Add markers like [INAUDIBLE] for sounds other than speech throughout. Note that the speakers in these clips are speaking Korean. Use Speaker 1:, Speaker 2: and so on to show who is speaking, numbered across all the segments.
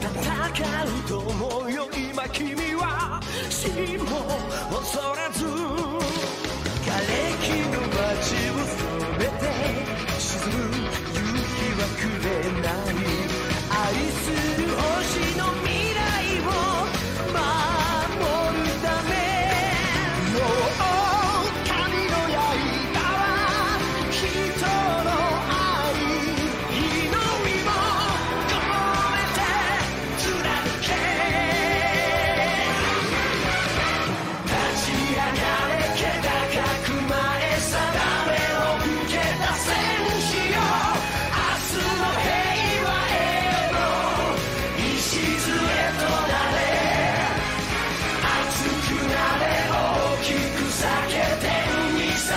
Speaker 1: 戦うと思うよ今君は死も恐らず瓦礫の街を染めて沈む勇気はくれない愛する星の未来を守るためもう神の刃は人の愛祈りも込めて貫け立ち上がれ気高く前定めを受けた戦士よ明日の平和への礎となれ熱くなれ大きく裂け天に捧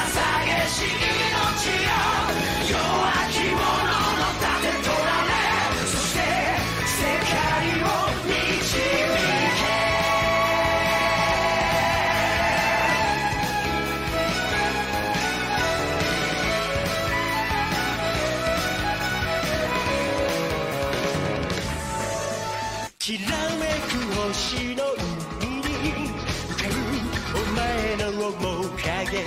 Speaker 1: げし命よ弱き者の盾となれそして世界を導けきらめく星の意味に浮かぶお前の面影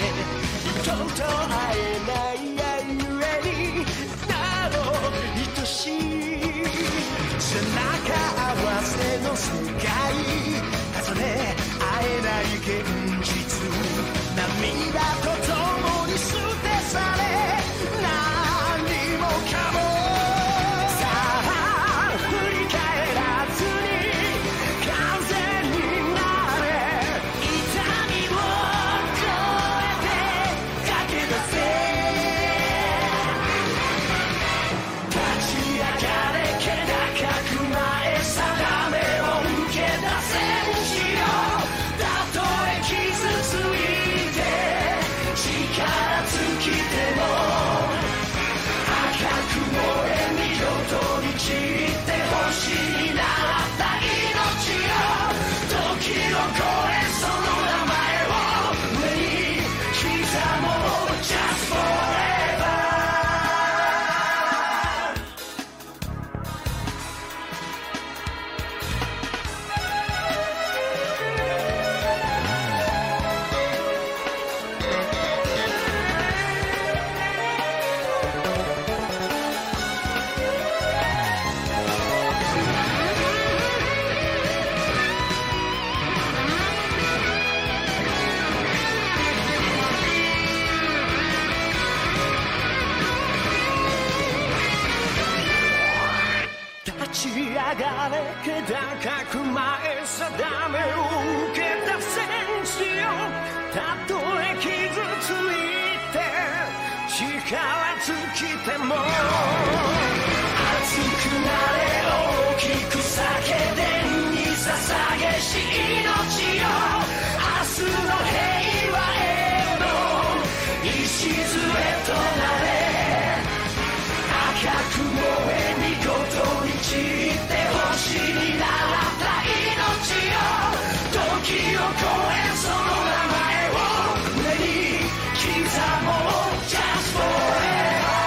Speaker 1: 人と会えない愛ゆえになお愛しい背中合わせの世界重ね会えない現実涙と共に捨て去れ何もかもさあ振り返らずに完全になれ痛みを超えて駆け出せ立ち上がれ気高く前定めを受けた戦士よ明日の平和へのたとえ傷ついて力尽きても赤く燃え見事に散ってほしいなった命を時を超えその名前を上に刻もう Just forever 立ち上がれ気高く前定めを受けた戦士よたとえ傷ついて力尽きても熱くなれ大きく裂け伝に捧げし命よ明日の平和への礎となれ赤く燃え見事に散って星になった命よ時を超えその名前を胸に刻もう Just forever
Speaker 2: 「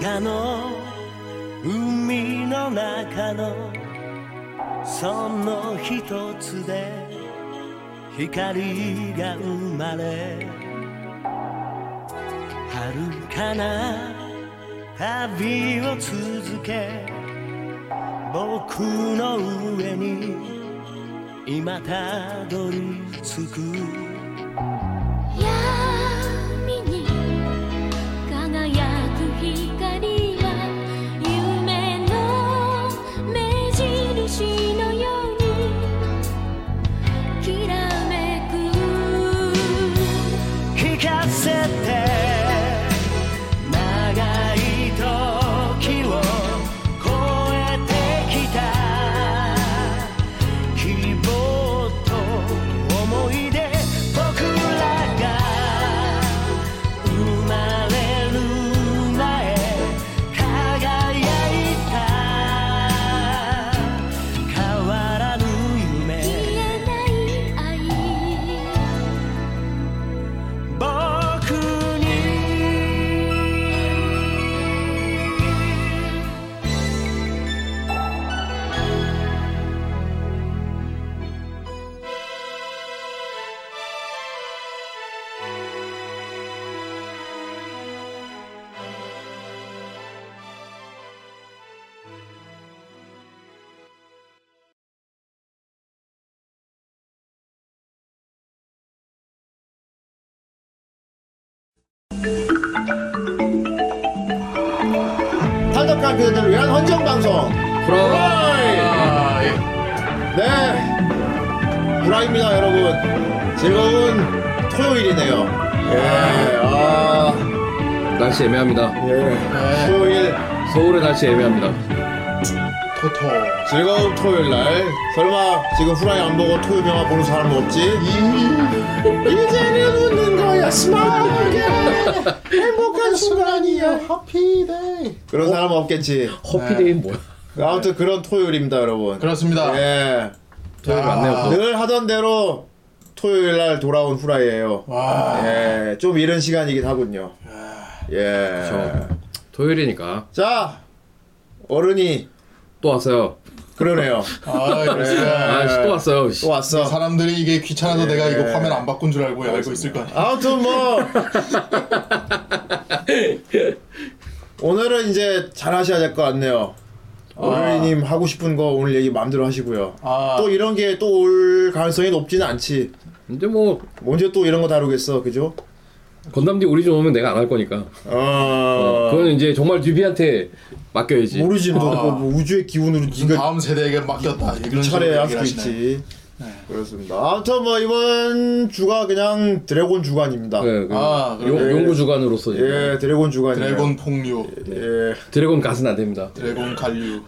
Speaker 1: がの海の中のその一つで光が生まれ遥かな旅を続け僕の上に今たどり着く
Speaker 2: 闇に輝く光は夢の目印のようにきらめく
Speaker 1: 聞かせて長い時を超えてきた希望と思い出僕らが生まれる前輝いた変わらぬ夢
Speaker 2: 消えない愛
Speaker 1: 僕に
Speaker 3: 탈덕한 그들을 위한 헌정방송
Speaker 4: 프라이!
Speaker 3: 네 브라입니다 여러분 즐거운 토요일이네요 예아예
Speaker 4: 예.
Speaker 3: 예.
Speaker 4: 날씨 애매합니다. 네.
Speaker 3: 토요일
Speaker 4: 서울의 날씨
Speaker 3: 음.
Speaker 4: 애매합니다.
Speaker 5: 토토
Speaker 3: 즐거운 토요일 날 설마 지금 후라이 안 보고 토요일 영화 보는 사람은 없지
Speaker 4: 음.
Speaker 3: 이제는 웃는 거야
Speaker 4: [LAUGHS]
Speaker 3: 스마일하게 행복한 순간이야
Speaker 5: 하피데이
Speaker 3: 그런 사람 은 없겠지
Speaker 4: 커피데이는
Speaker 3: 네.
Speaker 4: 뭐야?
Speaker 3: 아무튼 그런 토요일입니다 여러분
Speaker 5: 네. 그렇습니다 아.
Speaker 3: 예
Speaker 4: 토요일 맞네요. 또.
Speaker 3: 늘 하던 대로 토요일 날 돌아온 후라이예요.
Speaker 5: 와 아.
Speaker 3: 예, 좀 이른 시간이긴 하군요. 예.
Speaker 5: 그렇죠.
Speaker 4: 그쵸. 토요일이니까
Speaker 3: 자, 어른이
Speaker 4: 또 왔어요.
Speaker 3: 그러네요.
Speaker 5: 아이 글쎄
Speaker 4: 아, 씨, 또 왔어요. 씨.
Speaker 3: 또 왔어. 예.
Speaker 5: 사람들이 이게 귀찮아서 내가 이거 화면 안 바꾼 줄 알고 알고 있을 거야
Speaker 3: 아무튼
Speaker 5: [LAUGHS]
Speaker 3: 뭐 오늘은 이제 잘 하셔야 될 것 같네요. 어른이님 하고 싶은 거 오늘 얘기 마음대로 하시고요.
Speaker 5: 아.
Speaker 3: 또 이런 게 또 올 가능성이 높지는 않지.
Speaker 4: 이제 뭐
Speaker 3: 언제 또 이런 거 다루겠어, 그죠?
Speaker 4: 건담디 우리 좀 오면 내가 안 할 거니까.
Speaker 3: 어,
Speaker 4: 그건 이제 정말 뉴비한테 맡겨야지.
Speaker 3: 모르지 너
Speaker 5: 아.
Speaker 3: 뭐 우주의 기운으로 네가
Speaker 5: 다음 세대에게 맡겼다 이런
Speaker 3: 차례 할
Speaker 5: 식으로 얘기를
Speaker 3: 수도
Speaker 5: 하시네
Speaker 3: 있지. 그렇습니다. 아무튼 뭐 이번 주가 그냥 드래곤 주간입니다.
Speaker 4: 네, 그
Speaker 5: 아,
Speaker 4: 용,
Speaker 5: 그래요?
Speaker 4: 연구 주관으로서
Speaker 3: 예, 드래곤 주간이에요.
Speaker 5: 드래곤 폭류
Speaker 3: 예.
Speaker 4: 드래곤 가스는 안 됩니다.
Speaker 5: 드래곤 갈류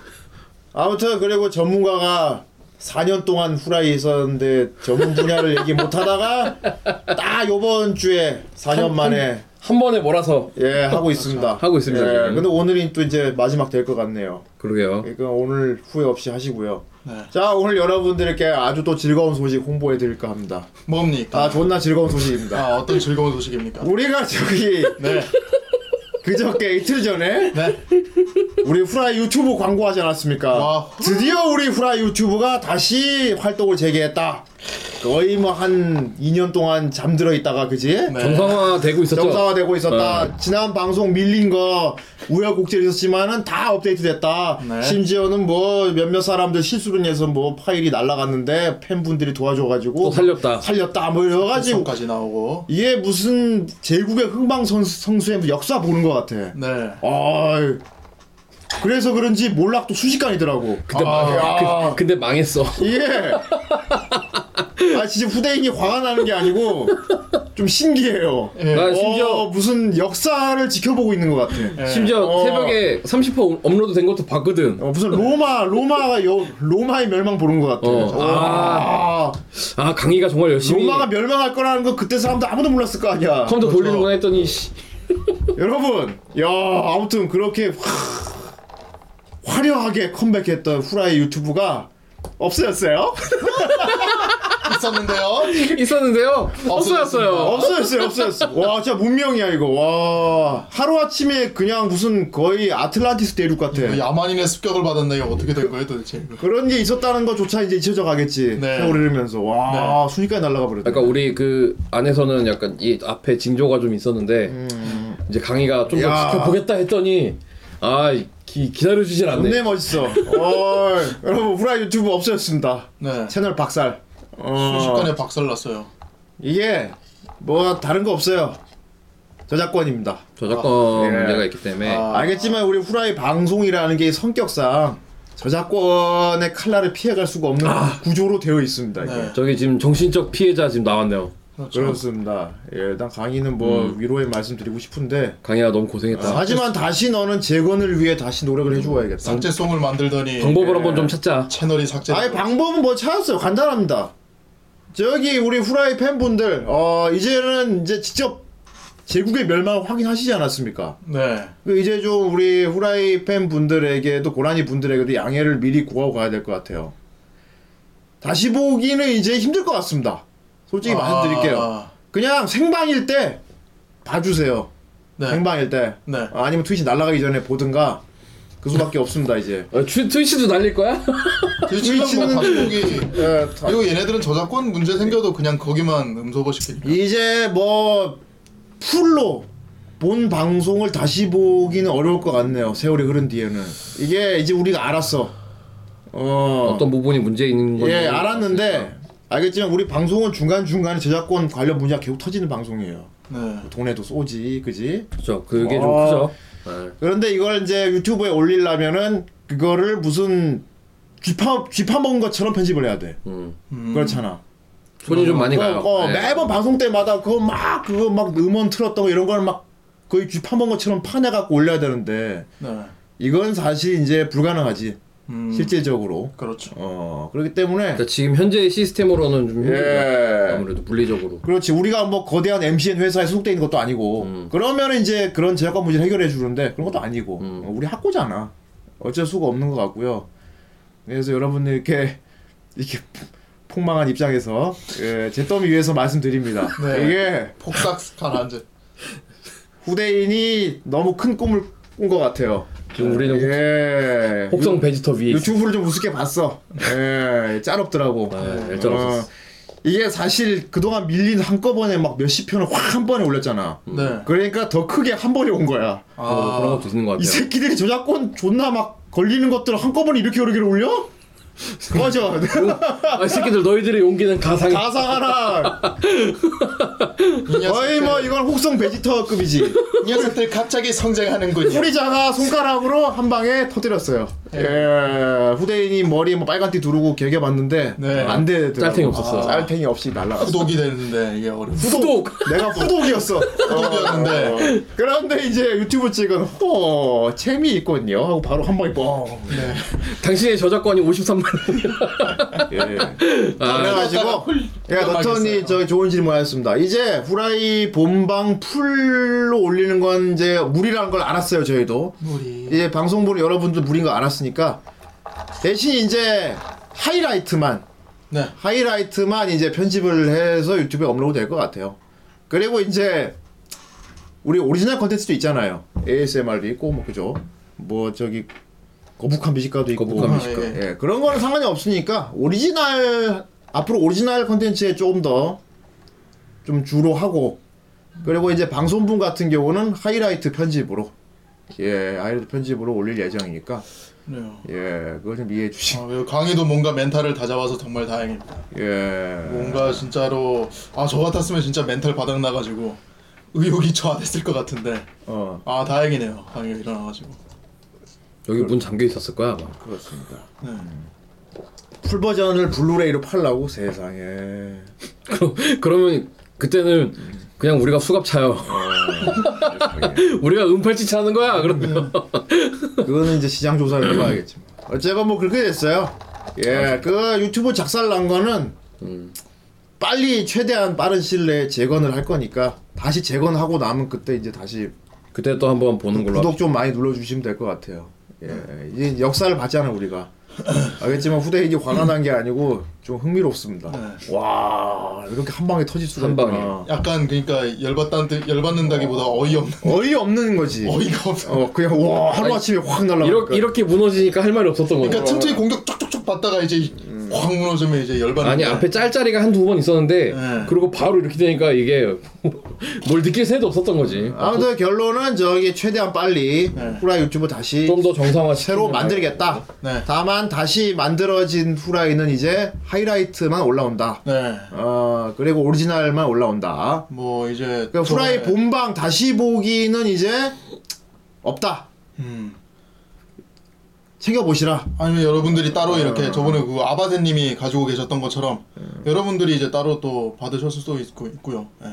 Speaker 3: 아무튼 그리고 전문가가 4년 동안 후라이 있었는데 전문 분야를 얘기 못
Speaker 4: [LAUGHS]
Speaker 3: 하다가 딱 요번 주에 4년 만에
Speaker 4: 한 번에 몰아서
Speaker 3: 예, 하고 있습니다.
Speaker 4: 하고 있습니다,
Speaker 3: 예,
Speaker 4: 지금.
Speaker 3: 근데 오늘이 또 이제 마지막 될 것 같네요.
Speaker 4: 그러게요.
Speaker 3: 그러니까 오늘 후회 없이 하시고요.
Speaker 5: 네.
Speaker 3: 자, 오늘 여러분들께 아주 또 즐거운 소식 홍보해 드릴까 합니다.
Speaker 5: 뭡니까
Speaker 3: 아, 존나 즐거운
Speaker 5: 아,
Speaker 3: 소식입니다.
Speaker 5: 어떤 즐거운 소식입니까
Speaker 3: 우리가
Speaker 4: [LAUGHS]
Speaker 3: 저기
Speaker 5: 네
Speaker 3: 그저께 이틀 전에
Speaker 5: 네.
Speaker 3: 우리 후라이 유튜브 광고하지 않았습니까?
Speaker 5: 와.
Speaker 3: 드디어 우리 후라이 유튜브가 다시 활동을 재개했다. 거의 뭐 한 2년 동안 잠들어 있다가 그지?
Speaker 5: 네.
Speaker 4: 정상화 되고 있었죠.
Speaker 3: 정상화되고 있었다.
Speaker 4: 그렇죠. 네.
Speaker 3: 지난 방송 밀린 거 우여곡절이 있었지만은 다 업데이트됐다.
Speaker 5: 네.
Speaker 3: 심지어는 뭐 몇몇 사람들 실수로 인해서 뭐 파일이 날라갔는데 팬분들이 도와줘가지고
Speaker 4: 또 살렸다.
Speaker 3: 살렸다. 뭐 이래가지고
Speaker 5: 손까지 나오고
Speaker 3: 이게 무슨 제국의 흥방성수의 역사 보는 것 같아.
Speaker 5: 네
Speaker 3: 아 그래서 그런지 몰락도 순식간이더라고.
Speaker 4: 근데,
Speaker 5: 아,
Speaker 4: 망,
Speaker 3: 야.
Speaker 4: 그, 근데 망했어.
Speaker 3: 예.
Speaker 4: [LAUGHS]
Speaker 3: 아 진짜 후대인이 화가 나는 게 아니고 좀 신기해요.
Speaker 5: 예.
Speaker 4: 나 아, 심지어
Speaker 3: 어, 무슨 역사를 지켜보고 있는 것 같아.
Speaker 4: 심지어
Speaker 3: 어.
Speaker 4: 새벽에 30% 업로드 된 것도 봤거든.
Speaker 3: 어, 무슨 로마 로마가 여, 로마의 멸망 보는 것 같아.
Speaker 4: 어.
Speaker 3: 아,
Speaker 4: 아 강의가 정말 열심히
Speaker 3: 로마가 멸망할 거라는 거 그때 사람들 아무도 몰랐을 거 아니야.
Speaker 4: 컴퓨터
Speaker 5: 그렇죠.
Speaker 4: 돌리는구나 했더니 씨,
Speaker 3: 여러분, 야 아무튼 그렇게 화- 화려하게 컴백했던 후라이 유튜브가 없어졌어요.
Speaker 5: 있었는데요.
Speaker 4: 있었는데요.
Speaker 3: 아,
Speaker 4: 없어졌어요.
Speaker 3: 없어졌어요, 없어졌어. 와, 진짜 문명이야 이거. 와, 하루 아침에 그냥 무슨 거의 아틀란티스 대륙 같아.
Speaker 5: 야만인의 습격을 받았네. 이거 어떻게 된 거예요 도대체? 이거.
Speaker 3: 그런 게 있었다는 것조차 이제 잊혀져 가겠지.
Speaker 5: 네.
Speaker 3: 세월이 흐르면서 와, 순식간에 날아가 버렸다.
Speaker 4: 그러니까 우리 그 안에서는 약간 이 앞에 징조가 좀 있었는데 이제 강의가 좀 더
Speaker 3: 음, 야.
Speaker 4: 지켜보겠다 했더니 아 기, 기다려주질 않네.
Speaker 3: 겁내 멋있어. 어, [LAUGHS] 여러분 후라이 유튜브 없어졌습니다.
Speaker 5: 네.
Speaker 3: 채널 박살. 어,
Speaker 5: 순식간에 박살났어요.
Speaker 3: 이게 뭐 다른 거 없어요. 저작권입니다.
Speaker 4: 저작권
Speaker 3: 아, 예.
Speaker 4: 문제가 있기 때문에
Speaker 5: 아.
Speaker 3: 알겠지만 우리 후라이 방송이라는 게 성격상 저작권의 칼날을 피해갈 수가 없는 구조로 되어 있습니다. 이게.
Speaker 5: 아. 네.
Speaker 4: 저기 지금 정신적 피해자 지금 나왔네요.
Speaker 5: 그렇죠.
Speaker 3: 그렇습니다. 예, 일단 강의는 뭐 위로의 말씀 드리고 싶은데 그
Speaker 4: 강의가 너무 고생했다.
Speaker 3: 아, 하지만 다시 너는 재건을 위해 다시 노력을 해주어야겠다.
Speaker 5: 삭제송을 만들더니
Speaker 3: 예.
Speaker 4: 방법을 한번 좀 찾자.
Speaker 5: 채널이 삭제.
Speaker 3: 아예 방법은 뭐 찾았어요. 간단합니다. 저기 우리 후라이 팬분들 어 이제는 이제 직접 제국의 멸망을 확인하시지 않았습니까?
Speaker 5: 네.
Speaker 3: 그 이제 좀 우리 후라이 팬분들에게도 고라니 분들에게도 양해를 미리 구하고 가야 될 것 같아요. 다시 보기는 이제 힘들 것 같습니다. 솔직히
Speaker 5: 아.
Speaker 3: 말씀드릴게요. 그냥 생방일 때 봐주세요.
Speaker 5: 네.
Speaker 3: 생방일 때
Speaker 5: 네.
Speaker 3: 아, 아니면 트윗이 날아가기 전에 보든가 그 수밖에 없습니다 이제.
Speaker 4: 어, 트- 트위치도 날릴 거야? [LAUGHS]
Speaker 5: 트위치는
Speaker 3: 트위치는-
Speaker 5: 다시 보기.
Speaker 3: 예, 다-
Speaker 5: 그리고 뭐 얘네들은 저작권 문제 생겨도 그냥 거기만 음소거 시키니까.
Speaker 3: 이제 뭐 풀로 본 방송을 다시 보기는 어려울 것 같네요. 세월이 흐른 뒤에는 이게 이제 우리가 알았어. 어.
Speaker 4: 어떤 부분이 문제 있는 건지.
Speaker 3: 예, 알았는데 알겠지만 우리 방송은 중간 중간에 저작권 관련 문제가 계속 터지는 방송이에요.
Speaker 5: 네.
Speaker 3: 돈에도 쏘지, 그지?
Speaker 4: 그렇죠. 그게 좀
Speaker 3: 아.
Speaker 4: 크죠. 네.
Speaker 3: 그런데 이걸 이제 유튜브에 올리려면은 그거를 무슨 쥐파 쥐파먹은 것처럼 편집을 해야 돼.
Speaker 4: 음.
Speaker 3: 그렇잖아.
Speaker 4: 손이 좀 많이
Speaker 3: 어,
Speaker 4: 가요.
Speaker 3: 어,
Speaker 4: 네.
Speaker 3: 매번 방송 때마다 그거 막 그거 막 음원 틀었던 거 이런 걸 막 거의 쥐파먹은 것처럼 파내갖고 올려야 되는데
Speaker 5: 네.
Speaker 3: 이건 사실 이제 불가능하지
Speaker 5: 음.
Speaker 3: 실질적으로.
Speaker 5: 그렇죠.
Speaker 3: 어 그렇기 때문에
Speaker 4: 그러니까 지금 현재의 시스템으로는 좀 힘들죠.
Speaker 3: 예.
Speaker 4: 아무래도 물리적으로.
Speaker 3: 그렇지 우리가 뭐 거대한 MCN 회사에 소속돼 있는 것도 아니고 그러면 이제 그런 제작권 문제를 해결해 주는데 그런 것도 아니고 어, 우리 학고잖아 어쩔 수가 없는 것 같고요 그래서 여러분들 이렇게 이렇게 폭망한 입장에서 예, 제 더미 위해서
Speaker 4: [LAUGHS]
Speaker 3: 말씀드립니다
Speaker 5: 네.
Speaker 3: 이게
Speaker 5: 폭삭 가라앉은.
Speaker 3: 후대인이 너무 큰 꿈을 꾼 것 같아요
Speaker 4: 지금 우리는 뭐 혹-
Speaker 3: 예
Speaker 4: 네, 혹성 베지터 위에 있어.
Speaker 3: 유튜브를 좀 우습게 봤어 예 짤없더라고
Speaker 4: 네, 짤 없었어.
Speaker 3: 이게 사실 그동안 밀린 한꺼번에 막 몇십 편을 확 한 번에 올렸잖아
Speaker 5: 네.
Speaker 3: 그러니까 더 크게 한 번에 온 거야.
Speaker 4: 어, 그런 것도 있는 것
Speaker 3: 아. 이
Speaker 4: 같아요.
Speaker 3: 새끼들이 저작권 존나 막 걸리는 것들 한꺼번에 이렇게 여러 를 올려? 맞아. [LAUGHS]
Speaker 4: 아, 이 새끼들 너희들의 용기는 가상.
Speaker 3: 가상하라.
Speaker 5: 이
Speaker 3: 거의 뭐
Speaker 5: 녀석들,
Speaker 3: 이건 혹성 베지터급이지.
Speaker 5: 이 녀석들 갑자기 성장하는군요.
Speaker 3: 뿌리자가 손가락으로 한 방에 터뜨렸어요.
Speaker 4: 네.
Speaker 3: 예, 후대인이 머리에 뭐 빨간 띠 두르고 개개 봤는데
Speaker 5: 네.
Speaker 3: 안 되더라고.
Speaker 4: 짤탱이 없었어.
Speaker 3: 아, 짤탱이 없이 날라갔어.
Speaker 5: 구독이 됐는데 이게 어려워.
Speaker 4: 구독.
Speaker 3: 내가
Speaker 4: [LAUGHS]
Speaker 3: 후독이었어. 어.
Speaker 5: 구독이었는데.
Speaker 3: 그런데 이제 유튜브 찍은 허 재미있군요 하고 바로 한 방에 뻥.
Speaker 5: 네.
Speaker 4: 당신의 저작권이 53만 원이야. [LAUGHS]
Speaker 3: 예.
Speaker 4: 아,
Speaker 3: 그래가지고 예, 너턴이 저기 좋은 질문하셨습니다. 이제 후라이 본방 풀로 올리는 건 이제 무리라는 걸 알았어요 저희도.
Speaker 5: 우리
Speaker 3: 이제 방송부를 여러분들 무리인 거 알았으니까 대신 이제 하이라이트만
Speaker 5: 네.
Speaker 3: 하이라이트만 이제 편집을 해서 유튜브에 업로드 될 것 같아요. 그리고 이제 우리 오리지널 컨텐츠도 있잖아요. ASMR도 있고 뭐 그죠. 뭐 저기 거북한 미식가도 있고
Speaker 4: 거북한
Speaker 5: 아, 미식가.
Speaker 3: 예. 예, 그런 거는 상관이 없으니까 오리지널 앞으로 오리지널 컨텐츠에 조금 더 좀 주로 하고 그리고 이제 방송분 같은 경우는 하이라이트 편집으로 예 하이라이트 편집으로 올릴 예정이니까
Speaker 5: 그래요.
Speaker 3: 예 그걸 좀 이해해
Speaker 5: 네. 아,
Speaker 3: 주시고
Speaker 5: 그리고 강의도 뭔가 멘탈을 다잡아서 정말 다행입니다.
Speaker 3: 예
Speaker 5: 뭔가 진짜로 아 저 같았으면 진짜 멘탈 바닥 나가지고 의욕이 저하됐을 것 같은데
Speaker 3: 어.
Speaker 5: 아 다행이네요. 강의가 일어나가지고.
Speaker 4: 여기 문 잠겨 있었을 거야 아마.
Speaker 3: 그렇습니다. 음.
Speaker 5: 네.
Speaker 3: 풀 버전을 블루레이로 팔라고 세상에.
Speaker 4: 그럼 그러면 그때는 그냥 우리가 수갑 차요.
Speaker 3: 어,
Speaker 4: [LAUGHS] 우리가 은팔찌 차는 거야. 그러면
Speaker 3: 음. 그거는 이제 시장 조사를 해봐야겠지만. 어쨌건 뭐 그렇게 됐어요. 예, 그 유튜브 작살 난 거는
Speaker 4: 음.
Speaker 3: 빨리 최대한 빠른 시일 내에 재건을 할 거니까 다시 재건하고 나면 그때 이제 다시
Speaker 4: 그때 또 한번 보는 걸로. [LAUGHS]
Speaker 3: 구독 좀 많이 눌러주시면 될 것 같아요. 예, 이제 역사를 봤잖아 우리가. 알겠지만 후대인이 화나난 게 아니고 좀 흥미롭습니다. 와 이렇게 한 방에 터질 수가
Speaker 4: 네. 한 방에.
Speaker 3: 있구나.
Speaker 5: 약간 그러니까 열받다는 열받는다기보다 어이없는
Speaker 3: 어이없는 거지.
Speaker 5: 어이가 없어.
Speaker 3: 어 그냥 와 하루 아침에 확 날라.
Speaker 4: 이렇게 이렇게 무너지니까 할 말이 없었던 거죠.
Speaker 5: 그러니까 틈틈이 공격 쪽쪽쪽 받다가 이제 확 무너지면 이제 열받는.
Speaker 4: 아니 앞에 짤짤이가 한 두 번 있었는데
Speaker 5: 네.
Speaker 4: 그리고 바로 이렇게 되니까 이게 [LAUGHS] 뭘 느낄 새도 없었던 거지.
Speaker 3: 아무튼 결론은 저기 최대한 빨리 후라이 유튜브 다시
Speaker 4: 좀 더 정상화
Speaker 3: 새로 만들겠다.
Speaker 5: 네.
Speaker 3: 다만 다시 만들어진 후라이는 이제 하이라이트만 올라온다.
Speaker 5: 네.
Speaker 3: 어 그리고 오리지널만 올라온다.
Speaker 5: 뭐 이제
Speaker 3: 그러니까 후라이
Speaker 5: 저번에-
Speaker 3: 본방 다시 보기는 이제 없다.
Speaker 5: 음.
Speaker 3: 챙겨 보시라.
Speaker 5: 아니면 여러분들이 따로 이렇게 저번에 그 아바데님이 가지고 계셨던 것처럼 여러분들이 이제 따로 또 받으셨을 수도 있고 있고요. 예.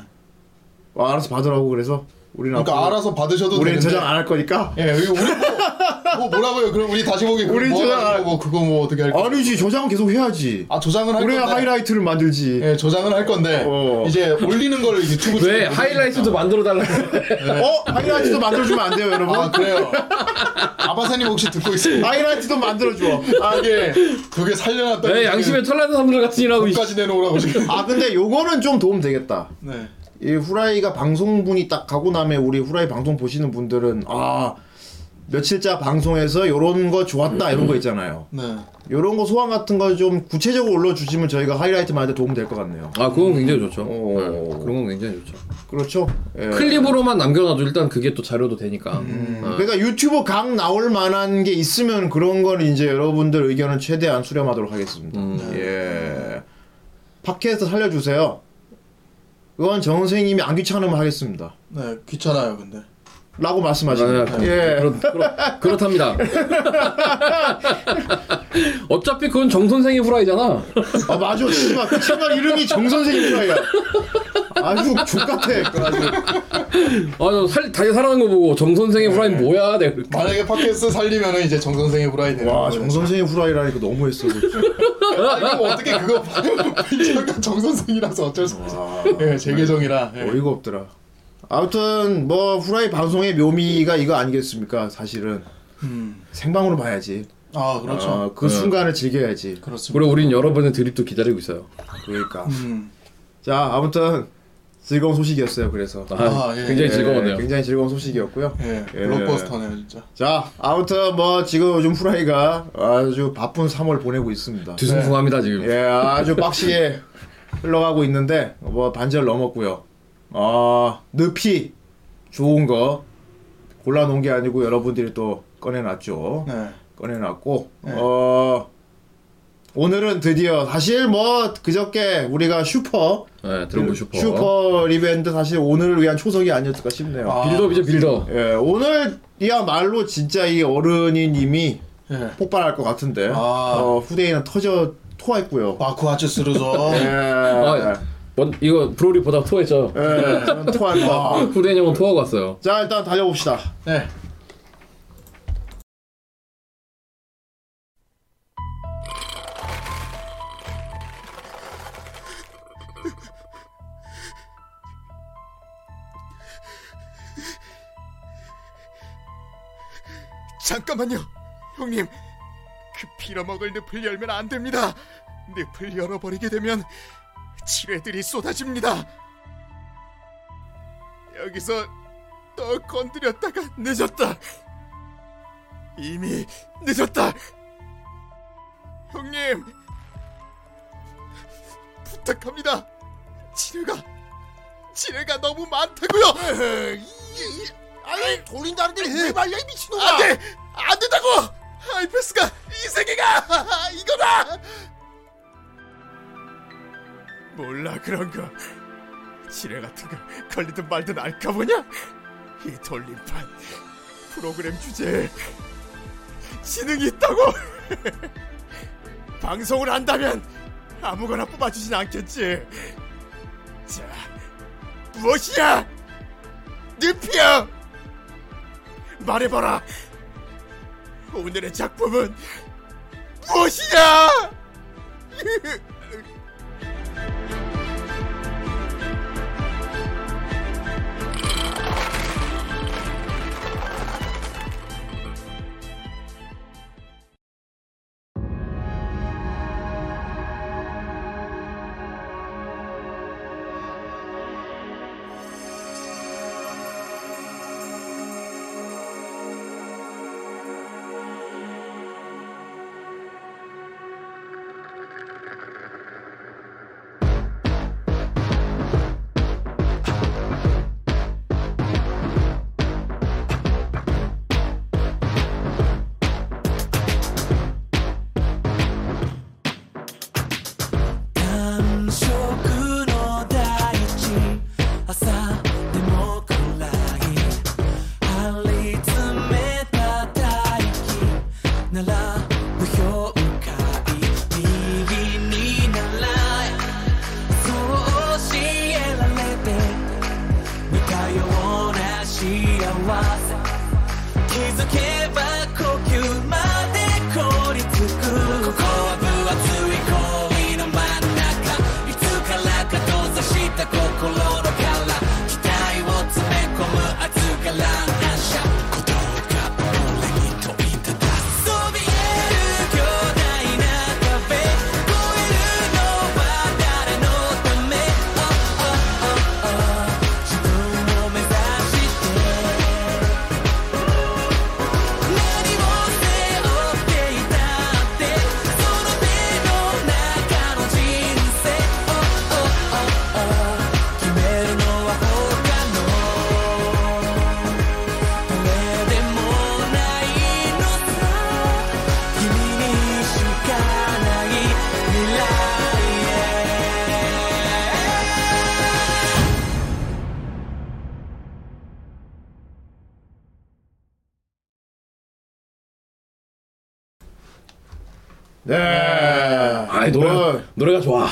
Speaker 3: 와, 어, 알아서 받으라고 그래서 우리는
Speaker 5: 그러니까
Speaker 3: 앞으로-
Speaker 5: 알아서 받으셔도
Speaker 3: 우리는
Speaker 5: 되는데.
Speaker 3: 저장 안 할 거니까.
Speaker 5: 예, 우리 뭐, 뭐 뭐라고요? 그럼 우리 다시 보기
Speaker 3: 우리
Speaker 5: 뭐,
Speaker 3: 저장 안-
Speaker 5: 뭐 그거 뭐 어떻게 할까?
Speaker 3: 아니지 저장은 계속 해야지.
Speaker 5: 아 조장은 할
Speaker 3: 그래야
Speaker 5: 건데.
Speaker 3: 하이라이트를 만들지.
Speaker 5: 예, 조장은 할 건데
Speaker 3: 어.
Speaker 5: 이제 올리는 걸 유튜브
Speaker 4: 왜 하이라이트도 만들어 달라.
Speaker 3: [LAUGHS] 어 하이라이트도 만들어주면 안 돼요 여러분.
Speaker 5: 네. 아 그래요. 아바사님 혹시 듣고 있어요?
Speaker 3: 하이라이트도 만들어줘.
Speaker 5: 아 이게 그게 살려놨다.
Speaker 4: 왜 네, 양심에 털난 사람들 같은 일하고 있어.
Speaker 5: 까지 내놓으라고 지금.
Speaker 3: 아 근데 요거는 좀 도움 되겠다.
Speaker 5: [LAUGHS] 네.
Speaker 3: 이 후라이가 방송분이 딱 가고 나면 우리 후라이 방송 보시는 분들은 아 며칠자 방송에서 요런 거 좋았다 이런 거 있잖아요.
Speaker 5: 네.
Speaker 3: 요런 거 소환 같은 거 좀 구체적으로 올려주시면 저희가 하이라이트 만들 때 도움 될 것 같네요.
Speaker 4: 아 그건 굉장히 좋죠.
Speaker 3: 오.
Speaker 4: 네, 그런 건 굉장히 좋죠.
Speaker 3: 그렇죠. 예.
Speaker 4: 클립으로만 남겨놔도 일단 그게 또 자료도 되니까. 어.
Speaker 3: 그러니까 유튜브 강 나올 만한 게 있으면 그런 건 이제 여러분들 의견을 최대한 수렴하도록 하겠습니다.
Speaker 4: 음.
Speaker 3: 예. 팟캐스트 살려주세요. 그건 정 선생님이 안 귀찮으면 하겠습니다.
Speaker 5: 네. 귀찮아요, 근데.
Speaker 3: 라고
Speaker 4: 아,
Speaker 3: 말씀하시네요.
Speaker 4: 그-
Speaker 3: 예.
Speaker 4: 그렇, 그렇, 그렇답니다. [LAUGHS] 어차피 그건 정 선생의 후라이잖아.
Speaker 3: 아 맞아. 씨발 그 채널 이름이 정 선생님 후라이야. 아주 족같아. 그래가지고.
Speaker 4: 아살 다시 살아난 거 보고 정 선생의 후라이는 뭐야? 네. 내가 그렇게.
Speaker 5: 만약에 팟캐스트 살리면은 이제 정 선생의 후라이 되는
Speaker 3: 와
Speaker 5: 거예요.
Speaker 3: 정 선생님 후라이라니까 너무했어.
Speaker 5: 아, 이거 어떻게 그거 잠깐 [LAUGHS] 정 선생이라서 어쩔 수 없어. 예, 제 계정이라. 예.
Speaker 3: 어이가 없더라. 아무튼 뭐 후라이 방송의 묘미가 이거 아니겠습니까? 사실은
Speaker 5: 음.
Speaker 3: 생방으로 봐야지.
Speaker 5: 아, 그렇죠.
Speaker 3: 어, 그 순간을 즐겨야지.
Speaker 5: 그렇습니다.
Speaker 4: 그리고 우린 여러분의 드립도 기다리고 있어요.
Speaker 3: 그러니까.
Speaker 5: 음.
Speaker 3: 자 아무튼 즐거운 소식이었어요. 그래서
Speaker 4: 아,
Speaker 5: 아, 예,
Speaker 4: 굉장히
Speaker 5: 예.
Speaker 4: 즐거웠네요.
Speaker 3: 굉장히 즐거운 소식이었고요.
Speaker 5: 예.
Speaker 3: 예.
Speaker 5: 블록버스터네요, 진짜.
Speaker 3: 자 아무튼 뭐 지금 요즘 후라이가 아주 바쁜 3월 보내고 있습니다.
Speaker 4: 뒤숭숭합니다 지금.
Speaker 3: 예 아주 빡시게 흘러가고 있는데 뭐 반절 넘었고요. 아 늪이 좋은 거 골라놓은 게 아니고 여러분들이 또 꺼내놨죠.
Speaker 5: 네.
Speaker 3: 꺼내놨고 어 오늘은 드디어 사실 뭐 그저께 우리가 슈퍼
Speaker 4: 네, 드래곤 슈퍼.
Speaker 3: 슈퍼 리벤드 사실 오늘을 위한 초석이 아니었을까 싶네요.
Speaker 5: 아.
Speaker 4: 어? 빌더이죠 빌더.
Speaker 3: 예, 오늘이야말로 진짜 이 어른인 님이
Speaker 5: 예.
Speaker 3: 폭발할 것 같은데
Speaker 5: 아.
Speaker 3: 어, 후대인은 터져 토했고요.
Speaker 5: 마쿠 아츠스루죠.
Speaker 3: 예,
Speaker 4: 아, 뭔 이거 브로리 보다 토했죠.
Speaker 3: 예, 저는 토할 것 같고.
Speaker 4: 후대인 형은 토하고 왔어요.
Speaker 3: 자, 일단 달려봅시다.
Speaker 5: 네.
Speaker 6: 잠깐만요, 형님. 그 빌어먹을 늪을 열면 안 됩니다. 늪을 열어버리게 되면 지뢰들이 쏟아집니다. 여기서 또 건드렸다가 늦었다. 이미 늦었다. 형님, 부탁합니다. 지뢰가 지뢰가 너무 많다고요. 아니 돌린다는데 왜 말려 이 미친놈아 안돼 안된다고 아이패스가 이 세계가 [LAUGHS] 이거다 몰라 그런 거 지뢰 같은 거 걸리든 말든 알까 보냐 이 돌림판 프로그램 주제에 지능이 있다고 [LAUGHS] 방송을 한다면 아무거나 뽑아주진 않겠지 자 무엇이야 늪이야 말해봐라. 오늘의 작품은 무엇이야?
Speaker 7: ます気づけば呼吸まで凍りつくここは分厚い氷の真ん中いつからか閉ざした心の殻期待を詰め込む熱から乱射鼓動が俺に問いただすそびえる巨大な壁越えるのは誰のため Oh, oh, oh, oh 自分を目指して何を背負っていたってその手の中の人生 Oh, oh, oh, oh 決めるのは他の誰でもないのさ君にしかない未来へ
Speaker 3: 네.
Speaker 4: 아
Speaker 5: 네.
Speaker 4: 노래 노래가 좋아.
Speaker 3: 뭐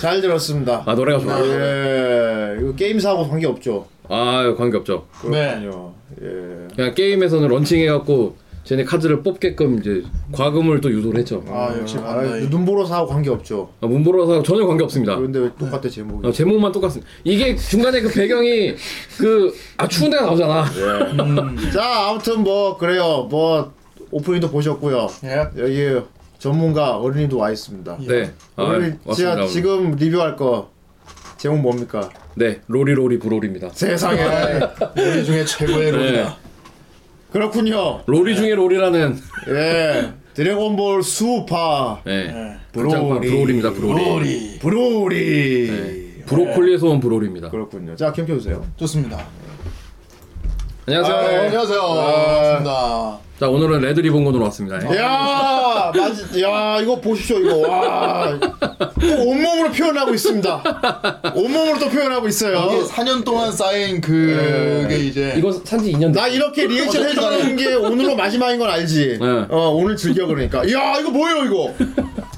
Speaker 3: 잘 들었습니다.
Speaker 4: 아 노래가 좋아.
Speaker 3: 예, 이거 게임사하고 관계 없죠.
Speaker 4: 아 관계 없죠.
Speaker 5: 네.
Speaker 3: 아니요. 예.
Speaker 4: 그냥 게임에서는 런칭해갖고 쟤네 카드를 뽑게끔 이제 과금을 또 유도를 했죠.
Speaker 5: 아 역시
Speaker 3: 아,
Speaker 5: 반다이.
Speaker 3: 눈보라사하고 관계 없죠.
Speaker 4: 아, 문보라사 전혀 관계 없습니다.
Speaker 3: 그런데 왜 똑같아 제목이?
Speaker 4: 아, 제목만 똑같습니다. 이게 중간에 그 배경이 그 아 추운 데가 나오잖아.
Speaker 3: 네. 자, 아무튼 뭐 그래요. 뭐 오프닝도 보셨고요.
Speaker 5: 예.
Speaker 3: 여기 전문가 어른이도 와 있습니다.
Speaker 4: 네. 아,
Speaker 3: 오늘
Speaker 4: 왔습니다.
Speaker 3: 제가
Speaker 4: 오늘.
Speaker 3: 지금 리뷰할 거 제목 뭡니까?
Speaker 4: 네 로리 로리 브로리입니다.
Speaker 3: 세상에
Speaker 4: [LAUGHS]
Speaker 5: 우리 중에 최고의
Speaker 4: 네.
Speaker 5: 롤이다.
Speaker 3: 그렇군요.
Speaker 4: 로리 중에 로리라는
Speaker 3: 예, 드래곤볼 수파
Speaker 4: 네.
Speaker 5: 네.
Speaker 4: 불장판
Speaker 3: 브로리.
Speaker 4: 브로리입니다. 브로리.
Speaker 5: 롤이
Speaker 3: 브로리
Speaker 4: 네. 브로콜리에서 온 브로리입니다.
Speaker 3: 그렇군요. 자, 캠켜 주세요. 예.
Speaker 5: 좋습니다.
Speaker 4: 안녕하세요.
Speaker 5: 아,
Speaker 3: 네.
Speaker 5: 안녕하세요. 반갑습니다.
Speaker 4: 자 오늘은 레드 리본건으로 왔습니다. 예.
Speaker 3: 네. 야, 맞, 야, 이거 보십시오, 이거.
Speaker 5: [LAUGHS]
Speaker 3: 와, 또 온몸으로 표현하고 있습니다. 온몸으로 또 표현하고
Speaker 5: 이게
Speaker 3: 있어요.
Speaker 5: 4년 동안 쌓인 그게 이제
Speaker 4: 이거 산지 2년 됐.
Speaker 3: 나 이렇게 리액션 해주는 게 오늘로 마지막인 건 알지?
Speaker 4: 네.
Speaker 3: 어, 오늘 즐겨 그러니까. 야, 이거 뭐예요, 이거?
Speaker 5: [LAUGHS]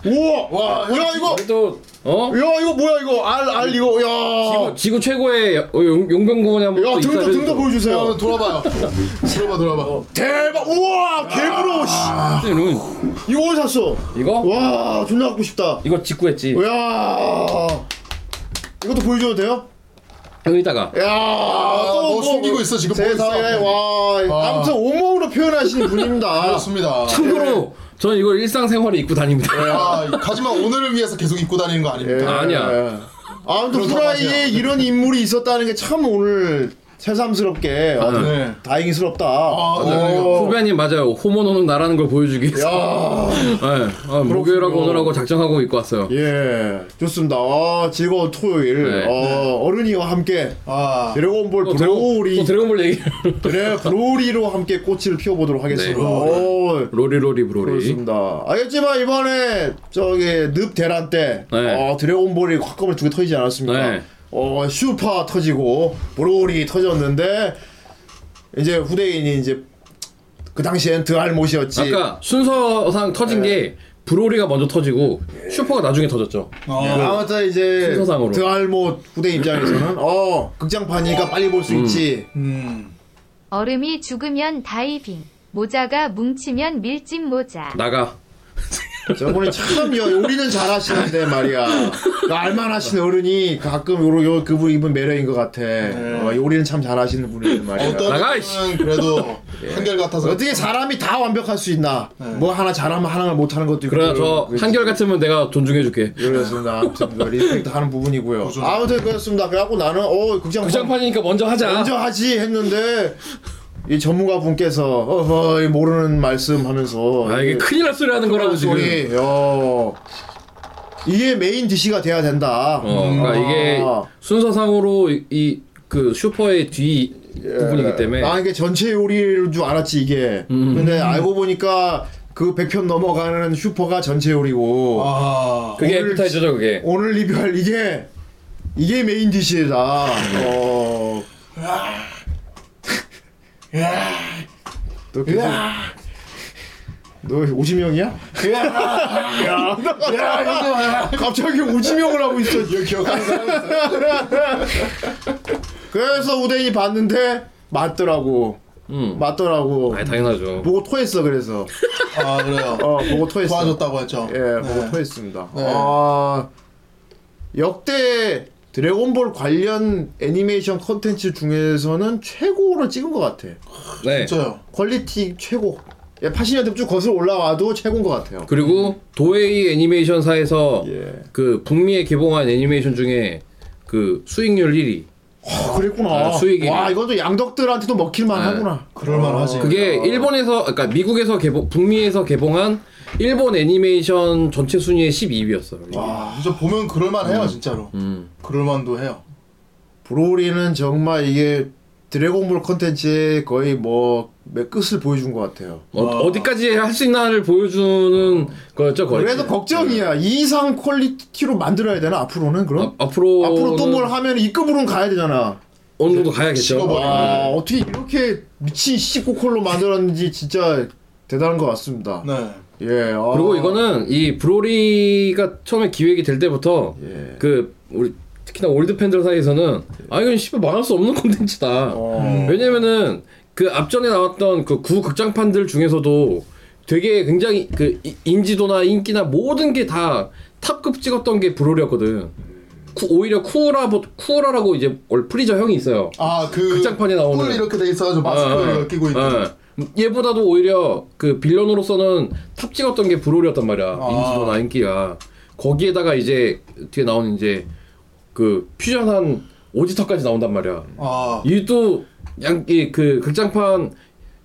Speaker 3: 우와, 와, 야, 이거,
Speaker 4: 또어
Speaker 3: 야, 이거 뭐야, 이거? 알, 알, 이거, 야.
Speaker 4: 지구, 지구 최고의 여- 어, 용, 용병군이 한번
Speaker 3: 어. 야,
Speaker 4: 또
Speaker 3: 등도,
Speaker 4: 입사를
Speaker 3: 등도 보여주세요. 어.
Speaker 5: 어, 돌아봐요. 돌아봐 돌아봐.
Speaker 3: 대박! 우와! 개부러워! 씨.
Speaker 4: 해주세요.
Speaker 3: 이거 어디 샀어?
Speaker 4: 이거
Speaker 3: 와, 존나 갖고 싶다.
Speaker 4: 이거 직구했지.
Speaker 3: 야 이것도 보여줘도 돼요?
Speaker 4: 여기다가
Speaker 3: 야,
Speaker 5: 뭐 숨기고 있어, 지금
Speaker 3: 세상에
Speaker 5: 보이잖아.
Speaker 3: 와,
Speaker 5: 아.
Speaker 3: 아무튼 온몸으로 표현하시는 분입니다.
Speaker 5: 그렇습니다.
Speaker 4: 참고로
Speaker 3: 예.
Speaker 4: 저는 이걸 일상생활에 입고 다닙니다.
Speaker 5: 아, 하지만 오늘을 위해서 계속 입고 다니는 거 아닙니까?
Speaker 4: 아, 아니야.
Speaker 3: 예. 아무튼
Speaker 5: 그런
Speaker 3: 후라이에
Speaker 5: 사람이야.
Speaker 3: 이런 인물이 있었다는 게 참 오늘 새삼스럽게 아,
Speaker 5: 네.
Speaker 3: 다행스럽다. 어,
Speaker 5: 아, 네.
Speaker 3: 오.
Speaker 4: [LAUGHS] 후배님 맞아요. 호모노는 나라는 걸 보여주기 위해서. [LAUGHS]
Speaker 3: 야,
Speaker 4: 네. 아, 목요일하고 오늘하고 작정하고 입고 왔어요.
Speaker 3: 예, 좋습니다. 아, 즐거운 토요일.
Speaker 4: 네.
Speaker 3: 어, 어른이와 함께
Speaker 5: 아,
Speaker 3: 드래곤볼
Speaker 4: 또 드래곤-
Speaker 3: 브로리
Speaker 4: 또 드래곤볼 얘기. [LAUGHS]
Speaker 3: 그래 브로리로 함께 꽃을 피워보도록 하겠습니다. 어,
Speaker 4: 네.
Speaker 3: 오,
Speaker 4: 로리 로리 브로리.
Speaker 3: 그렇습니다. 알겠지만 이번에 저기 늪 대란 때
Speaker 4: 네.
Speaker 3: 어, 드래곤볼이 콱검을 두개 터지지 않았습니까?
Speaker 4: 네.
Speaker 3: 어 슈파 터지고 브로리 터졌는데 이제 후대인이 이제 그 당시엔 드알못이었지.
Speaker 4: 아까 순서상 터진
Speaker 3: 예.
Speaker 4: 게 브로리가 먼저 터지고 슈퍼가 나중에 터졌죠.
Speaker 3: 어, 아무튼 이제
Speaker 4: 그 순서상으로.
Speaker 3: 드알못 후대 입장에서는 어 극장판이니까 빨리 볼 수 있지.
Speaker 5: 음,
Speaker 8: 얼음이 죽으면 다이빙, 모자가 뭉치면 밀짚 모자.
Speaker 4: 나가.
Speaker 3: 저분이 참 요- 요리는 잘하시는데 말이야. 그 알만하신 어른이 가끔 요러 요 그분 입은 매력인 것 같아. 어, 요리는 참 잘하시는 분이란 말이야.
Speaker 5: 네. 어떤
Speaker 4: 나가,
Speaker 5: 분은 그래도 한결 같아서
Speaker 3: 어떻게 사람이 다 완벽할 수 있나? 뭐 하나 잘하면 하나를 못하는 것도 있고.
Speaker 4: 그러나 저
Speaker 3: 그렇지.
Speaker 4: 한결 같으면 내가 존중해줄게.
Speaker 3: 그렇습니다. 아무튼 그 리스펙트 하는 부분이고요.
Speaker 5: 고소하다.
Speaker 3: 아무튼 그렇습니다. 그래갖고 나는 어 극장
Speaker 4: 극장판이니까 먼저 하자.
Speaker 3: 먼저 하지 했는데 이 전문가 분께서 어허 모르는 말씀하면서
Speaker 4: 아 이게 큰일 날 소리 하는 거라고 지금.
Speaker 3: 예. 소리. 어. 이게 메인 DC가 돼야 된다.
Speaker 4: 어, 그러니까
Speaker 3: 아.
Speaker 4: 이게 순서상으로 이 그 슈퍼의 뒤 부분이기 때문에
Speaker 3: 아 이게 전체 요리인 줄 알았지 이게.
Speaker 4: 음.
Speaker 3: 근데 알고 보니까 그 100편 넘어가는 슈퍼가 전체 요리고
Speaker 5: 아,
Speaker 4: 그게
Speaker 3: 오늘
Speaker 4: 에피타이저죠 그게.
Speaker 3: 오늘 리뷰할 이게 이게 메인 DC다.
Speaker 4: 네.
Speaker 3: 어. 너 계속 너 오지명이야? 야, 너- 갑자기 오지명을 하고 있어.
Speaker 5: 기억하는 사람
Speaker 3: 그래서 우대이 봤는데 맞더라고.
Speaker 4: 음.
Speaker 3: 맞더라고.
Speaker 4: 아 당연하죠.
Speaker 3: 보고 토했어 그래서.
Speaker 5: 아 그래요.
Speaker 3: 어 보고 토했어.
Speaker 5: 도와줬다고 했죠.
Speaker 3: 예, 보고 토했습니다.
Speaker 5: 네.
Speaker 3: 아 역대 드래곤볼 관련 애니메이션 컨텐츠 중에서는 최고로 찍은 것 같아.
Speaker 4: 네.
Speaker 5: 진짜요.
Speaker 3: 퀄리티 최고. 예, 80년대 쭉 거슬 올라와도 최고인 것 같아요.
Speaker 4: 그리고 도에이 애니메이션사에서
Speaker 3: 예.
Speaker 4: 그 북미에 개봉한 애니메이션 중에 그 수익률 1위.
Speaker 3: 아, 그랬구나.
Speaker 4: 아, 수익이. 네.
Speaker 3: 와, 이것도 양덕들한테도 먹힐만 하구나. 아,
Speaker 5: 그럴만하지.
Speaker 4: 아, 그게 일본에서 그러니까 미국에서 개봉 북미에서 개봉한 일본 애니메이션 전체 순위의 12위였어요.
Speaker 3: 아.
Speaker 5: 와, 진짜 보면 그럴만해요, 진짜로. 그럴만도 해요.
Speaker 3: 브로리는 정말 이게 드래곤볼 컨텐츠의 거의 뭐 끝을 보여준 것 같아요.
Speaker 4: 어, 어디까지 할 수 있나를 보여주는 거였죠. 거의.
Speaker 3: 그래도 걱정이야. 이 이상 퀄리티로 만들어야 되나 앞으로는
Speaker 4: 아,
Speaker 3: 그럼?
Speaker 4: 앞으로
Speaker 3: 앞으로 또
Speaker 4: 어.
Speaker 3: 뭘 하면 이 급으로는 가야 되잖아.
Speaker 4: 어느 정도 가야겠죠.
Speaker 5: 식어버려.
Speaker 4: 네.
Speaker 3: 와 어떻게 이렇게 미친 시코콜로 만들었는지 진짜 대단한 것 같습니다.
Speaker 5: 네.
Speaker 3: 예. 아.
Speaker 4: 그리고 이거는 이 브로리가 처음에 기획이 될 때부터
Speaker 3: 예.
Speaker 4: 그 우리 특히나 올드 팬들 사이에서는 아 이건 씨발 말할 수 없는 [LAUGHS] 콘텐츠다.
Speaker 3: 어.
Speaker 4: 왜냐면은 그 앞전에 나왔던 그 구극장판들 중에서도 되게 굉장히 그 이- 인지도나 인기나 모든 게 다 탑급 찍었던 게 브로리였거든. 쿠- 오히려 쿠우라 쿠우라라고 이제 원래 프리저 형이 있어요.
Speaker 5: 아, 그.
Speaker 4: 극장판에 나오는. 아,
Speaker 5: 뿔 이렇게 돼 있어가지고 마스크를 끼고 있는.
Speaker 4: 예. 얘보다도 오히려 그 빌런으로서는 탑 찍었던 게 브롤이었단 말이야.
Speaker 5: 아.
Speaker 4: 인지도나 인기가. 거기에다가 이제 뒤에 나온 이제 그 퓨전한 오지터까지 나온단 말이야.
Speaker 5: 아,
Speaker 4: 이또 양이 그 극장판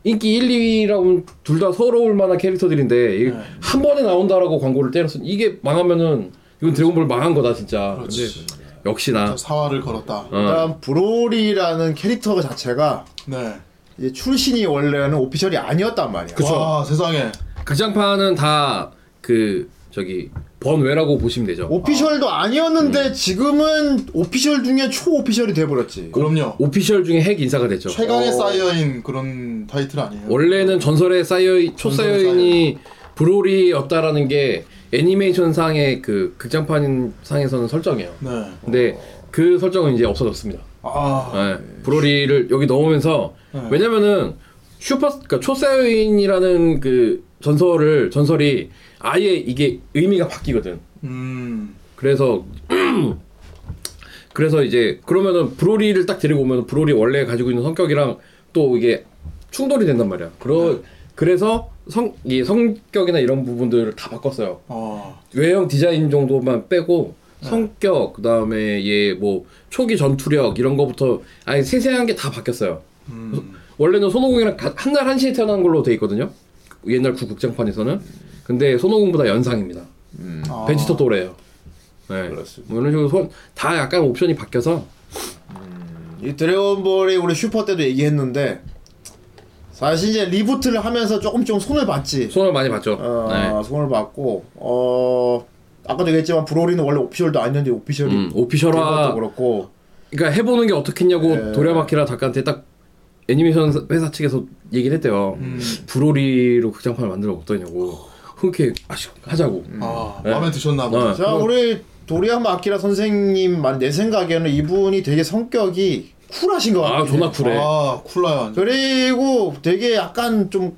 Speaker 4: 인기 1, 2위라고 둘 다 서러울 만한 캐릭터들인데
Speaker 5: 네.
Speaker 4: 이게 한 번에 나온다라고 광고를 때렸어. 이게 망하면은 이건 드래곤볼 망한 거다 진짜.
Speaker 5: 그렇지.
Speaker 4: 근데 역시나
Speaker 5: 저 아, 사활을 걸었다.
Speaker 4: 아.
Speaker 3: 일단 브로리라는 캐릭터 자체가
Speaker 5: 네.
Speaker 3: 이제 출신이 원래는 오피셜이 아니었단 말이야.
Speaker 5: 와, 세상에.
Speaker 4: 극장판은 다 그 저기 번외라고 보시면 되죠.
Speaker 3: 오피셜도 아니었는데
Speaker 4: 음.
Speaker 3: 지금은 오피셜 중에 초오피셜이 돼버렸지.
Speaker 5: 그럼요.
Speaker 4: 오피셜 중에 핵 인사가 됐죠.
Speaker 5: 최강에 쌓여인 그런 타이틀 아니에요?
Speaker 4: 어. 원래는 전설의 사이어인
Speaker 5: 전설의
Speaker 4: 초사이어인이 브로리였다라는 게 애니메이션 상의 그 극장판 상에서는 설정이에요.
Speaker 5: 네.
Speaker 4: 근데 그 설정은 이제 없어졌습니다.
Speaker 5: 아,
Speaker 4: 예, 브로리를 여기 넣으면서
Speaker 5: 네.
Speaker 4: 왜냐면은 슈퍼 그러니까 초사이어인이라는 그 전설을 전설이 아예 이게 의미가 바뀌거든.
Speaker 5: 음.
Speaker 4: 그래서 [CLEARS THROAT] 그래서 이제 그러면은 브로리를 딱 데리고 오면 브로리 원래 가지고 있는 성격이랑 또 이게 충돌이 된단 말이야. 그러 그래서 성 이 성격이나 이런 부분들을 다 바꿨어요.
Speaker 5: 어.
Speaker 4: 외형 디자인 정도만 빼고 성격 그다음에 얘 뭐 초기 전투력 이런 거부터 아니 세세한 게 다 바뀌었어요.
Speaker 3: 음.
Speaker 4: 원래는 손오공이랑 한날 한시에 태어난 걸로 돼 있거든요. 옛날 구극장판에서는. 근데 손오공보다 연상입니다.
Speaker 5: 아.
Speaker 4: 벤치터 또래예요. 네. 뭐 이런 식으로 손- 다 약간 옵션이 바뀌어서
Speaker 3: 이 드래곤볼이 우리 슈퍼 때도 얘기했는데 사실 이제 리부트를 하면서 조금 좀 손을 봤지.
Speaker 4: 손을 많이 봤죠.
Speaker 3: 어,
Speaker 4: 네.
Speaker 3: 손을 봤고 어 아까도 얘기했지만 브로리는 원래 오피셜도 아니었는데 오피셜이
Speaker 4: 음,
Speaker 3: 된 것도
Speaker 4: 오피셜화
Speaker 3: 그렇고
Speaker 4: 그러니까 해보는 게 어떻겠냐고
Speaker 3: 예.
Speaker 4: 도레마키라 작가한테 딱 애니메이션 회사 측에서 얘기를 했대요. 브로리로 그 극장판을 만들어 어떠냐고. 흔쾌히 아쉬 하자고.
Speaker 5: 아,
Speaker 4: 네.
Speaker 5: 마음에 드셨나 보다.
Speaker 4: 네.
Speaker 3: 자 우리 도리야마 아키라 선생님만 내 생각에는 이분이 되게 성격이 쿨하신 것 같아요.
Speaker 4: 아 존나 쿨해.
Speaker 5: 아, 쿨라요. 완전.
Speaker 3: 그리고 되게 약간 좀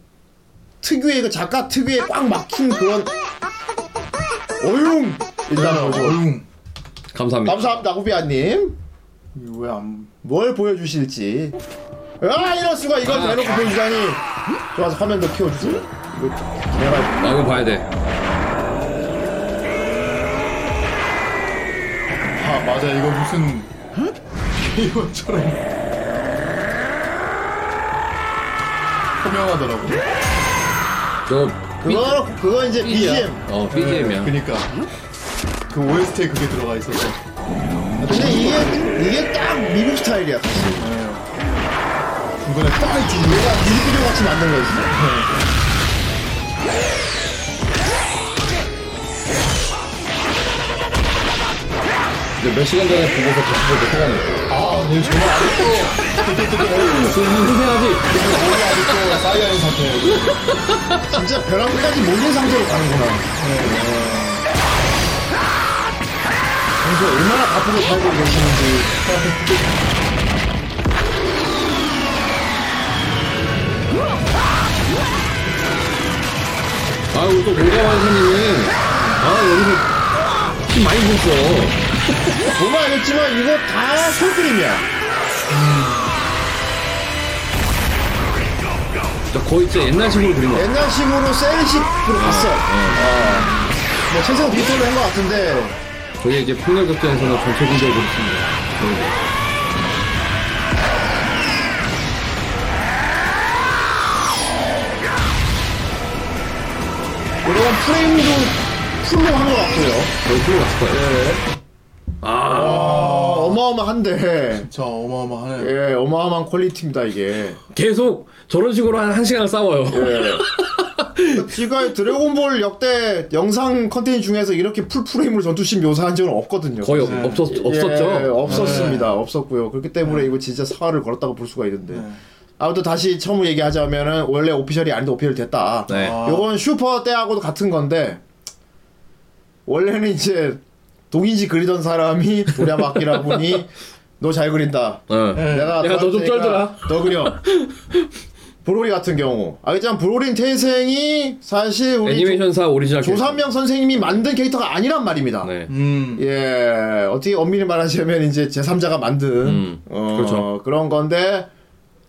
Speaker 3: 특유의 그 작가 특유의 꽉 막힌 그런 얼룽 일단
Speaker 4: 어.
Speaker 3: 보죠.
Speaker 5: 아, 얼음.
Speaker 4: 감사합니다.
Speaker 3: 감사합니다 후비아님
Speaker 5: 이거 왜 안.
Speaker 3: 뭘 보여주실지 아 이럴 수가 이걸 대놓고 보여주다니 좋아서 화면도 키워주세요 이거 내가
Speaker 4: 나 이거 봐야 돼.
Speaker 5: 아, 맞아. 이거 무슨. 이거처럼. [LAUGHS] 투명하더라고.
Speaker 4: 저
Speaker 3: 그거 그거 이제 BGM
Speaker 4: 어 BGM이야.
Speaker 5: 그니까. 그 OST에 그게 들어가 있어서.
Speaker 3: 근데 이게 이게 딱 미국 스타일이야 사실
Speaker 5: 중간에 딱
Speaker 3: 딱 이렇게 얘가 뮤직비디오 같이 만든 거지
Speaker 4: 근데 몇 시간 전에 보고서 다시 보고 생각났어.
Speaker 5: 아, 네, 정말 아직도
Speaker 4: 생각하지.
Speaker 5: 머리 아직도 쌓여있는 상태예요.
Speaker 3: 진짜 벼랑까지 몰린 상태로 가는구나 평소 얼마나 바쁘게 살고 계시는지
Speaker 4: 또 노가와 선생님이 아 여기서 힘 많이 줬어.
Speaker 3: 보면 알겠지만 이거 다 손그림이야.
Speaker 4: 진짜 거의 진짜 옛날식으로 그린 거 같아.
Speaker 3: 옛날식으로 셀식으로 갔어. 어. 뭐 최소 디테일로 한것 같은데
Speaker 4: 저게 이제 폭력격전에서는 전체적으로 그렇습니다.
Speaker 3: 이런 프레임도 풀로 한 것 같고요.
Speaker 4: 거의 끌어갔을 거예요.
Speaker 3: 어, 어마어마한데.
Speaker 5: 자 어마어마하네.
Speaker 3: 예, 어마어마한 퀄리티입니다 이게.
Speaker 4: 계속 저런 식으로 한, 한 시간을 싸워요.
Speaker 3: 예. [LAUGHS] 지가 드래곤볼 역대 영상 컨텐츠 중에서 이렇게 풀 프레임으로 전투씬 묘사한 적은 없거든요.
Speaker 4: 거의 없, 없었,
Speaker 3: 네. 예,
Speaker 4: 없었죠. 네.
Speaker 3: 없었습니다. 없었고요. 그렇기 때문에 이거 진짜 사활을 걸었다고 볼 수가 있는데. 아무튼 다시 처음으로 얘기하자면은 원래 오피셜이 아닌데 오피셜 됐다.
Speaker 4: 네.
Speaker 5: 아.
Speaker 3: 요건 슈퍼 때하고도 같은 건데 원래는 이제 동인지 그리던 사람이 도랴마키라
Speaker 4: [LAUGHS]
Speaker 3: 보니 너 잘 그린다.
Speaker 4: 네.
Speaker 3: 내가
Speaker 4: 야, 너좀
Speaker 3: 너한테니까
Speaker 4: 쩔더라.
Speaker 3: 너
Speaker 4: [LAUGHS]
Speaker 3: 그려. 브로리 같은 경우 알겠지만 브로린 태생이 사실 우리
Speaker 4: 애니메이션사 오리지널
Speaker 3: 조,
Speaker 4: 캐릭터.
Speaker 3: 삼명 선생님이 만든 캐릭터가 아니란 말입니다.
Speaker 4: 네.
Speaker 5: 음.
Speaker 3: 예, 어떻게 엄밀히 말하자면 이제 제3자가 만든
Speaker 4: 음,
Speaker 3: 어,
Speaker 4: 그렇죠.
Speaker 3: 그런 건데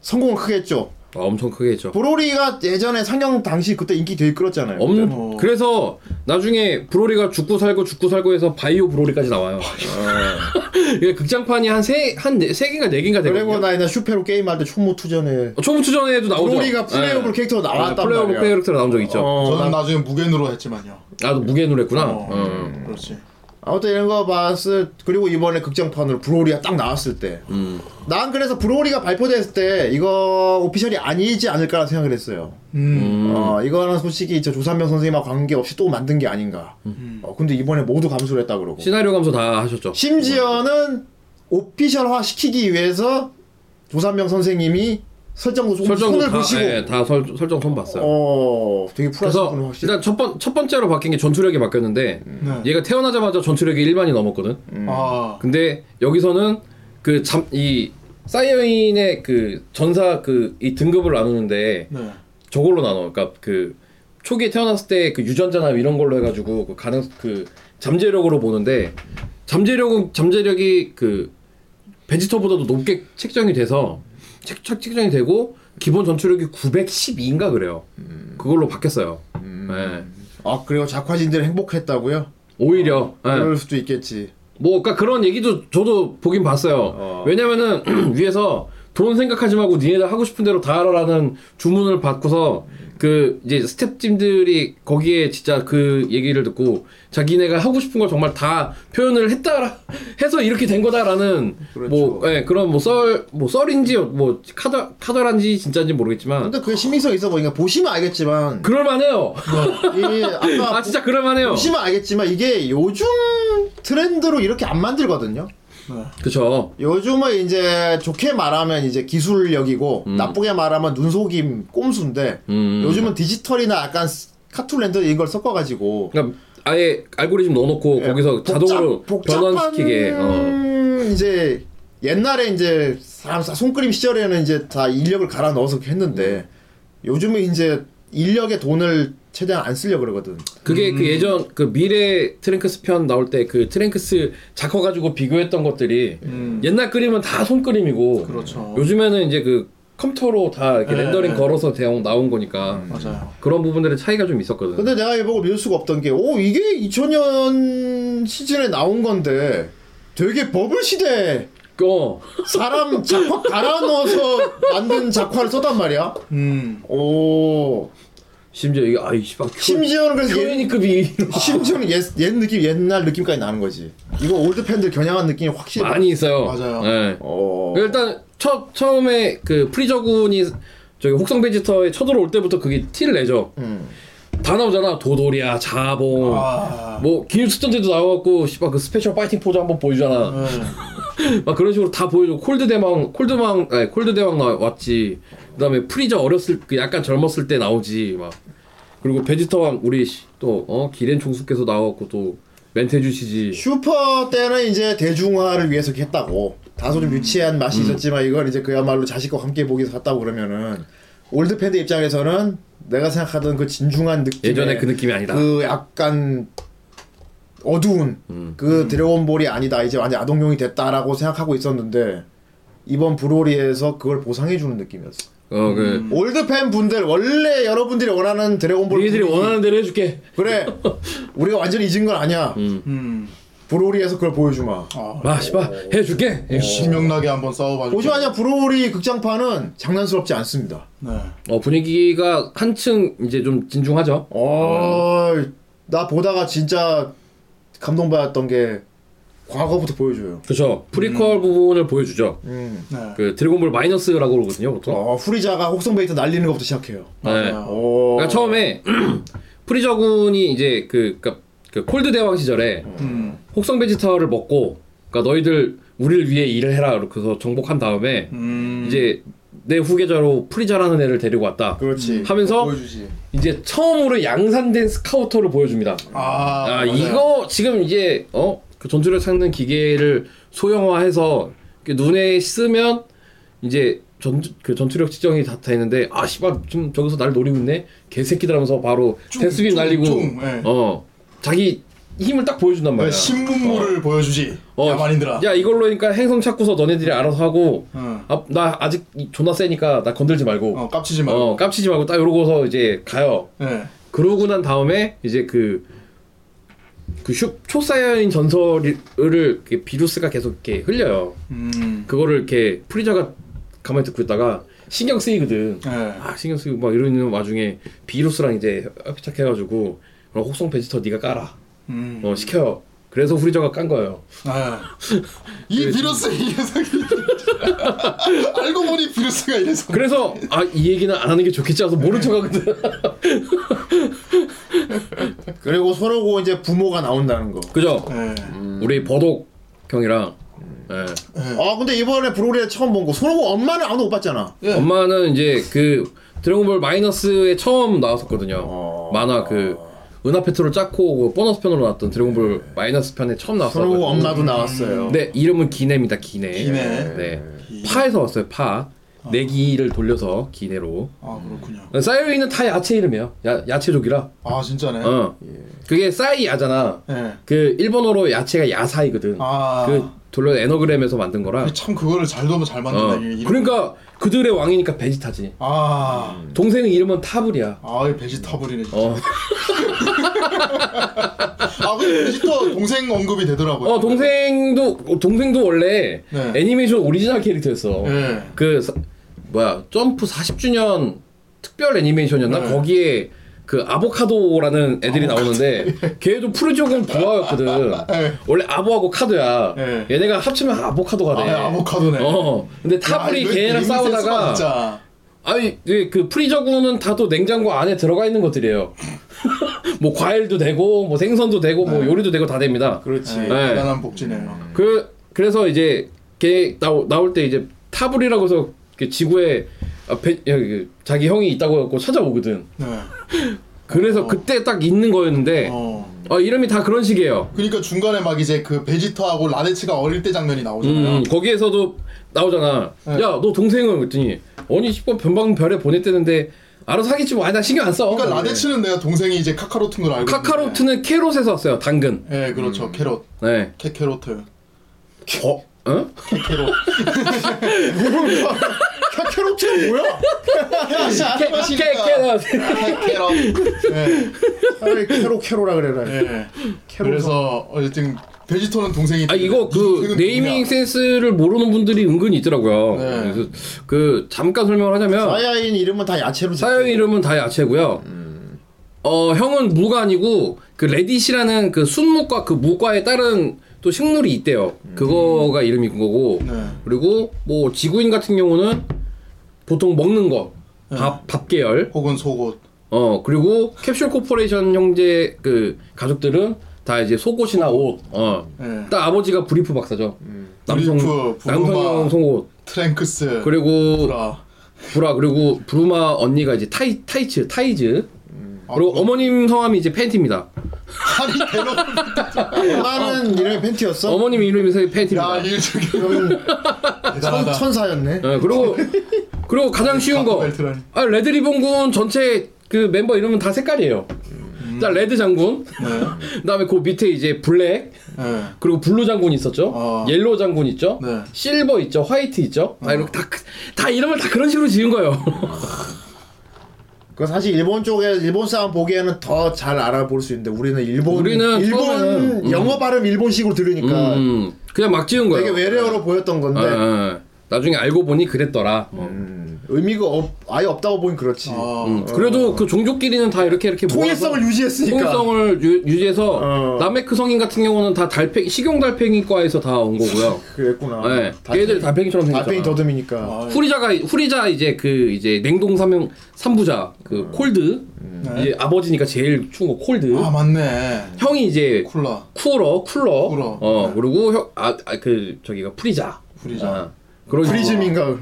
Speaker 3: 성공은 크겠죠.
Speaker 4: 아, 엄청 크게 했죠.
Speaker 3: 브로리가 예전에 상영 당시 그때 인기 되게 끌었잖아요.
Speaker 4: 없는
Speaker 5: 뭐-
Speaker 4: 그래서 나중에 브로리가 죽고 살고 죽고 살고 해서 바이오 브로리까지 나와요. 아. [LAUGHS] 이게 극장판이 한세한세 개인가 네 개인가
Speaker 3: 그리고
Speaker 4: 되거든요.
Speaker 3: 나이나 슈페로 게임할 때 총무 투전에
Speaker 4: 어, 초보 투전에도 나오죠.
Speaker 3: 브로리가 플레이어블
Speaker 4: 네.
Speaker 3: 캐릭터로
Speaker 4: 네,
Speaker 3: 나왔단
Speaker 4: 플레이어블
Speaker 3: 말이야.
Speaker 4: 캐릭터로 나온 적 있죠.
Speaker 3: 어,
Speaker 5: 저는
Speaker 3: 나-
Speaker 5: 나중에 무겐으로 했지만요.
Speaker 4: 나도 무게누로 했구나.
Speaker 5: 어,
Speaker 4: 어.
Speaker 5: 그렇지.
Speaker 3: 아무튼 이런 거 봤을 그리고 이번에 극장판으로 브로리가 딱 나왔을 때.
Speaker 4: 음.
Speaker 3: 난 그래서 브로리가 발표됐을 때 이거 오피셜이 아니지 않을까라는 생각을 했어요.
Speaker 5: 음.
Speaker 3: 어, 이거는 솔직히 저 조삼명 선생님하고 관계없이 또 만든 게 아닌가.
Speaker 4: 음.
Speaker 3: 어, 근데 이번에 모두 감수를 했다 그러고.
Speaker 4: 시나리오 감소 다 하셨죠.
Speaker 3: 심지어는 오피셜화 시키기 위해서 조삼명 선생님이 설정도 조금
Speaker 4: 설정도
Speaker 3: 손을
Speaker 4: 다,
Speaker 3: 보시고
Speaker 4: 예, 다 설, 설정 손 봤어요.
Speaker 3: 어 되게
Speaker 4: 그래서
Speaker 3: 풀하셨구나 확실히.
Speaker 4: 일단 첫, 번, 첫 번째로 바뀐 게 전투력이 바뀌었는데
Speaker 5: 네.
Speaker 4: 얘가 태어나자마자 전투력이 1만이 넘었거든.
Speaker 5: 아.
Speaker 4: 근데 여기서는 그 잠 이 사이어인의 그 전사 그 이 등급을 나누는데
Speaker 5: 네.
Speaker 4: 저걸로 나눠. 그러니까 그 초기에 태어났을 때 그 유전자나 이런 걸로 해가지고 그 가능 그 잠재력으로 보는데 잠재력은 잠재력이 그 베지터보다도 높게 책정이 돼서 책, 책- 책정이 되고 기본 전투력이 912인가 그래요. 그걸로 바뀌었어요. 예.
Speaker 3: 아 그리고 작화진들 행복했다고요?
Speaker 4: 오히려 예.
Speaker 3: 그럴 수도 있겠지.
Speaker 4: 뭐, 그러니까 그런 얘기도 저도 보긴 봤어요. 왜냐면은 [CLEARS THROAT] 위에서 돈 생각하지 말고 니네들 하고 싶은 대로 다 하라라는 주문을 받고서 그 이제 스탭팀들이 거기에 진짜 그 얘기를 듣고 자기네가 하고 싶은 걸 정말 다 표현을 했다 [LAUGHS] 해서 이렇게 된 거다라는 뭐
Speaker 3: 그렇죠.
Speaker 4: 예, 그런 뭐 썰 뭐 썰인지 뭐 카더 카더란지 진짜인지 모르겠지만
Speaker 3: 근데 그게 신빙성 있어 보니까 보시면 알겠지만
Speaker 4: 그럴 만해요. [LAUGHS]
Speaker 3: 이 아까
Speaker 4: 아 진짜 그럴 만해요.
Speaker 3: 보시면 알겠지만 이게 요즘 트렌드로 이렇게 안 만들거든요.
Speaker 4: 그쵸
Speaker 3: 요즘은 이제 좋게 말하면 이제 기술력이고 나쁘게 말하면 눈속임 꼼수인데
Speaker 4: 음.
Speaker 3: 요즘은 디지털이나 약간 스- 카툰랜드 이걸 섞어가지고
Speaker 4: 그러니까 아예 알고리즘 넣어놓고 뭐 거기서 자동으로
Speaker 3: 복잡-
Speaker 4: 변환시키게. 어.
Speaker 3: 복잡한 이제 옛날에 이제 사람 사- 손그림 시절에는 이제 다 인력을 갈아 넣어서 그렇게
Speaker 4: 음.
Speaker 3: 했는데 요즘은 이제 인력의 돈을 최대한 안 쓰려 고 그러거든.
Speaker 4: 그게
Speaker 3: 음.
Speaker 4: 그 예전 그 미래 트랭크스 편 나올 때 그 트랭크스 작화 가지고 비교했던 것들이 옛날 그림은 다 손그림이고
Speaker 5: 음. 그렇죠.
Speaker 4: 요즘에는 이제 그 컴퓨터로 다 이렇게
Speaker 5: 네,
Speaker 4: 렌더링
Speaker 5: 네.
Speaker 4: 걸어서 대형 나온 거니까
Speaker 5: 음. 맞아요.
Speaker 4: 그런 부분들의 차이가 좀 있었거든.
Speaker 3: 근데 내가 이보고 믿을 수가 없던 게, 오, 이게 2000년 시즌에 나온 건데, 되게 버블 시대
Speaker 4: 어.
Speaker 3: 사람
Speaker 4: [LAUGHS]
Speaker 3: 작화 갈아 넣어서 만든 작화를 썼단 말이야.
Speaker 5: 음.
Speaker 3: 오.
Speaker 4: 심지어 이게 아이 씨발 표-
Speaker 3: 심지어는 그래서 옛, [LAUGHS]
Speaker 4: 표현이급이
Speaker 3: 심지어는 옛, 옛 느낌, 옛날 느낌까지 나는 거지. 이거 올드 팬들 겨냥한 느낌이 확실히.
Speaker 4: 많이 있어요.
Speaker 5: 맞아요.
Speaker 4: 네.
Speaker 3: 어.
Speaker 4: 일단 첫 처음에 그 프리저군이 저기 혹성 베지터에 쳐들어올 때부터 그게 티를 내죠.
Speaker 3: 음.
Speaker 4: 다 나오잖아. 도돌이야, 자봉,
Speaker 5: 아.
Speaker 4: 뭐 기후 측정제도 나와갖고 씨발 그 스페셜 파이팅 포즈 한번 보여주잖아.
Speaker 3: 음.
Speaker 5: 네.
Speaker 4: [LAUGHS] 막 그런 식으로 다 보여줘. 콜드 대왕, 콜드왕, 아니 콜드 대왕 나왔지. 그다음에 프리저 어렸을 그 약간 젊었을 때 나오지 막. 그리고 베지터왕 우리 씨, 또 어, 기렌 총수께서 나와갖고 또 멘트 해주시지.
Speaker 3: 슈퍼 때는 이제 대중화를 위해서 이렇게
Speaker 4: 음.
Speaker 3: 했다고. 다소 좀 유치한 맛이 있었지만 이걸 이제 그야말로 자식과 함께 보기 위해서 갔다고 그러면은 올드 팬들 입장에서는 내가 생각하던 그 진중한 느낌
Speaker 4: 예전에 그 느낌이 아니다.
Speaker 3: 그 약간 어두운
Speaker 4: 음.
Speaker 3: 그 드래곤볼이 아니다 이제 완전 아동용이 됐다라고 생각하고 있었는데 이번 브로리에서 그걸 보상해 주는 느낌이었어.
Speaker 4: 어, 그
Speaker 3: 올드 팬 분들 원래 여러분들이 원하는 드래곤볼
Speaker 4: 니들이
Speaker 3: 분위기.
Speaker 4: 원하는 대로 해줄게.
Speaker 3: 그래 우리가 완전히 잊은 건 아니야.
Speaker 5: 음.
Speaker 3: 브로리에서 그걸 보여주마.
Speaker 4: 마, 아, 씨바 해줄게.
Speaker 5: 신명나게 한번 싸워봐.
Speaker 3: 보지 마냐 브로리 극장판은 장난스럽지 않습니다.
Speaker 5: 네.
Speaker 4: 어, 분위기가 한층 이제 좀 진중하죠.
Speaker 3: 어나 보다가 진짜 감동받았던 게 과거부터 보여줘요.
Speaker 4: 그쵸. 프리퀄 부분을 보여주죠.
Speaker 3: 음.
Speaker 5: 네.
Speaker 4: 그 드래곤볼 마이너스라고 그러거든요, 보통.
Speaker 3: 어 후리자가 혹성베이터 날리는 것부터 시작해요. 어,
Speaker 4: 네.
Speaker 5: 맞아요.
Speaker 3: 오.
Speaker 4: 그러니까 처음에 [CLEARS THROAT] 프리저군이 이제 그, 그러니까 그 콜드 대왕 시절에
Speaker 5: 음.
Speaker 4: 혹성 베지터를 먹고 그러니까 너희들 우리를 위해 일을 해라 이렇게 해서 정복한 다음에
Speaker 5: 음.
Speaker 4: 이제 내 후계자로 프리저라는 애를 데리고 왔다.
Speaker 3: 그렇지.
Speaker 4: 음. 하면서
Speaker 5: 네, 보여주지.
Speaker 4: 이제 처음으로 양산된 스카우터를 보여줍니다.
Speaker 5: 아,
Speaker 4: 아,
Speaker 5: 맞아요.
Speaker 4: 이거 지금 이제 어? 그 전투력 찾는 기계를 소형화해서 이렇게 눈에 쓰면 이제 전, 그 전투력 지정이 다, 다 있는데 아 씨발 지금 저기서 날 노리고 있네 개새끼들 하면서 바로
Speaker 5: 쭉,
Speaker 4: 대수빔
Speaker 5: 쭉,
Speaker 4: 날리고
Speaker 5: 쭉, 예.
Speaker 4: 어 자기 힘을 딱 보여준단
Speaker 5: 네,
Speaker 4: 말이야
Speaker 5: 신문물을 보여주지.
Speaker 4: 어,
Speaker 5: 야만인들아.
Speaker 4: 야 이걸로 그러니까 행성 찾고서 너네들이 알아서 하고
Speaker 5: 어.
Speaker 4: 아, 나 아직 이- 존나 세니까 나 건들지 말고
Speaker 5: 어, 깝치지
Speaker 4: 어,
Speaker 5: 마. 고
Speaker 4: 깝치지 말고 딱 이러고서 이제 가요
Speaker 5: 네.
Speaker 4: 그러고 난 다음에 이제 그, 그 슈, 초사이언 전설을 이렇게 비루스가 계속 이렇게 흘려요.
Speaker 5: 음.
Speaker 4: 그거를 이렇게 프리저가 가만히 듣고 있다가 신경 쓰이거든.
Speaker 5: 네.
Speaker 4: 아, 신경 쓰이고 막 이러는 와중에 비루스랑 이제 협착해가지고 그럼 혹성 베지터 네가 까라.
Speaker 5: 음.
Speaker 4: 어, 시켜요. 그래서 프리저가 깐 거예요.
Speaker 5: 네. 이 비루스 이 녀석이 [LAUGHS] 알고 보니 비루스가 이 녀석.
Speaker 4: 그래서 아 이 얘기는 안 하는 게 좋겠지 하서 모른 척하거든. [LAUGHS]
Speaker 3: 그리고 서로고 이제 부모가 나온다는 거.
Speaker 4: 그죠?
Speaker 5: 네.
Speaker 4: 우리 버독 형이랑 예.
Speaker 3: 아 근데 이번에 브로리에 처음 본 거 서로고 엄마는 아무도 못 봤잖아.
Speaker 5: 네.
Speaker 4: 엄마는 이제 그 드래곤볼 마이너스에 처음 나왔었거든요.
Speaker 3: 어.
Speaker 4: 만화 그 은하 페트로 짰고 그 보너스 편으로 나왔던 드래곤볼
Speaker 5: 네.
Speaker 4: 마이너스 편에 처음 나왔어요.
Speaker 3: 서로고 엄마도 나왔어요.
Speaker 4: 네 이름은 기네입니다. 기네.
Speaker 5: 기네.
Speaker 4: 네. 파에서 왔어요. 파. 내기를 돌려서 기네로.
Speaker 5: 아 그렇군요.
Speaker 4: 싸이오이는 다 야채 이름이에요. 야 야채족이라.
Speaker 5: 아 진짜네. 예.
Speaker 4: 어. 그게 싸이 야잖아.
Speaker 5: 네.
Speaker 4: 그 일본어로 야채가 야사이거든.
Speaker 5: 아.
Speaker 4: 그 돌려 애너그램에서 만든 거라.
Speaker 5: 참 그거를 잘 너무 잘
Speaker 4: 어.
Speaker 5: 만든다 아, 이 이름.
Speaker 4: 그러니까 그들의 왕이니까 베지타지.
Speaker 5: 아.
Speaker 4: 동생 이름은 타블이야.
Speaker 5: 아, 이 베지터블이네. 진짜.
Speaker 4: 어.
Speaker 5: [LAUGHS] 아, 근데 베지터 동생 언급이 되더라고요.
Speaker 4: 어 동생도 어, 동생도 원래
Speaker 5: 네.
Speaker 4: 애니메이션 오리지널 캐릭터였어.
Speaker 5: 네.
Speaker 4: 그 사- 뭐야 점프 40주년 특별 애니메이션이었나
Speaker 5: 네.
Speaker 4: 거기에 그 아보카도라는 애들이 나오는데 걔도 프로조금 부하였거든.
Speaker 5: [LAUGHS] 네.
Speaker 4: 원래 아보하고 카도야.
Speaker 5: 네.
Speaker 4: 얘네가 합치면 아보카도가 돼.
Speaker 5: 아, 아보카도네.
Speaker 4: 어. 근데 타블이
Speaker 5: 야, 이거
Speaker 4: 걔랑
Speaker 5: 이름 센스가
Speaker 4: 싸우다가
Speaker 5: 진짜.
Speaker 4: 아니 예, 그 프리저구는 다 또 냉장고 안에 들어가 있는 것들이에요. [LAUGHS] 뭐 과일도 되고 뭐 생선도 되고 뭐 요리도 되고 다 됩니다.
Speaker 5: 네. 그렇지.
Speaker 4: 네.
Speaker 5: 대단한 복지네요.
Speaker 4: 그 그래서 이제 걔 나오, 나올 때 이제 타블이라고 해서 그 지구에 아, 배- 야, 그 자기 형이 있다고 해갖고 찾아오거든.
Speaker 5: 네.
Speaker 4: 그래서
Speaker 5: 어.
Speaker 4: 그때 딱 있는 거였는데 어.
Speaker 5: 어.
Speaker 4: 이름이 다 그런 식이에요.
Speaker 5: 그러니까 중간에 막 이제 그 베지터하고 라데츠가 어릴 때 장면이 나오잖아요.
Speaker 4: 음, 거기에서도 나오잖아.
Speaker 5: 네.
Speaker 4: 야 너 동생은 그랬더니 아니 10번 변방 별에 보냈대는데 알아서 하겠지 뭐 아니 나 신경 안 써.
Speaker 5: 그러니까
Speaker 4: 그래.
Speaker 5: 라데츠는 내가 동생이 이제 카카로트인 걸 알고. 있는데.
Speaker 4: 카카로트는 캐롯에서 왔어요. 당근.
Speaker 5: 예, 그렇죠. 캐럿.
Speaker 4: 네.
Speaker 5: 캐캐로트.
Speaker 3: 어?
Speaker 4: 어?
Speaker 5: 캐캐롯.
Speaker 3: 캐캐로트는 그러니까. 뭐야?
Speaker 4: 캐, 캐, 캐, [LAUGHS]
Speaker 5: 캐캐럿. 예.
Speaker 3: 차라리 캐로 캐로라 그래라.
Speaker 5: 예.
Speaker 3: 캐로.
Speaker 5: 그래서 어쨌든 베지터는 동생이.
Speaker 4: 아 이거 그
Speaker 5: 동생은
Speaker 4: 네이밍
Speaker 5: 누구냐?
Speaker 4: 센스를 모르는 분들이 은근히 있더라고요.
Speaker 5: 네.
Speaker 4: 그래서 그 잠깐 설명을 하자면
Speaker 3: 사야인 이름은 다 야채로.
Speaker 4: 사연 이름은 다 야채고요. 어 형은 무가 아니고 그 레딧이라는 그 순무과 그 무과에 따른 또 식물이 있대요. 그거가 이름인 거고
Speaker 5: 네.
Speaker 4: 그리고 뭐 지구인 같은 경우는 보통 먹는 거밥밥 계열
Speaker 5: 혹은 속옷.
Speaker 4: 어 그리고 캡슐 코퍼레이션 형제 그 가족들은 다 이제 속옷이나 옷. 어.
Speaker 5: 예.
Speaker 4: 딱 아버지가 브리프 박사죠. 남성
Speaker 5: 브리프, 브루마.
Speaker 4: 남성용 속옷
Speaker 5: 트랭크스.
Speaker 4: 그리고
Speaker 5: 브라.
Speaker 4: 브라 그리고 브루마 언니가 이제 타이 타이츠 타이즈
Speaker 5: 아,
Speaker 4: 그리고
Speaker 5: 그거-
Speaker 4: 어머님 성함이 이제 팬티입니다.
Speaker 5: 아니 대놓고
Speaker 3: 엄마는 이름이 팬티였어.
Speaker 4: 어머님 이름이 팬티입니다.
Speaker 5: 야일 저기
Speaker 3: 그럼
Speaker 5: 대단하다.
Speaker 3: 천사였네.
Speaker 4: 예, 그리고 그리고 가장 쉬운 거.
Speaker 5: 벨트라니.
Speaker 4: 아, 레드 리본군 전체 그 멤버 이름은 다 색깔이에요. 자, 레드 장군.
Speaker 5: 음. 네.
Speaker 4: [LAUGHS] 그다음에 그 밑에 이제 블랙,
Speaker 5: 네.
Speaker 4: 그리고 블루 장군 있었죠.
Speaker 5: 어.
Speaker 4: 옐로우 장군 있죠.
Speaker 5: 네. 어.
Speaker 4: 실버 있죠. 화이트 있죠. 아, 이렇게 다, 그- 다 이름을 다 그런 식으로 지은 거예요.
Speaker 5: 아.
Speaker 3: 그 사실 일본 쪽에 일본 사람 보기에는 더 잘 알아볼 수 있는데 우리는 일본
Speaker 4: 우리는 처음에는,
Speaker 3: 일본
Speaker 4: 음.
Speaker 3: 영어 발음 일본식으로 들으니까
Speaker 4: 음, 그냥 막 지은 거예요.
Speaker 3: 그러니까 되게 외래어로 보였던 건데
Speaker 4: 아, 아, 나중에 알고 보니 그랬더라. 뭐.
Speaker 3: 음. 의미가 없, 아예 없다고 보긴 그렇지.
Speaker 5: 아,
Speaker 4: 음, 그래도 그 종족끼리는 다 이렇게 이렇게
Speaker 3: 어. 통일성을
Speaker 4: 모아서
Speaker 3: 유지했으니까.
Speaker 4: 통일성을 유, 지해서
Speaker 3: 어.
Speaker 4: 남메크 성인 같은 경우는 다 달팽이 식용 달팽이과에서 다 온 거고요.
Speaker 3: 그랬구나.
Speaker 4: 네, 얘들 달팽이처럼 생겼잖아.
Speaker 3: 아, 달팽이 예. 더듬이니까.
Speaker 4: 후리자가 후리자 이제 그 이제 냉동 삼형 삼부자 그
Speaker 3: 어.
Speaker 4: 콜드
Speaker 3: 음.
Speaker 4: 이제 아버지니까 제일 추운 거 콜드
Speaker 5: 아 맞네.
Speaker 4: 예. 형이 이제
Speaker 5: 콜라.
Speaker 4: 쿠러 쿨러
Speaker 5: 쿠러.
Speaker 3: 네.
Speaker 4: 어 그리고 형아그 저기가 프리자
Speaker 5: 프리자.
Speaker 4: 아, 그런
Speaker 3: 프리즘인가?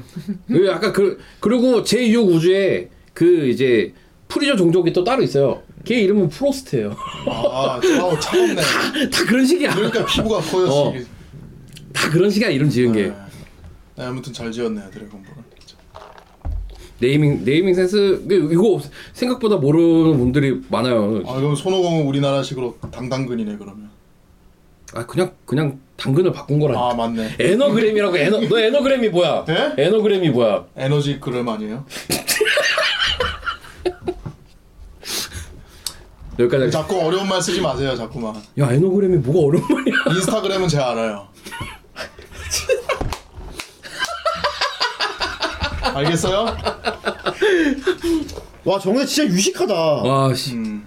Speaker 4: 그 약간 그 그리고 제2의 우주에 그 이제 프리저 종족이 또 따로 있어요. 걔 이름은 프로스트예요. [LAUGHS]
Speaker 5: 아, 아우 차갑네.
Speaker 4: 다 그런 식이야.
Speaker 5: 그러니까 피부가
Speaker 4: 어. 예.
Speaker 5: 커요. 어.
Speaker 4: 다 그런 식이야 이름 지은 게.
Speaker 5: 네, 아무튼 잘 지었네요 드래곤볼.
Speaker 4: 네이밍 네이밍 센스 그 이게 이거 생각보다 모르는 분들이 많아요.
Speaker 5: 아 그럼 손오공은 우리나라식으로 당당근이네 그러면.
Speaker 4: 아 그냥 그냥 당근을 바꾼 거라니까.
Speaker 5: 아 맞네.
Speaker 4: 에너그램이라고 에너 너 에너그램이 뭐야?
Speaker 5: 네?
Speaker 4: 에너그램이 뭐야?
Speaker 5: 에너지 그램 아니에요?
Speaker 4: 여기까지. 하겠습니다.
Speaker 5: 자꾸 어려운 말 쓰지 마세요 자꾸만.
Speaker 4: 야 에너그램이 뭐가 어려운 말이야?
Speaker 5: 인스타그램은 제가 알아요. 알겠어요?
Speaker 3: 와 정말 진짜 유식하다. 와,
Speaker 4: 와 아, 씨.
Speaker 5: 음.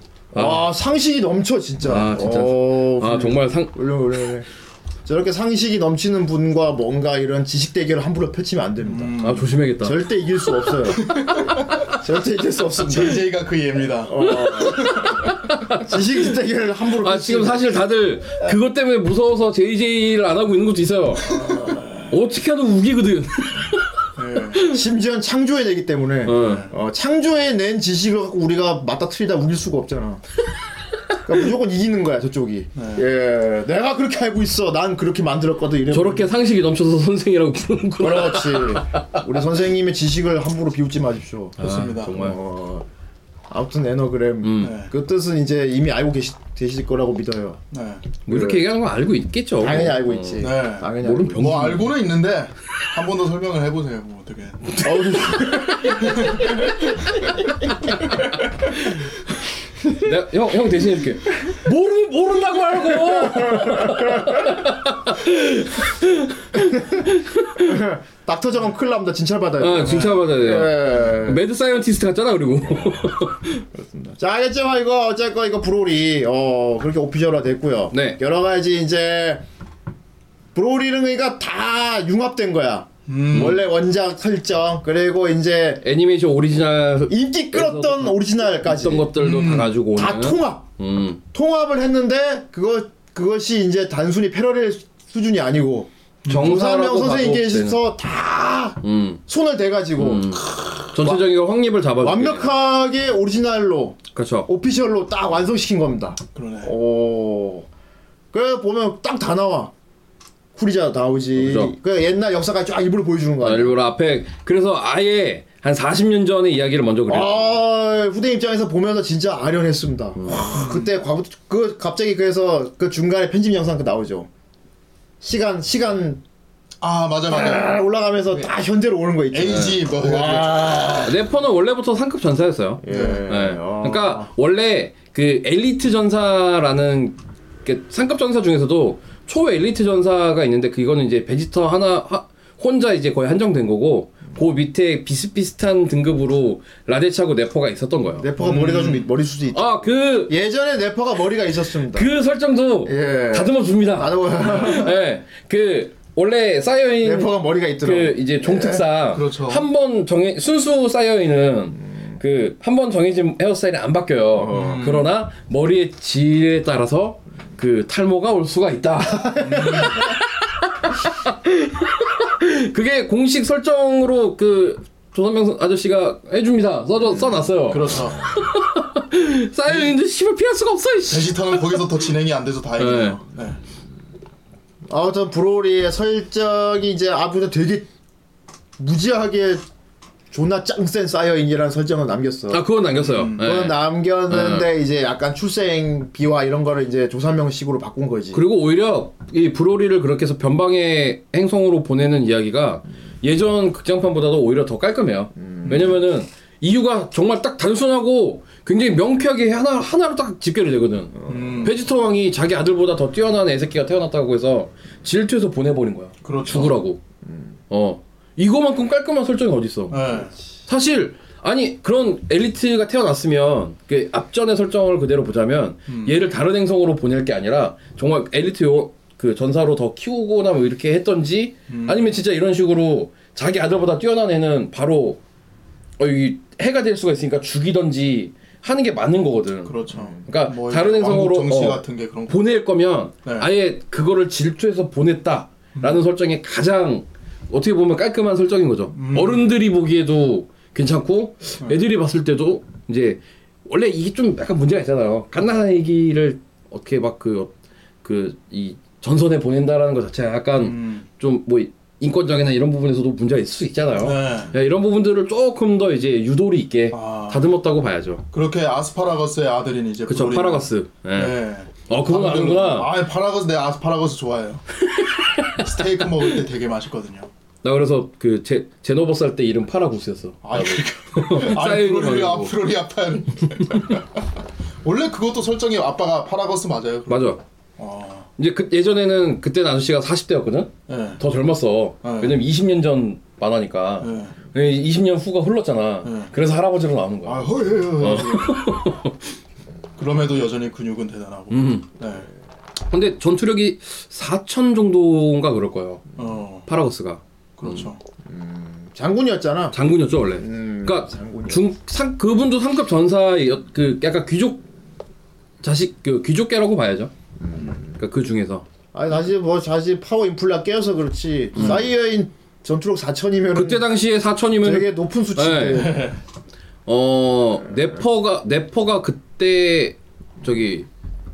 Speaker 3: 상식이 넘쳐 진짜.
Speaker 4: 아 진짜.
Speaker 3: 어,
Speaker 4: 아 정말 상
Speaker 3: 원래 원래 원래. 저렇게 상식이 넘치는 분과 뭔가 이런 지식 대결을 함부로 펼치면 안 됩니다.
Speaker 4: 아, 조심해야겠다.
Speaker 3: 절대 이길 수
Speaker 4: [LAUGHS]
Speaker 3: 없어요. 절대 이길 수 없습니다.
Speaker 5: JJ가 그 예입니다.
Speaker 3: 지식 대결을 함부로
Speaker 4: 아 지금 사실 다들 그것 때문에 무서워서 JJ를 안 하고 있는 것도 있어요. 어떻게
Speaker 3: [LAUGHS]
Speaker 4: 하든 우기거든.
Speaker 5: 예.
Speaker 3: 심지어 창조해내기 때문에
Speaker 4: 어.
Speaker 3: 어, 창조해낸 지식을 갖고 우리가 맞다 틀리다 우길 수가 없잖아. 그러니까 무조건 이기는 거야 저쪽이.
Speaker 4: 네.
Speaker 3: 예, 내가 그렇게 알고 있어. 난 그렇게 만들었거든. 이래.
Speaker 4: 저렇게 상식이 넘쳐서 선생이라고 부르는구나.
Speaker 5: [LAUGHS]
Speaker 3: 그렇지. 우리 선생님의 지식을 함부로 비웃지 마십시오.
Speaker 5: 아, 좋습니다.
Speaker 4: 정말. 음.
Speaker 3: 어, 아무튼 에너그램
Speaker 5: 네.
Speaker 3: 그 뜻은 이제 이미 알고 계시, 되실 거라고 믿어요.
Speaker 5: 네.
Speaker 4: 뭐 이렇게 얘기하는 건 알고 있겠죠.
Speaker 3: 당연히
Speaker 4: 어.
Speaker 3: 알고 있지.
Speaker 5: 네.
Speaker 3: 당연히
Speaker 4: 모르면
Speaker 3: 알고 있지.
Speaker 4: 병.
Speaker 5: 뭐 알고는 있는데 한 번 더 설명을 해보세요. 뭐 어떻게?
Speaker 4: 어. 내가- 형, 형 대신 이렇게 [LAUGHS] 모르면 모른다고 알고.
Speaker 3: [LAUGHS] 닥터 저건 큰일 납니다. 진찰 받아야 돼.
Speaker 4: 아, 칭찬받아야 돼요.
Speaker 3: 예.
Speaker 4: 매드 사이언티스트 같잖아 그리고. [LAUGHS]
Speaker 3: 자, 알겠지만 이거 어쨌건 이거 브로리 어 그렇게 오피셜화 됐고요.
Speaker 4: 네.
Speaker 3: 여러 가지 이제 브로리는 그러니까 다 융합된 거야.
Speaker 4: 음.
Speaker 3: 원래 원작 설정 그리고 이제
Speaker 4: 애니메이션 오리지널
Speaker 3: 인기 끌었던 오리지널까지 음.
Speaker 4: 했던 것들도 다 가지고 오는.
Speaker 3: 다 통합
Speaker 4: 음.
Speaker 3: 통합을 했는데 그거 그것이 이제 단순히 패러렐 수준이 아니고
Speaker 4: 정사라고
Speaker 3: 조상명
Speaker 4: 봐도
Speaker 3: 선생님께서 다
Speaker 4: 되는. 음.
Speaker 3: 손을 대가지고
Speaker 4: 음. 전체적인 확립을 잡아.
Speaker 3: 완벽하게 오리지널로
Speaker 4: 그렇죠.
Speaker 3: 오피셜로 딱 완성시킨 겁니다.
Speaker 5: 그러네.
Speaker 3: 오. 그래 보면 딱 다 나와. 쿠리자 나오지.
Speaker 4: 그죠.
Speaker 3: 그 옛날 역사까지 쫙 일부러 보여주는
Speaker 4: 아,
Speaker 3: 거야.
Speaker 4: 일부러 앞에 그래서 아예 한 40년 전의 이야기를 먼저 그려요.
Speaker 3: 아, 후대 입장에서 보면서 진짜 아련했습니다.
Speaker 4: 음.
Speaker 3: 와, 그때 과거 그 갑자기 그래서 그 중간에 편집 영상 그 나오죠. 시간 시간
Speaker 5: 아 맞아 맞아.
Speaker 3: 아, 올라가면서 다 현재로 오는 거
Speaker 4: 네.
Speaker 3: 있죠.
Speaker 5: AG 뭐 해가지고.
Speaker 4: 래퍼는 원래부터 상급 전사였어요.
Speaker 3: 예.
Speaker 4: 네.
Speaker 3: 아.
Speaker 4: 그러니까 원래 그 엘리트 전사라는 그 상급 전사 중에서도 초 엘리트 전사가 있는데 그거는 이제 베지터 하나 하- 혼자 이제 거의 한정된 거고 그 밑에 비슷비슷한 등급으로 라데차고 네퍼가 있었던 거예요.
Speaker 3: 네퍼가 머리가 좀 있- 머리숱이 있죠.
Speaker 4: 아 그 그
Speaker 3: 예전에 네퍼가 머리가 있었습니다.
Speaker 4: 설정도
Speaker 3: 예.
Speaker 4: 다듬어 줍니다.
Speaker 3: [LAUGHS]
Speaker 4: [LAUGHS]
Speaker 3: 나도
Speaker 4: 네. 그 원래 쌓여인
Speaker 3: 네퍼가 머리가 있더라고.
Speaker 4: 그 이제 종특사
Speaker 5: 그렇죠.
Speaker 4: 한 번 정해 순수 쌓여있는 그 한 번 정해진 헤어스타일이 안 바뀌어요. 그러나 머리의 질에 따라서 그 탈모가 올 수가 있다. [LAUGHS] 그게 공식 설정으로 그 조선명 아저씨가 해줍니다. 써줘 써놨어요.
Speaker 5: 그렇죠.
Speaker 4: 쌓여있는데 씨발 피할 수가 없어. 이씨.
Speaker 5: 베지터는 거기서 더 진행이 안 돼서 다행이네요. 네.
Speaker 3: 아무튼 브로리의 설정이 이제 앞부터 되게 무지하게 존나 짱센 사이어인이라는 설정을 남겼어.
Speaker 4: 아 네. 그건 남겼어요.
Speaker 5: 음.
Speaker 4: 예.
Speaker 3: 그건 남겼는데 이제 약간 출생 비와 이런 거를 이제 조사명식으로 바꾼 거지.
Speaker 4: 그리고 오히려 이 브로리를 그렇게 해서 변방의 행성으로 보내는 이야기가 예전 극장판보다도 오히려 더 깔끔해요.
Speaker 5: 음.
Speaker 4: 왜냐면은 이유가 정말 딱 단순하고 굉장히 명쾌하게 하나 하나로 딱 집결이 되거든.
Speaker 5: 어.
Speaker 4: 베지터 왕이 자기 아들보다 더 뛰어난 애새끼가 태어났다고 해서 질투해서 보내버린 거야.
Speaker 5: 그렇죠. 음.
Speaker 4: 죽으라고. 어 이거만큼 깔끔한 설정이 어디 있어?
Speaker 5: 네.
Speaker 4: 사실 아니 그런 엘리트가 태어났으면 그 앞전의 설정을 그대로 보자면
Speaker 5: 음.
Speaker 4: 얘를 다른 행성으로 보낼 게 아니라 정말 엘리트 요, 그 전사로 더 키우거나 뭐 이렇게 했던지
Speaker 5: 음.
Speaker 4: 아니면 진짜 이런 식으로 자기 아들보다 뛰어난 애는 바로 어, 이 해가 될 수가 있으니까 죽이던지 하는 게 맞는 거거든.
Speaker 5: 그렇죠.
Speaker 4: 그러니까 다른 행성으로
Speaker 5: 정시
Speaker 4: 어,
Speaker 5: 같은 게 그런 거.
Speaker 4: 보낼 거면
Speaker 5: 네. 음.
Speaker 4: 아예 그거를 질투해서 보냈다라는 설정이 가장 어떻게 보면 깔끔한 설정인 거죠.
Speaker 5: 음.
Speaker 4: 어른들이 보기에도 괜찮고
Speaker 5: 네.
Speaker 4: 애들이 봤을 때도 이제 원래 이게 좀 약간 문제가 있잖아요. 갓난 애기를 어떻게 막 그 그 이 전선에 보낸다라는 것 자체가 약간
Speaker 5: 음.
Speaker 4: 좀 뭐 인권장애나 이런 부분에서도 문제가 있을 수 있잖아요.
Speaker 5: 네.
Speaker 4: 야, 이런 부분들을 조금 더 이제 유도리 있게
Speaker 5: 아.
Speaker 4: 다듬었다고 봐야죠.
Speaker 5: 그렇게 아스파라거스의 아들인 이제
Speaker 4: 그쵸
Speaker 5: 브로리는-
Speaker 4: 파라가스. 예.
Speaker 5: 네.
Speaker 4: 어 그건 아는구나.
Speaker 5: 아 파라거스 내 아스파라거스 좋아해요. [LAUGHS] 스테이크 먹을 때 되게 맛있거든요.
Speaker 4: 나 그래서 그 제, 제노버스 할 때 이름 파라구스였어.
Speaker 5: 아
Speaker 4: 사이드
Speaker 5: 브로리
Speaker 4: 말고.
Speaker 5: 아 브로리 아빠. [LAUGHS] 원래 그것도 설정이 아빠가 파라거스 맞아요.
Speaker 4: 맞아.
Speaker 5: 어.
Speaker 4: 이제 그 예전에는 그때 아저씨가 40대였거든.
Speaker 5: 네.
Speaker 4: 더 젊었어.
Speaker 5: 네.
Speaker 4: 왜냐면 20년 전 만화니까.
Speaker 5: 네.
Speaker 4: 20년 후가 흘렀잖아.
Speaker 5: 네.
Speaker 4: 그래서 할아버지로 나오는 거야.
Speaker 5: 아 허예. 허예. [LAUGHS] 그럼에도 여전히 근육은 대단하고.
Speaker 4: 어. 음.
Speaker 5: 네.
Speaker 4: 근데 전투력이 4천 정도인가 그럴 거예요.
Speaker 5: 어.
Speaker 4: 파라거스가
Speaker 5: 그렇죠.
Speaker 3: 장군이었잖아.
Speaker 4: 장군이었죠 원래. 그러니까
Speaker 3: 장군이요.
Speaker 4: 중상 그분도 상급 전사 그 약간 귀족 자식 그 귀족계라고 봐야죠. 그러니까 그 중에서
Speaker 3: 아니 다시 뭐 다시 파워 인플라 깨어서 그렇지. 사이어인 전투력 4천이면
Speaker 4: 음. 그때 네. 당시에 4천이면
Speaker 3: 되게 높은 수치인데.
Speaker 4: 어 네퍼가 네퍼가 그때 저기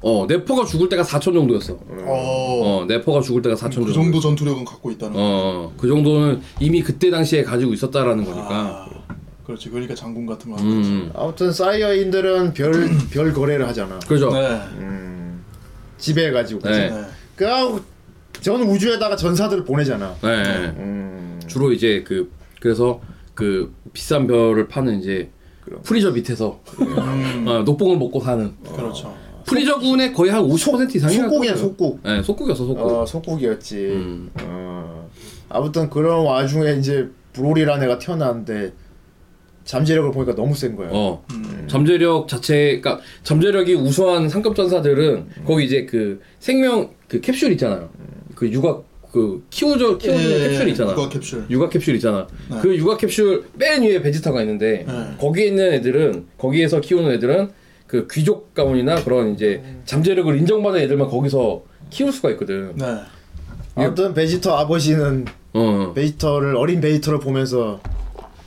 Speaker 4: 어 네퍼가 죽을 때가 4천 정도였어.
Speaker 5: 어.
Speaker 4: 어 네퍼가 죽을 때가 4천
Speaker 5: 그 정도 전투력은 갖고 있다는 거.
Speaker 4: 어그 정도는 이미 그때 당시에 가지고 있었다라는 거니까.
Speaker 5: 아, 그렇지. 그러니까 장군 같은 거.
Speaker 4: 음
Speaker 3: 아무튼 사이어인들은
Speaker 4: [CLEARS THROAT]
Speaker 3: 별 별 거래를 하잖아.
Speaker 4: 그죠.
Speaker 5: 네.
Speaker 3: 지배해 가지고. 그러니까
Speaker 4: 네.
Speaker 5: 네.
Speaker 3: 그전 우주에다가 전사들을 보내잖아.
Speaker 4: 네. 주로 이제 그 그래서 그 비싼 별을 파는 이제 프리저 밑에서 어, 녹봉을 먹고 사는
Speaker 5: 그렇죠.
Speaker 4: 음. 프리저 군의 거의 한 50% 이상이
Speaker 3: 속국이야 속국.
Speaker 4: 네, 속국이었어 속국.
Speaker 3: 어 속국이었지.
Speaker 4: 음.
Speaker 3: 어. 아무튼 그런 와중에 이제 브로리라는 애가 태어났는데 잠재력을 보니까 너무 센 거야.
Speaker 4: 어 잠재력 자체 그러니까 잠재력이 우수한 상급 전사들은 거기 이제 그 생명 그 캡슐 있잖아요 그 육아 그 키우저
Speaker 5: 예,
Speaker 4: 키우는 캡슐 있잖아
Speaker 5: 그거 캡슐.
Speaker 4: 육아 캡슐 있잖아 그 육아 capsule 맨 위에 베지터가 있는데
Speaker 5: 네.
Speaker 4: 거기에 있는 애들은 거기에서 키우는 애들은 그 귀족 가문이나 그런 이제 잠재력을 인정받는 애들만 거기서 키울 수가 있거든
Speaker 5: 네.
Speaker 3: 아무튼 베지터 아버지는
Speaker 4: 어
Speaker 3: 베지터를 어린 베지터를 보면서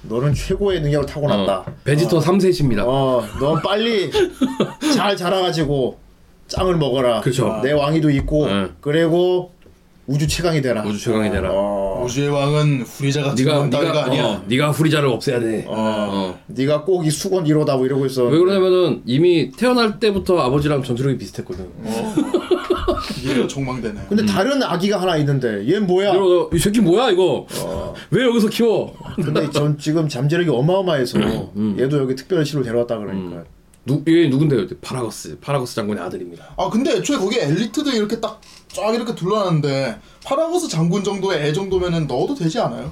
Speaker 3: 너는 최고의 능력을 타고났다.
Speaker 4: 어, 베지터 삼 3세십니다
Speaker 3: 어, 넌 빨리 잘 자라가지고 짱을 먹어라.
Speaker 4: 그쵸.
Speaker 3: 내 왕위도 있고,
Speaker 4: 네.
Speaker 3: 그리고 우주 최강이 되라.
Speaker 4: 우주 최강이 되라
Speaker 3: 어,
Speaker 5: 우주의 왕은 후리자 같은
Speaker 4: 네가
Speaker 5: 건 따위가
Speaker 4: 네가
Speaker 5: 아니야.
Speaker 4: 어, 네가 후리자를 없애야 돼 어.
Speaker 3: 네가 꼭 이 수건 이로다 뭐 이러고 있어.
Speaker 4: 왜 그러냐면은 이미 태어날 때부터 아버지랑 전투력이 비슷했거든.
Speaker 5: 이게 정망되네.
Speaker 3: 근데 다른 아기가 하나 있는데 얘 뭐야?
Speaker 4: 음. 이러고 이 새끼 뭐야 이거? 왜 여기서 키워? [LAUGHS]
Speaker 3: 근데 전 지금 잠재력이 어마어마해서
Speaker 4: 음,
Speaker 3: 얘도 여기 특별시로 데려왔다 그러니까.
Speaker 4: 누, 얘 누군데요? 파라거스. 파라거스 장군의 아들입니다.
Speaker 5: 아 근데 애초에 거기 엘리트도 이렇게 딱 쫙 이렇게 둘러놨는데 파라고스 장군 정도의 애 정도면은 넣어도 되지 않아요?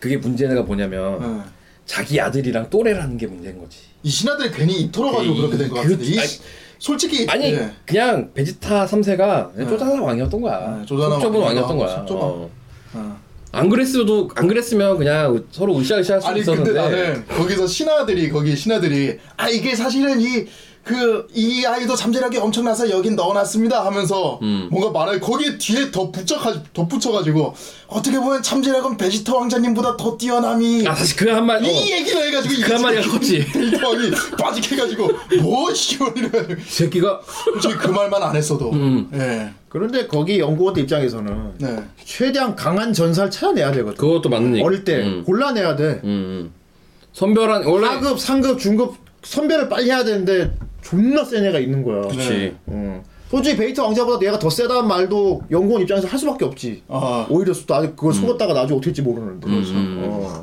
Speaker 4: 그게 문제가 뭐냐면
Speaker 5: 네.
Speaker 4: 자기 아들이랑 또래라는 게 문제인 거지.
Speaker 5: 이 신하들이 괜히 이털어가지고
Speaker 4: 이-
Speaker 5: 그렇게 된 것
Speaker 4: 그-
Speaker 5: 같은데 이
Speaker 4: 아니-
Speaker 5: 시- 솔직히
Speaker 4: 아니
Speaker 5: 예.
Speaker 4: 그냥 베지타 3세가 쪼잔한 왕이었던 거야.
Speaker 5: 네, 쪼잔한
Speaker 4: 속좁은
Speaker 5: 왕이기도
Speaker 4: 왕이었던
Speaker 5: 하고,
Speaker 4: 거야.
Speaker 5: 속좁은
Speaker 4: 어.
Speaker 5: 어.
Speaker 4: 안 그랬어도 안 그랬으면 그냥 서로 으쌰으쌰 할수
Speaker 5: 아니
Speaker 4: 있었는데.
Speaker 5: 근데 나는 거기서 신하들이 거기 신하들이 아 이게 사실은 이 그 이 아이도 잠재력이 엄청나서 여긴 넣어놨습니다 하면서
Speaker 4: 음.
Speaker 5: 뭔가 말을 거기에 뒤에 더 붙여 더 붙여가지고 어떻게 보면 잠재력은 베지터 왕자님보다 더 뛰어남이
Speaker 4: 아 사실 그 한마디. 어.
Speaker 5: 이 얘기를 해가지고
Speaker 4: 그 한마디가 컸지.
Speaker 5: 베지터 왕이 빠직해가지고 뭐 시원 이래가지고
Speaker 4: 새끼가
Speaker 5: 솔직히 그 말만 안 했어도
Speaker 4: 음.
Speaker 5: 예
Speaker 3: 그런데 거기 연구원들 입장에서는
Speaker 5: 네.
Speaker 3: 최대한 강한 전사를 찾아내야 되거든.
Speaker 4: 그것도 맞는 얘기.
Speaker 3: 어릴 때
Speaker 4: 음.
Speaker 3: 골라내야 돼.
Speaker 4: 음, 음. 선별한 원래
Speaker 3: 하급, 상급, 중급 선별을 빨리 해야 되는데 존나 센 애가 있는 거야.
Speaker 4: 그렇지.
Speaker 3: 음. 솔직히 베이트 왕자보다 얘가 더 세다는 말도 연구원 입장에서 할 수밖에 없지.
Speaker 5: 아,
Speaker 3: 오히려 또 아직
Speaker 4: 음.
Speaker 3: 그걸 속았다가 나중에 어떻게 될지 모르는데. 어.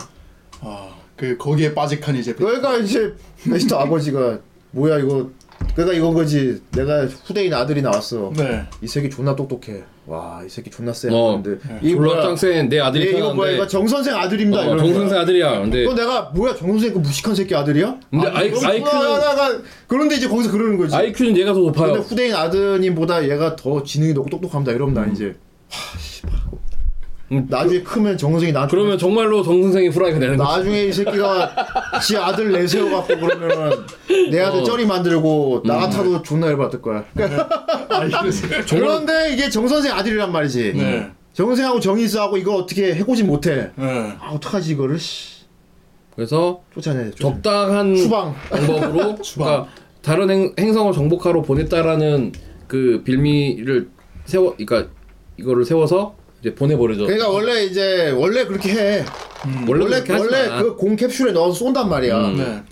Speaker 5: 아, 그 거기에 빠직한 이제
Speaker 3: 그러니까 이제 [LAUGHS] 베이트 아버지가 뭐야 이거 그러니까 이건 거지. 내가 후대인 아들이 나왔어.
Speaker 5: 네.
Speaker 3: 이 새끼 존나 똑똑해. 와 이 새끼 존나 세.
Speaker 4: 어.
Speaker 3: 근데
Speaker 4: 졸라 짱센 내 아들이
Speaker 3: 얘 이거 뭐야
Speaker 4: 태어났는데
Speaker 3: 이거 정 선생 아들입니다.
Speaker 4: 어,
Speaker 3: 이러는
Speaker 4: 정
Speaker 3: 거야.
Speaker 4: 선생 아들이야. 근데
Speaker 3: 그건 내가 뭐야 정 선생 그 무식한 새끼 아들이야?
Speaker 4: 근데 아이-
Speaker 3: 그럼
Speaker 4: 아이큐는-
Speaker 3: 그거 하나가 그런데 이제 거기서 그러는 거지.
Speaker 4: IQ는 얘가 더 높아요.
Speaker 3: 근데 후대인 아드님보다 얘가 더 지능이 높고 똑똑합니다. 이러면 나 이제 와
Speaker 4: 음, 그
Speaker 3: 씨발. 나중에 크면 정 선생이 나한테
Speaker 4: 그러면 정말로 정 선생이 후라이가 되는 거야.
Speaker 3: 나중에 이 새끼가 지 아들 내세워 갖고 그러면은 내
Speaker 4: 어.
Speaker 3: 아들 쩌리 만들고
Speaker 4: 음.
Speaker 3: 나 같아도 존나 열받을 거야. 그러니까 그런데 이게 정 선생 아들이란 말이지.
Speaker 5: 네.
Speaker 3: 정 선생하고 정인수하고 이거 어떻게 해고지 못해.
Speaker 5: 네.
Speaker 3: 아 어떡하지 이거를 씨.
Speaker 4: 그래서
Speaker 3: 쫓아내야 돼. 쫓아내야 돼. [LAUGHS]
Speaker 4: 적당한
Speaker 3: 추방.
Speaker 4: 방법으로 그러니까 다른 행, 행성을 정복하러 보냈다라는 그 빌미를 세워 그러니까 이거를 세워서 이제 보내버리죠. 음.
Speaker 3: 그러니까 원래 이제 원래 그렇게 해.
Speaker 4: 원래
Speaker 3: 원래
Speaker 4: 그렇게 하지
Speaker 3: 원래
Speaker 4: 마. 음.
Speaker 3: 그 공 캡슐에 넣어서 쏜단 말이야.
Speaker 5: 네.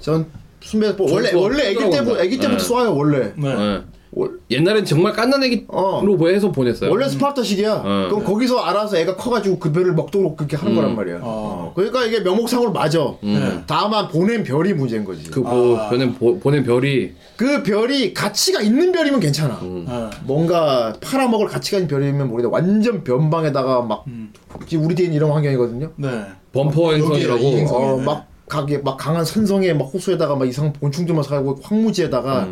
Speaker 3: 전 순배 뭐 원래
Speaker 4: 쏘-
Speaker 3: 원래 아기
Speaker 4: 쏘더라고
Speaker 3: 때부터
Speaker 4: 그러더라.
Speaker 3: 아기 때부터
Speaker 4: 네.
Speaker 3: 쏴요 원래.
Speaker 5: 네.
Speaker 4: 예.
Speaker 3: 월-
Speaker 4: 옛날엔 정말 깐난 애기로
Speaker 3: 어.
Speaker 4: 해서 보냈어요.
Speaker 3: 원래 스파르타식이야.
Speaker 4: 네. 음.
Speaker 3: 그럼 거기서 알아서 애가 커가지고 그 별을 먹도록 그렇게 하는 거란 말이야.
Speaker 5: 어.
Speaker 3: 그러니까 이게 명목상으로 맞아.
Speaker 5: 네.
Speaker 3: 다만 보낸 별이 문제인 거지. 그,
Speaker 4: 그뭐
Speaker 5: 아.
Speaker 4: 보낸 보- 보낸 별이
Speaker 3: 별이 가치가 있는 별이면 괜찮아.
Speaker 5: 네.
Speaker 3: 뭔가 팔아먹을 가치가 있는 별이면 모르겠는데 완전 변방에다가 막 지금 우리 대인 이런 환경이거든요.
Speaker 5: 네.
Speaker 4: 범퍼 아, 행성이라고
Speaker 5: 여기에 이 행성.
Speaker 3: 어,
Speaker 5: 네.
Speaker 3: 막 가게 막 강한 산성에 막 호수에다가 막 이상한 곤충들만 살고 황무지에다가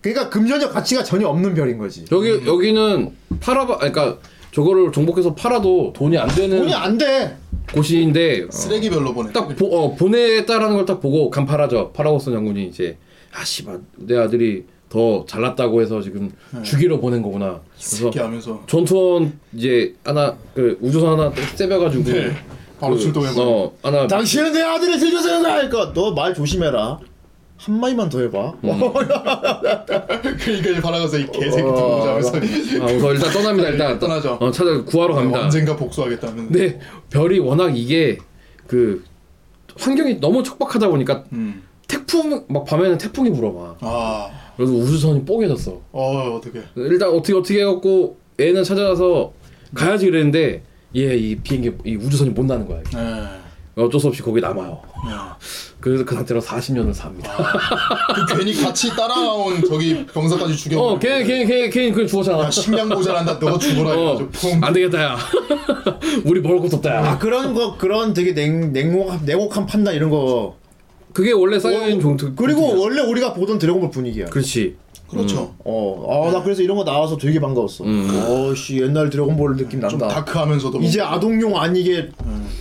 Speaker 3: 그러니까 금전적 가치가 전혀 없는 별인 거지.
Speaker 4: 여기 여기는 팔아 그러니까 저거를 정복해서 팔아도 돈이 안 되는
Speaker 3: 돈이 안 돼.
Speaker 4: 곳인데
Speaker 5: 쓰레기별로 보내.
Speaker 4: 딱 보, 어, 보냈다라는 걸 딱 보고 간파라죠. 파라고스 장군이 이제 아 씨발 내 아들이 더 잘났다고 해서 지금
Speaker 5: 네.
Speaker 4: 죽이러 보낸 거구나. 그래서
Speaker 5: 이렇게 하면서
Speaker 4: 전투원 이제 하나 그 우주선 하나 떼벼가지고
Speaker 5: 네. 바로 출동해 버
Speaker 4: 어 하나
Speaker 3: 당신은 내 아들을 들여서 그러니까 너 말 조심해라. 한 마디만 더 해봐.
Speaker 5: 그러니까 이제 바라가서 이 개새끼 들어오자면서
Speaker 4: 아, 우선 일단 떠납니다. 일단
Speaker 5: 네, 떠나죠. 네,
Speaker 4: 어, 찾아 구하러 갑니다.
Speaker 5: 언젠가 복수하겠다면.
Speaker 4: 근데 별이 워낙 이게 그 환경이 너무 척박하다 보니까
Speaker 5: 음.
Speaker 4: 태풍 막 밤에는 태풍이 불어봐.
Speaker 5: 아.
Speaker 4: 그래서 우주선이 뽕해졌어.
Speaker 5: 어 어떻게.
Speaker 4: 일단 어떻게 어떻게 해갖고 애는 찾아서 가야지 그랬는데 얘 이 비행기 이 우주선이 못 나는 거야.
Speaker 5: 네.
Speaker 4: 어쩔 수 없이 거기 남아요.
Speaker 5: 야.
Speaker 4: 그래서 그 상태로 40년을 삽니다.
Speaker 5: 그 괜히 같이 따라온 저기 병사까지 죽여.
Speaker 4: 어, 걔걔걔걔그 죽었잖아.
Speaker 5: 야, 식량 모자란다. 너가 죽어라.
Speaker 4: 어,
Speaker 5: 해가지고 퐁.
Speaker 4: 안 되겠다 야. [LAUGHS] 우리 먹을 것도 없다
Speaker 3: 아
Speaker 4: 야.
Speaker 3: 그런 거 그런 되게 냉 냉혹한 냉혹한 판단 이런 거.
Speaker 4: 그게 원래 쌓여있는 종특.
Speaker 3: 어, 그리고 원래 우리가 보던 드래곤볼 분위기야.
Speaker 4: 그렇지.
Speaker 5: 그렇죠.
Speaker 3: 어, 아 나 그래서 이런 거 나와서 되게 반가웠어.
Speaker 4: 음.
Speaker 3: 어씨 옛날 드래곤볼 느낌
Speaker 5: 좀
Speaker 3: 난다.
Speaker 5: 다크하면서도 뭐.
Speaker 3: 이제
Speaker 5: 뭔가-
Speaker 3: 아동용 아니게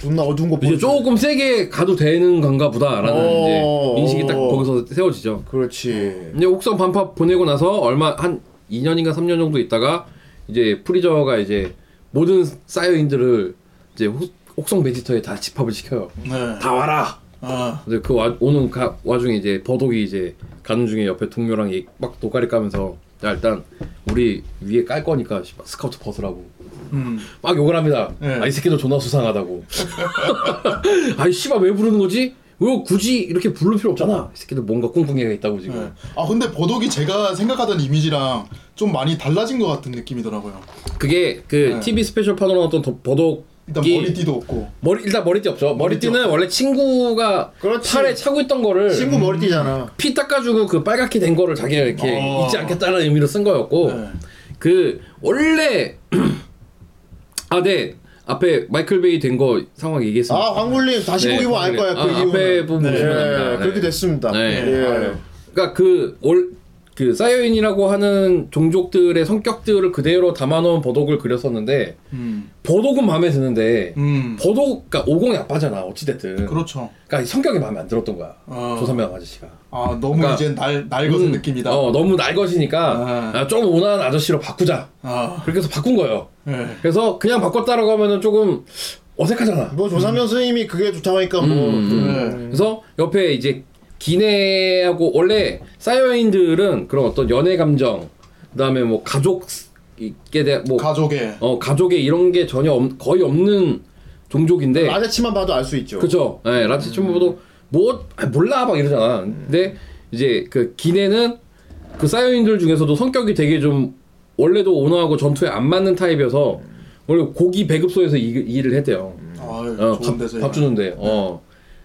Speaker 3: 존나 어두운 거
Speaker 4: 이제
Speaker 3: 보여줘.
Speaker 4: 조금 세게 가도 되는 건가 보다라는
Speaker 3: 어.
Speaker 4: 이제 인식이 딱 거기서 세워지죠.
Speaker 3: 그렇지.
Speaker 4: 이제 옥선 반파 보내고 나서 얼마 한 2년인가 3년 정도 있다가 이제 프리저가 이제 모든 사이어인들을 이제 호- 옥성 베지터에 다 집합을 시켜요.
Speaker 5: 네.
Speaker 4: 다 와라.
Speaker 5: 아.
Speaker 4: 근데 그 와, 오는 가, 와중에 이제 버독이 이제 가는 중에 옆에 동료랑 얘기- 막 도가리 까면서 야 일단 우리 위에 깔 거니까 씨발 스카우트 벗으라고
Speaker 5: 음.
Speaker 4: 막 욕을 합니다.
Speaker 5: 네.
Speaker 4: 아 이 새끼들 존나 수상하다고. 아이 씨발 왜 부르는 거지? 왜 굳이 이렇게 부를 필요 없잖아. 이 새끼들 뭔가 꿍꿍이가 있다고 지금.
Speaker 5: 네. 아 근데 버독이 제가 생각하던 이미지랑 좀 많이 달라진 것 같은 느낌이더라고요.
Speaker 4: 그게 그
Speaker 5: 네.
Speaker 4: TV 스페셜 파노라 나왔던 더- 버독이
Speaker 5: 일단 머리띠도 없고.
Speaker 4: 머리 일단 머리띠 없죠. 머리띠는
Speaker 5: 없죠.
Speaker 4: 원래 친구가
Speaker 3: 그렇지.
Speaker 4: 팔에 차고 있던 거를
Speaker 3: 친구 머리띠잖아.
Speaker 4: 피 닦아주고 그 빨갛게 된 거를 자기가 이렇게
Speaker 5: 어.
Speaker 4: 잊지 않겠다는 의미로 쓴 거였고
Speaker 5: 네.
Speaker 4: 그 원래 [CLEARS THROAT] 아네 앞에 마이클 베이 된 거 상황 얘기했습니다.
Speaker 3: 아 황굴님 다시
Speaker 4: 네,
Speaker 3: 보기만 알 거야. 그
Speaker 4: 아, 앞에
Speaker 3: 이유는.
Speaker 4: 부분
Speaker 3: 네,
Speaker 4: 보시면 됩니다. 네.
Speaker 3: 그렇게 됐습니다.
Speaker 4: 네.
Speaker 3: 예.
Speaker 4: 그러니까 그올그 사이어인이라고 하는 종족들의 성격들을 그대로 담아놓은 버독을 그렸었는데
Speaker 5: 음.
Speaker 4: 버독은 마음에 드는데
Speaker 5: 음.
Speaker 4: 버독 그러니까 오공이 아빠잖아 어찌됐든
Speaker 5: 그렇죠.
Speaker 4: 그러니까 성격이 마음에 안 들었던 거야
Speaker 5: 어.
Speaker 4: 조선명 아저씨가
Speaker 5: 아 너무
Speaker 4: 그러니까-
Speaker 5: 이제 날 낡은
Speaker 4: 음,
Speaker 5: 느낌이다.
Speaker 4: 어 너무 날것이니까
Speaker 5: 아.
Speaker 4: 아, 좀 온화한 아저씨로 바꾸자
Speaker 5: 아.
Speaker 4: 그렇게 해서 바꾼 거예요
Speaker 5: 네.
Speaker 4: 그래서 그냥 바꿨다라고 하면은 조금
Speaker 5: 음.
Speaker 4: 어색하잖아
Speaker 3: 뭐 조삼현 선생님이 그게 좋다고 하니까 뭐
Speaker 4: 음,
Speaker 5: 네.
Speaker 4: 그래서 옆에 이제 기내하고 원래 사이어인들은 그런 어떤 연애 감정 그다음에 뭐 가족 있게 대뭐
Speaker 5: 가족의
Speaker 4: 어 가족의 이런 게 전혀 없, 거의 없는 종족인데
Speaker 5: 아,
Speaker 3: 라데치만 봐도 알 수 있죠. 음.
Speaker 4: 그렇죠. 예, 라치 춤보도 네, 뭐 아, 몰라 막 이러잖아. 근데 이제 그 기내는 그 사이오인들 중에서도 성격이 되게 좀 원래도 온화하고 전투에 안 맞는 타입이어서
Speaker 3: 음.
Speaker 4: 원래 고기 배급소에서 이, 일을 했대요.
Speaker 5: 아유,
Speaker 4: 어, 밥,
Speaker 5: 좋은 데서
Speaker 4: 밥 주는데. 어.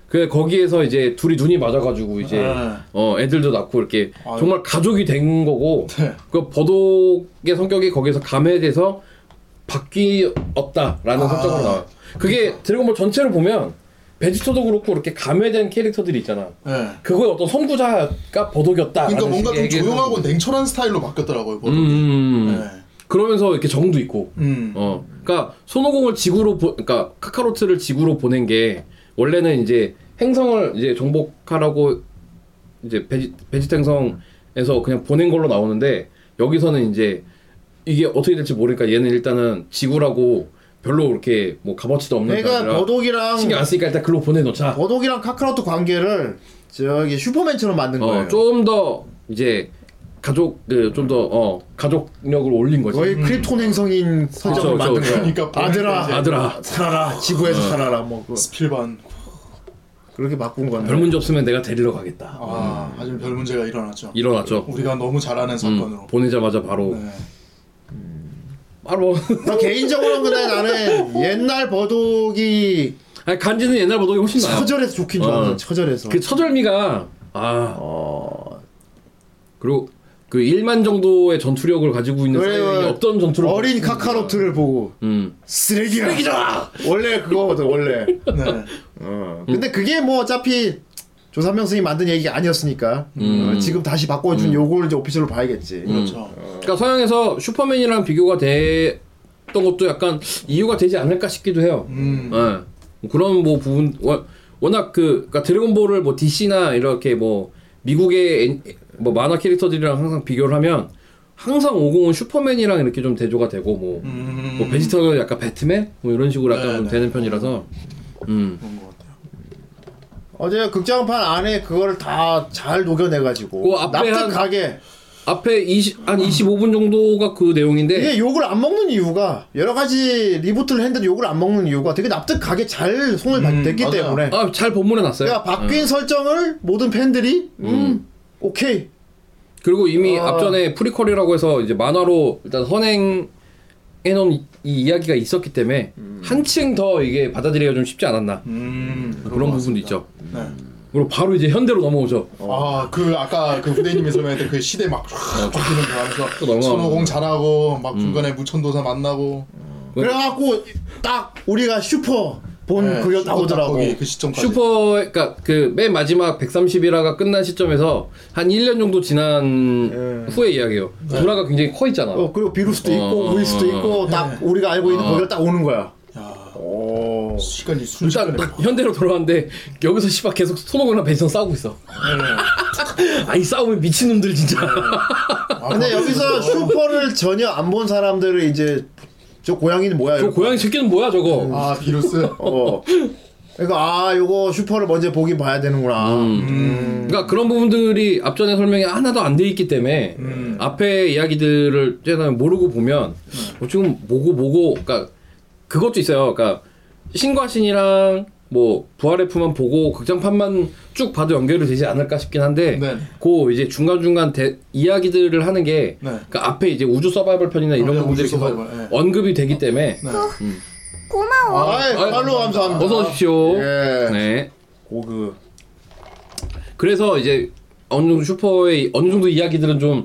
Speaker 4: 그 거기에서 이제 둘이 눈이 맞아가지고 이제
Speaker 5: 네.
Speaker 4: 어 애들도 낳고 이렇게
Speaker 5: 아유.
Speaker 4: 정말 가족이 된 거고
Speaker 5: 네.
Speaker 4: 그 버독의 성격이 거기서 감해돼서 바뀌었다라는
Speaker 5: 아.
Speaker 4: 설정으로 나와요. 그게 드래곤볼 전체를 보면 베지터도 그렇고 이렇게 감해된 캐릭터들이 있잖아.
Speaker 5: 네.
Speaker 4: 그거의 어떤 선구자가 버독이었다.
Speaker 5: 그러니까 뭔가 좀 조용하고 냉철한 스타일로 바뀌었더라고요.
Speaker 4: 음,
Speaker 5: 그거는.
Speaker 4: 뭐. 음, 음.
Speaker 5: 네.
Speaker 4: 그러면서 이렇게 정도 있고.
Speaker 5: 음.
Speaker 4: 어, 그러니까 손오공을 지구로 보, 그러니까 카카로트를 지구로 보낸 게 원래는 이제 행성을 이제 정복하라고 이제 베지, 베지트 행성에서 그냥 보낸 걸로 나오는데 여기서는 이제 이게 어떻게 될지 모르니까 얘는 일단은 지구라고 별로 그렇게 뭐 값어치도 없는
Speaker 3: 그러니까
Speaker 4: 사람이라
Speaker 3: 버독이랑
Speaker 4: 신경 안 쓰니까 일단 글로 보내놓자.
Speaker 3: 버독이랑 카카로트 관계를 저기 슈퍼맨처럼 만든 거예요.
Speaker 4: 어, 좀 더 이제 가족 그좀더 어, 가족력을 올린 거지.
Speaker 3: 거의 그 크립톤 행성인 설정을
Speaker 4: 그쵸,
Speaker 3: 만든
Speaker 4: 그쵸.
Speaker 3: 거예요.
Speaker 5: 그러니까
Speaker 3: 아들아,
Speaker 5: 보니까 이제
Speaker 4: 아들아.
Speaker 3: 살아라, 지구에서 살아라, 뭐 그,
Speaker 5: 스필반.
Speaker 3: 렇게 바꾼 건데.
Speaker 4: 별 문제 없으면 내가 데리러 가겠다.
Speaker 5: 아, 하지만 별 문제가 일어났죠.
Speaker 4: 일어났죠.
Speaker 5: 우리가 너무 잘하는
Speaker 4: 예. 음,
Speaker 5: 사건으로.
Speaker 4: 보내자마자 바로 음.
Speaker 5: 네.
Speaker 4: 바로 [LAUGHS]
Speaker 3: 나 개인적으로는 근데 나는 옛날 버독이
Speaker 4: 아니 간지는 옛날 보다 훨씬 나아.
Speaker 3: 처절해서 좋긴
Speaker 4: 어.
Speaker 3: 좋았어. 처절해서.
Speaker 4: 그 처절미가 아
Speaker 3: 어,
Speaker 4: 그리고 그 1만 정도의 전투력을 가지고 있는
Speaker 3: 그래요.
Speaker 4: 사이이 어떤 전투를
Speaker 3: 어린
Speaker 4: 보여주는지.
Speaker 3: 카카로트를 보고
Speaker 4: 음.
Speaker 3: 쓰레기라. 원래 그거거든 원래.
Speaker 5: 네.
Speaker 3: 어. 근데 그게 뭐 어차피 조삼명 스님 만든 얘기가 아니었으니까 어, 지금 다시 바꿔준 요거를 이제 오피셜로 봐야겠지.
Speaker 5: 그렇죠.
Speaker 4: 그러니까 서양에서 슈퍼맨이랑 비교가 됐던 것도 약간 이유가 되지 않을까 싶기도 해요.
Speaker 5: 음.
Speaker 4: 예. 그런 뭐 부분 워- 워낙 그 그러니까 드래곤볼을 뭐 DC나 이렇게 뭐 미국의 엔- 뭐 만화 캐릭터들이랑 항상 비교를 하면 항상 50은 슈퍼맨이랑 이렇게 좀 대조가 되고 뭐,
Speaker 5: 음.
Speaker 4: 뭐 베지터가 약간 배트맨 뭐 이런 식으로 약간
Speaker 5: 네,
Speaker 4: 좀
Speaker 5: 네.
Speaker 4: 되는 편이라서 음.
Speaker 5: 그런 것 같아요.
Speaker 3: 어제 극장판 안에 그거를 다 잘 녹여내가지고
Speaker 4: 그 앞에
Speaker 3: 납득하게
Speaker 4: 앞에 20, 한 25분 정도가 그 내용인데
Speaker 5: 예,
Speaker 3: 이게 욕을 안 먹는 이유가 여러 가지 리부트를 했는데 욕을 안 먹는 이유가 되게 납득하게 잘 손을
Speaker 5: 음,
Speaker 3: 댔기
Speaker 5: 맞아요.
Speaker 3: 때문에
Speaker 4: 아 잘 본문에 났어요.
Speaker 3: 그러니까 바뀐 설정을 모든 팬들이 음, 오케이
Speaker 4: 그리고 이미
Speaker 3: 아.
Speaker 4: 앞전에 프리퀄이라고 해서 이제 만화로 일단 선행 해놓은 이, 이 이야기가 있었기 때문에 한층 더 이게 받아들이기가 좀 쉽지 않았나
Speaker 5: 음.
Speaker 4: 그런
Speaker 5: 그런 것
Speaker 4: 부분도
Speaker 5: 같습니다.
Speaker 4: 있죠.
Speaker 5: 네.
Speaker 4: 그리고 바로 이제 현대로 넘어오죠.
Speaker 5: 아, 그 아까 그 후대님이 설명했던 그 시대 막 쫙 바뀌는 거 하면서
Speaker 4: 네. 아, 또 음. 넘어가고.
Speaker 5: 손오공 잘하고 막 중간에 무천도사 만나고
Speaker 4: 음,
Speaker 3: 그래갖고 딱 우리가 슈퍼 본
Speaker 5: 네,
Speaker 3: 그게
Speaker 5: 슈퍼
Speaker 3: 나오더라고
Speaker 5: 거기 그 시점까지
Speaker 4: 슈퍼, 그니까 그 맨 마지막 131화가 끝난 시점에서 한 1년 정도 지난
Speaker 3: 예.
Speaker 4: 후의 이야기예요.
Speaker 5: 네.
Speaker 4: 불화가 굉장히 커 있잖아.
Speaker 3: 어, 그리고 비루스도 있고
Speaker 4: 어,
Speaker 3: 우이스도
Speaker 4: 어,
Speaker 3: 있고 딱 우리가 알고 있는 거기를 딱 오는 거야
Speaker 5: 야,
Speaker 4: 어.
Speaker 3: 오.
Speaker 5: 시간이 순식간에
Speaker 4: 일단 딱 현대로 돌아왔는데 여기서 씨발 계속 손오공이랑 배지성 싸우고 있어.
Speaker 5: 네.
Speaker 4: 아이 싸움이 미친놈들 진짜.
Speaker 5: 아,
Speaker 3: 근데 여기서 슈퍼를 전혀 안 본 사람들은 이제 저 고양이는 뭐야?
Speaker 4: 저
Speaker 3: 이러고.
Speaker 4: 고양이 새끼는 뭐야 저거.
Speaker 5: 네. 아 비루스
Speaker 3: 어. 그러니까 아 요거 슈퍼를 먼저 보긴 봐야 되는구나.
Speaker 5: 음.
Speaker 4: 그러니까 그런 부분들이 앞전에 설명이 하나도 안 돼 있기 때문에
Speaker 5: 음.
Speaker 4: 앞에 이야기들을 그냥 모르고 보면 어, 지금 뭐고 뭐고 그러니까 그것도 있어요. 그러니까 신과 신이랑 뭐 부활의 품만 보고 극장판만 쭉 봐도 연결이 되지 않을까 싶긴 한데
Speaker 5: 네.
Speaker 4: 그 이제 중간 중간 이야기들을 하는 게
Speaker 5: 네.
Speaker 4: 그 앞에 이제 우주 서바이벌 편이나 이런
Speaker 5: 네,
Speaker 4: 부분들이
Speaker 5: 우주
Speaker 4: 계속
Speaker 5: 서바이벌, 예. 네.
Speaker 4: 언급이 되기 때문에
Speaker 3: 아이 팔로 감사합니다.
Speaker 4: 어서 오십시오.
Speaker 3: 예.
Speaker 4: 네.
Speaker 3: 고그.
Speaker 4: 그래서 이제 어느 정도 슈퍼의 어느 정도 이야기들은 좀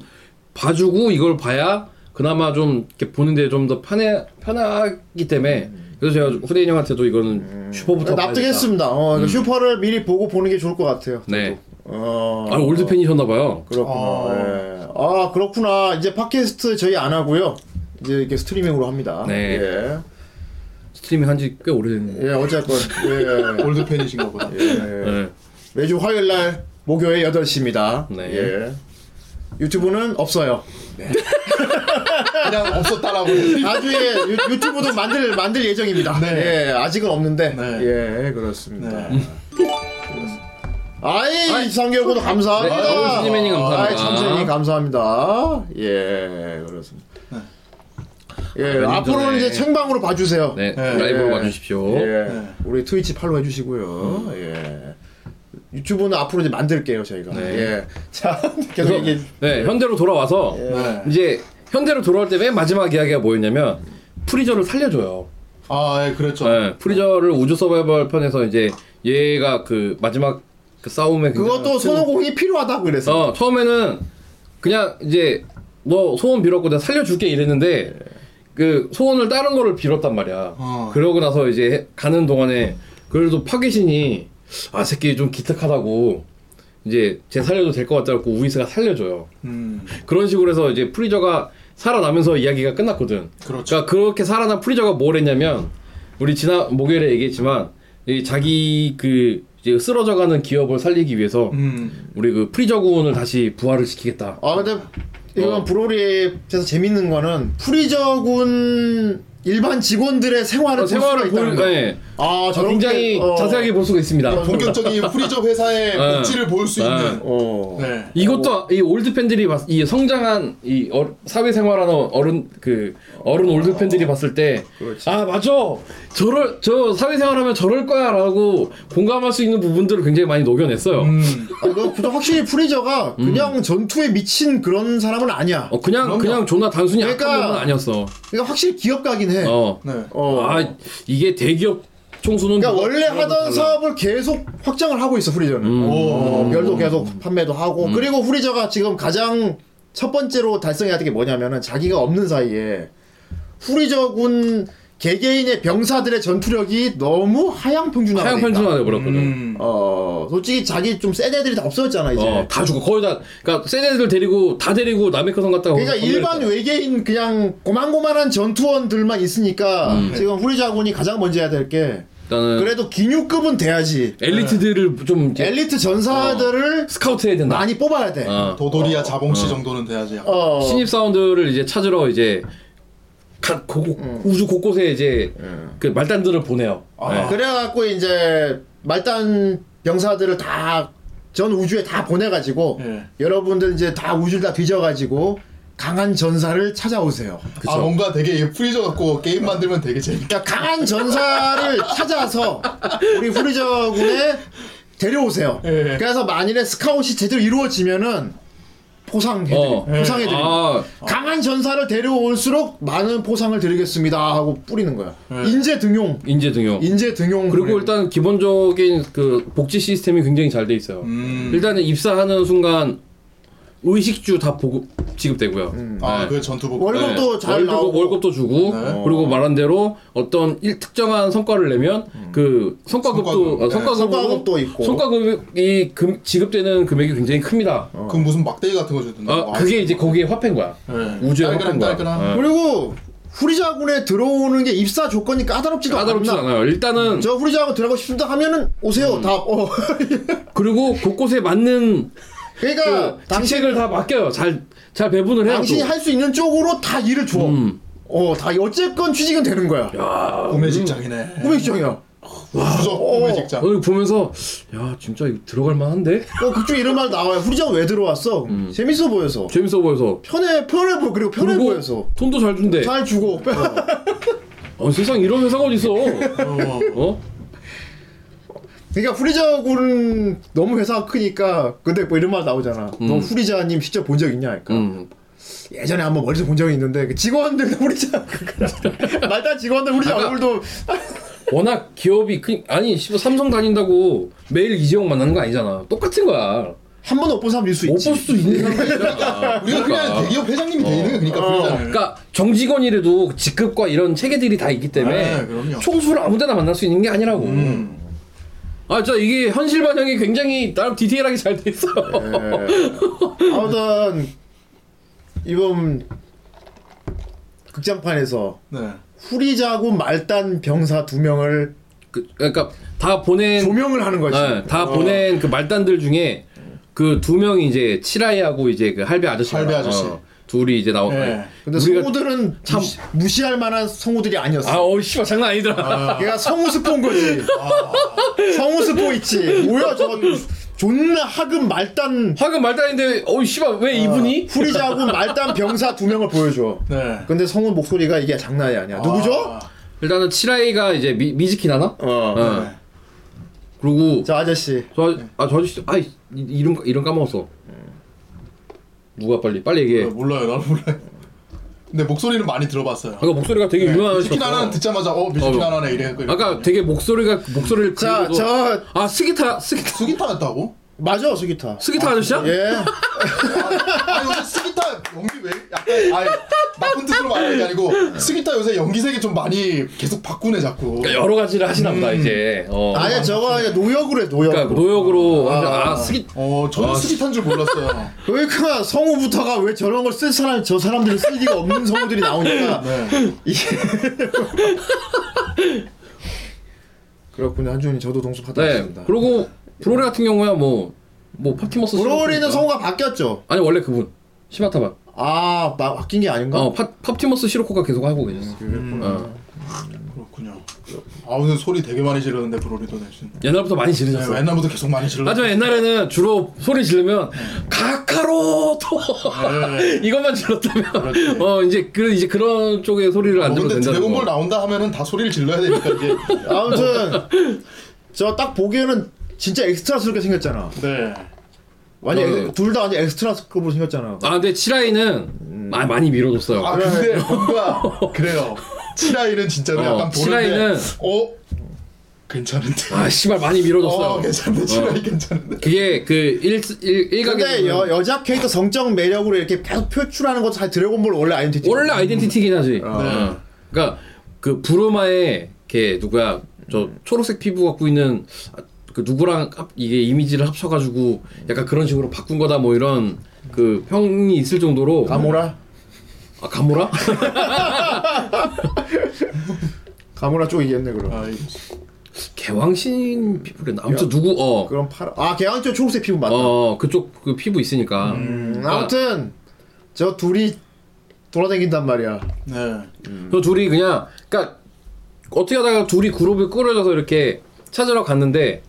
Speaker 4: 봐주고 이걸 봐야 그나마 좀 이렇게 보는데 좀 더 편해 편하기 때문에 그래서 제가 후대인 형한테도 이거는 슈퍼부터
Speaker 3: 음. 납득했습니다. 어, 그러니까 슈퍼를 미리 보고 보는 게 좋을 것 같아요.
Speaker 4: 봐야겠다. 음. 네.
Speaker 3: 어. 그렇죠.
Speaker 4: 아 올드 팬이셨나 봐요.
Speaker 3: 그렇구나.
Speaker 5: 아.
Speaker 3: 예. 아 그렇구나. 이제 팟캐스트 저희 안 하고요. 이제 이렇게 스트리밍으로 합니다.
Speaker 4: 네.
Speaker 3: 예.
Speaker 4: 스트리밍 한 지 꽤 오래됐네요.
Speaker 3: 예 어쨌건 예.
Speaker 5: 올드 팬이신가 보다
Speaker 3: 예.
Speaker 4: 네.
Speaker 3: 매주 화요일 날 목요일 8시입니다.
Speaker 4: 네.
Speaker 3: 예. 유튜브는 없어요.
Speaker 5: 그냥 없었다라고
Speaker 4: 예.
Speaker 5: 해요.
Speaker 3: 나중에 유, 유튜브도 만들 만들 예정입니다.
Speaker 5: 네.
Speaker 3: 예, 아직은 없는데.
Speaker 5: 네.
Speaker 3: 예, 그렇습니다.
Speaker 5: 네.
Speaker 4: 음.
Speaker 3: 아이, 상개구도
Speaker 4: 네, 어우,
Speaker 3: 감사합니다.
Speaker 4: 스님님
Speaker 3: 아이,
Speaker 4: 감사합니다.
Speaker 3: 참선님 감사합니다. 예, 그렇습니다. 예,
Speaker 4: 네. 아,
Speaker 3: 앞으로는
Speaker 4: 네.
Speaker 3: 이제 생방으로 봐주세요.
Speaker 4: 네,
Speaker 5: 네.
Speaker 4: 라이브로 봐주십시오.
Speaker 3: 예,
Speaker 5: 네.
Speaker 3: 우리 트위치 팔로 해주시고요. 예. 유튜브는 앞으로 이제 만들게요 저희가.
Speaker 4: 음. 네.
Speaker 3: 예. 자 [LAUGHS] 계속
Speaker 4: 그래서
Speaker 3: 이게
Speaker 4: 네, 현대로 돌아와서
Speaker 3: 예.
Speaker 5: 네.
Speaker 4: 이제 현대로 돌아올 때 맨 마지막 이야기가 뭐였냐면 프리저를 살려줘요.
Speaker 5: 아, 예, 그랬죠.
Speaker 4: 네, 프리저를 우주 서바이벌 편에서 이제 얘가 그 마지막 그 싸움에
Speaker 3: 그것도 손오공이 필요하다 그래서.
Speaker 4: 어 처음에는 그냥 이제 너 소원 빌었고 내가 살려줄게 이랬는데 그 소원을 다른 거를 빌었단 말이야.
Speaker 5: 어.
Speaker 4: 그러고 나서 이제 가는 동안에 그래도 파괴신이 아 새끼 좀 기특하다고 이제 쟤 살려도 될 것 같다고 우이스가 살려줘요.
Speaker 5: 음,
Speaker 4: 그런 식으로 해서 이제 프리저가 살아나면서 이야기가 끝났거든.
Speaker 5: 그렇죠.
Speaker 4: 그러니까 그렇게 살아난 프리저가 뭘 했냐면 우리 지난 목요일에 얘기했지만 이 자기 그 이제 쓰러져가는 기업을 살리기 위해서
Speaker 5: 음,
Speaker 4: 우리 그 프리저군을 다시 부활을 시키겠다.
Speaker 3: 아 근데 이건
Speaker 4: 어.
Speaker 3: 브로리에서 재밌는 거는 프리저군 일반 직원들의 생활을
Speaker 4: 어,
Speaker 3: 볼 수가
Speaker 4: 생활을
Speaker 3: 있다는
Speaker 4: 보는
Speaker 3: 거.
Speaker 4: 네.
Speaker 3: 아 저렇게
Speaker 4: 굉장히
Speaker 3: 어.
Speaker 4: 자세하게 볼 수가 있습니다.
Speaker 5: 본격적인 프리저 회사의
Speaker 4: 네.
Speaker 5: 복지를 볼 수
Speaker 4: 네.
Speaker 5: 있는.
Speaker 3: 어.
Speaker 5: 네.
Speaker 4: 이것도 이 올드 팬들이 봤, 이 성장한 이 어, 사회생활하는 어른 그 어른 올드 팬들이 봤을 때 아 맞아 저럴 저 사회생활하면 저럴 거야라고 공감할 수 있는 부분들을 굉장히 많이 녹여냈어요.
Speaker 5: 음,
Speaker 3: 아, 그 그래도 확실히 프리저가 그냥 전투에 미친 그런 사람은 아니야.
Speaker 4: 음. 어 그냥
Speaker 5: 그럼요.
Speaker 4: 그냥 존나 단순히
Speaker 3: 그러니까-
Speaker 4: 악한 건 아니었어.
Speaker 3: 그러니까 확실히 기업가긴 해.
Speaker 4: 어.
Speaker 5: 네.
Speaker 3: 어.
Speaker 4: 아 이게 대기업 총수는
Speaker 3: 그러니까
Speaker 4: 누가-
Speaker 3: 원래
Speaker 4: 누가
Speaker 3: 하던
Speaker 4: 달라.
Speaker 3: 사업을 계속 확장을 하고 있어 프리저는.
Speaker 4: 음.
Speaker 3: 어, 별도 계속 판매도 하고 그리고 프리저가 지금 가장 첫 번째로 달성해야 될 게 뭐냐면은 자기가 없는 사이에 프리저군 개개인의 병사들의 전투력이 너무 하향 평준화가
Speaker 4: 하향
Speaker 3: 돼 있다.
Speaker 4: 편집만 해버렸거든.
Speaker 5: 음,
Speaker 3: 어 솔직히 자기 좀 센 애들이 다 없어졌잖아 이제.
Speaker 4: 어, 다 죽어. 거의 다, 그니까, 센 애들 데리고, 다 데리고, 남의커성 갔다가.
Speaker 3: 그러니까
Speaker 4: 건너갔다.
Speaker 3: 일반 외계인 그냥 고만고만한 전투원들만 있으니까
Speaker 4: 음.
Speaker 3: 지금 후리자군이 가장 먼저 해야 될 게
Speaker 4: 일단은,
Speaker 3: 그래도 기뉴급은 돼야지
Speaker 4: 엘리트들을 좀, 이제
Speaker 3: 엘리트 전사들을
Speaker 4: 스카우트 해야 된다.
Speaker 3: 많이 뽑아야 돼.
Speaker 4: 어.
Speaker 5: 도돌이야 자봉씨 정도는 돼야지. 약간.
Speaker 3: 어.
Speaker 4: 신입 사운드를 이제 찾으러, 이제, 각, 곳-
Speaker 3: 음.
Speaker 4: 우주 곳곳에 이제, 그 말단들을 보내요. 네.
Speaker 3: 아, 그래갖고 이제 말단 병사들을 다 전 우주에 다 보내가지고
Speaker 5: 예.
Speaker 3: 여러분들 이제 다 우주를 다 뒤져가지고 강한 전사를 찾아오세요.
Speaker 5: 아 뭔가 되게 이 프리저 갖고 게임 만들면 되게 재밌.
Speaker 3: 그러니까 강한 전사를 찾아서 우리 후리저 군에 데려오세요.
Speaker 5: 예.
Speaker 3: 그래서 만일에 스카웃이 제대로 이루어지면은 포상해드리고
Speaker 4: 어.
Speaker 3: 포상해드리고
Speaker 4: 아,
Speaker 3: 강한 전사를 데려올수록 많은 포상을 드리겠습니다 하고 뿌리는 거야. 인재 등용,
Speaker 4: 인재 등용.
Speaker 3: 인재 등용.
Speaker 4: 그리고 일단 기본적인 그 복지 시스템이 굉장히 잘 돼 있어요.
Speaker 3: 음.
Speaker 5: 음.
Speaker 4: 일단은 입사하는 순간 의식주 다 보급 지급되고요.
Speaker 5: 아
Speaker 3: 음.
Speaker 4: 네.
Speaker 5: 그 전투복.
Speaker 3: 월급도 잘
Speaker 4: 월급,
Speaker 3: 나오고
Speaker 4: 월급도 주고
Speaker 5: 네.
Speaker 4: 그리고 말한 대로 어떤 일, 특정한 성과를 내면
Speaker 3: 음.
Speaker 4: 그 성과급도
Speaker 5: 성과급.
Speaker 4: 어,
Speaker 5: 네,
Speaker 4: 성과급으로-
Speaker 3: 성과급도 있고.
Speaker 4: 성과급이 금- 지급되는 금액이 굉장히 큽니다. 어,
Speaker 5: 그 무슨 막대기 같은 거 주던데.
Speaker 3: 아,
Speaker 5: 와.
Speaker 4: 그게 이제 거기에 화폐인 거야.
Speaker 5: 네.
Speaker 4: 우주에
Speaker 5: 딸그랑
Speaker 4: 화폐인 거야.
Speaker 5: 딸그랑.
Speaker 3: 그리고 후리자군에 들어오는 게 입사 조건이 까다롭지도
Speaker 4: 까다롭지
Speaker 3: 않나.
Speaker 4: 않아요. 음. 일단은
Speaker 3: 저 후리자군 들어가고 싶다 하면은 오세요. 다 어. [LAUGHS]
Speaker 4: 그리고 곳곳에 맞는
Speaker 3: 그러니까
Speaker 4: 그
Speaker 3: 당신
Speaker 4: 직책을 다 맡겨요. 잘 잘 배분을 해요.
Speaker 3: 당신이
Speaker 4: 네, 또.
Speaker 3: 할 수 있는 쪽으로 다 일을 줘.
Speaker 4: 음.
Speaker 3: 어, 다 어쨌건 취직은 되는 거야.
Speaker 5: 구매 직장이네.
Speaker 3: 꿈의 시장이야. 어,
Speaker 5: 무적 구매 직장.
Speaker 4: 음. 어, 보면서 야 진짜 이거 들어갈 만한데
Speaker 3: 어, 극중 이런 말 나와요. 후리자군 왜 들어왔어? 재밌어 보여서.
Speaker 4: 재밌어 보여서
Speaker 3: 편해, 편해 보 그리고 편해
Speaker 4: 음. 그리고
Speaker 3: 보여서.
Speaker 4: 돈도 잘 준대.
Speaker 3: 잘 주고. [LAUGHS] 그러니까
Speaker 4: 어, 세상 이런 회사가 어디 있어? 어?
Speaker 3: 그러니까 후리자군은 너무 회사가 크니까 근데 뭐 이런 말 나오잖아. 너 후리자님 직접 본 적 있냐? 그러니까
Speaker 4: 음.
Speaker 3: 예전에 한번 머리서 본 적이 있는데 그 직원들 [LAUGHS] 후리자 말단 직원들 후리자
Speaker 4: 아까- [LAUGHS]
Speaker 3: 얼굴도
Speaker 4: 워낙 기업이 크 아니 씨발 삼성 다닌다고 매일 이재용 만나는 거 아니잖아. 똑같은 거야.
Speaker 3: 한 번도 못 본 사람도 있을 수
Speaker 4: 못
Speaker 3: 있지.
Speaker 4: 볼 수도 있는 사람이잖아.
Speaker 5: 우리가
Speaker 4: 어.
Speaker 5: 그냥 대기업 회장님이 돼 있는 거 그러니까
Speaker 3: 어.
Speaker 5: 프리저는.
Speaker 4: 그러니까 정직원이라도 직급과 이런 체계들이 다 있기 때문에
Speaker 5: 네, 그럼요. 음.
Speaker 4: 총수를 아무데나 만날 수 있는 게 아니라고. 아, 진짜 이게 현실 반영이 굉장히 나름 디테일하게 잘 돼 있어.
Speaker 5: 네.
Speaker 3: 예. 아무튼 이번 극장판에서
Speaker 5: 네.
Speaker 3: 후리자고 말단 병사 두 명을
Speaker 4: [LAUGHS] 그, 그러니까 다 보낸
Speaker 3: 조명을 하는 거지.
Speaker 4: 네, 다
Speaker 5: 어.
Speaker 4: 보낸 그 말단들 중에 그 두 명이 이제 칠하이하고 이제 그 할배 아저씨 어,
Speaker 5: 할배 아저씨.
Speaker 4: 둘이 이제 나온
Speaker 5: 네.
Speaker 3: 근데
Speaker 4: 우리가-
Speaker 3: 성우들은 참 무시, 할 만한 성우들이 아니었어.
Speaker 4: 아, 어, 씨발, 장난 아니더라.
Speaker 3: 걔가 성우 스포인 거지. 아, 성우 스포 있지. 뭐야 저거 존나 하급 말단
Speaker 4: [LAUGHS] 화금 말단인데, 어, 씨발,
Speaker 5: 아.
Speaker 4: 왜 이분이?
Speaker 3: 후리자고 말단 병사 두 명을 보여줘.
Speaker 5: 네.
Speaker 3: 근데 성우 목소리가 이게 장난이 아니야. 누구죠?
Speaker 5: 아, 어.
Speaker 4: 어.
Speaker 5: 네.
Speaker 4: 일단은 칠하이가 이제 미, 미즈키나나?
Speaker 3: 어.
Speaker 4: 어. 그리고
Speaker 3: 저 아저씨
Speaker 4: 저, 아, 저 아저씨, 아, 이름, 이름 까먹었어. 누가 빨리, 빨리 얘기해.
Speaker 3: 어.
Speaker 5: 네, 몰라요, 나는 몰라요. 근데 목소리는 많이 들어봤어요.
Speaker 4: 아까 목소리가 되게
Speaker 3: 네.
Speaker 4: 유명한 아저씨.
Speaker 5: 뮤직비디오 하나 듣자마자 어 뮤직비디오
Speaker 4: 어,
Speaker 5: 하나네 이래갖고
Speaker 4: 아까 되게 목소리가, 목소리를.
Speaker 3: 자
Speaker 4: 그리고도-
Speaker 3: 저
Speaker 4: 아, 스기타, 스기타,
Speaker 5: 수기타였다고?
Speaker 3: 맞아 수기타
Speaker 4: 스기타 아저씨야?
Speaker 3: 예
Speaker 5: 아 요새 수기타 연기 왜 약간 아니, 나쁜 뜻으로 말하는 게 아니고 수기타 요새 연기색이 좀 많이 계속 바꾸네 자꾸.
Speaker 4: 그러니까 여러 가지를 하시나 보다, 이제. 어.
Speaker 3: 음. 아니 예. 저거 아니야 노역으로 해 노역으로
Speaker 4: 그러니까 노역으로. 아, 스기,
Speaker 5: 어 저는 수기타인 줄 몰랐어요.
Speaker 3: 그러니까 성우부터가 왜 저런 걸 쓸 사람 저 사람들이 쓸 리가 없는 성우들이 [LAUGHS] 나오니까 이게 그렇군요 한준이 저도 동습하다
Speaker 4: 네. 그리고 브로리 같은 경우야, 뭐, 뭐, 파티머스.
Speaker 3: 브로리는
Speaker 4: 시로코니까.
Speaker 3: 성우가 바뀌었죠
Speaker 4: 아니, 원래 그분. 시마타바.
Speaker 3: 아 바, 바뀐 게 아닌가 음.
Speaker 4: 어, 파, 팝티머스 시로코가 계속 하고 계셨어. 어.
Speaker 5: 그렇군요. 아 오늘 소리 되게 많이 지르는데 브로리도 대신.
Speaker 4: 옛날부터 많이
Speaker 5: 네,
Speaker 4: 지르셨어.
Speaker 5: 옛날부터 계속 많이 질러.
Speaker 4: 하지만 옛날에는 주로 소리 지르면
Speaker 3: 네.
Speaker 4: 가카로토
Speaker 5: 네.
Speaker 4: [LAUGHS] 이것만 질렀다면 어 이제 그 이제 그런 쪽의
Speaker 3: 아,
Speaker 4: 소리를 안
Speaker 5: 뭐,
Speaker 4: 들어도
Speaker 5: 근데
Speaker 4: 된다는
Speaker 5: 드래곤볼
Speaker 4: 거.
Speaker 5: 나온다 하면은 다 소리를 질러야 되니까
Speaker 4: [LAUGHS]
Speaker 5: 이게.
Speaker 3: 아무튼 저 딱 보기에는 진짜 엑스트라스럽게 생겼잖아
Speaker 5: 네.
Speaker 3: 완전
Speaker 4: 네.
Speaker 3: 둘 다 완전 엑스트라급으로 생겼잖아
Speaker 4: 아 근데 치라이는
Speaker 3: 음.
Speaker 4: 마- 많이 밀어줬어요.
Speaker 5: 아 근데 뭔가 그래요. 치라이는 진짜로
Speaker 4: 어,
Speaker 5: 약간 보는데
Speaker 4: 치라이는-
Speaker 5: 어 괜찮은데.
Speaker 4: 아 씨발 많이 밀어줬어요.
Speaker 5: 어 괜찮은데 치라이
Speaker 4: 어.
Speaker 5: 괜찮은데.
Speaker 4: 그게 그일일
Speaker 3: 근데 여,
Speaker 4: 일각에
Speaker 3: 여자 캐릭터 성적 매력으로 이렇게 계속 표출하는 것도 사실 드래곤볼 원래 아이덴티티
Speaker 4: 원래 아이덴티티긴 하지. 어. 그러니까 그 부르마의 걔 누구야 저
Speaker 3: 음.
Speaker 4: 초록색 피부 갖고 있는 아, 그 누구랑 합- 이게 이미지를 합쳐가지고 약간 그런 식으로 바꾼 거다 뭐 이런 그 평이 있을 정도로
Speaker 3: 가모라
Speaker 4: 아 가모라? [LAUGHS]
Speaker 3: 가모라 쪽 얘기했네 그럼
Speaker 5: 아,
Speaker 4: 개왕신 피부랬나? 아무튼 누구 어.
Speaker 3: 그럼 파라 아 개왕초 초록색 피부 맞다
Speaker 4: 어 그쪽 그 피부 있으니까 그러니까
Speaker 3: 음, 아무튼 저 둘이 돌아다닌단 말이야
Speaker 5: 네.
Speaker 4: 그 둘이 그냥 그러니까 어떻게 하다가 둘이 그룹이 꾸려져서 이렇게 찾으러 갔는데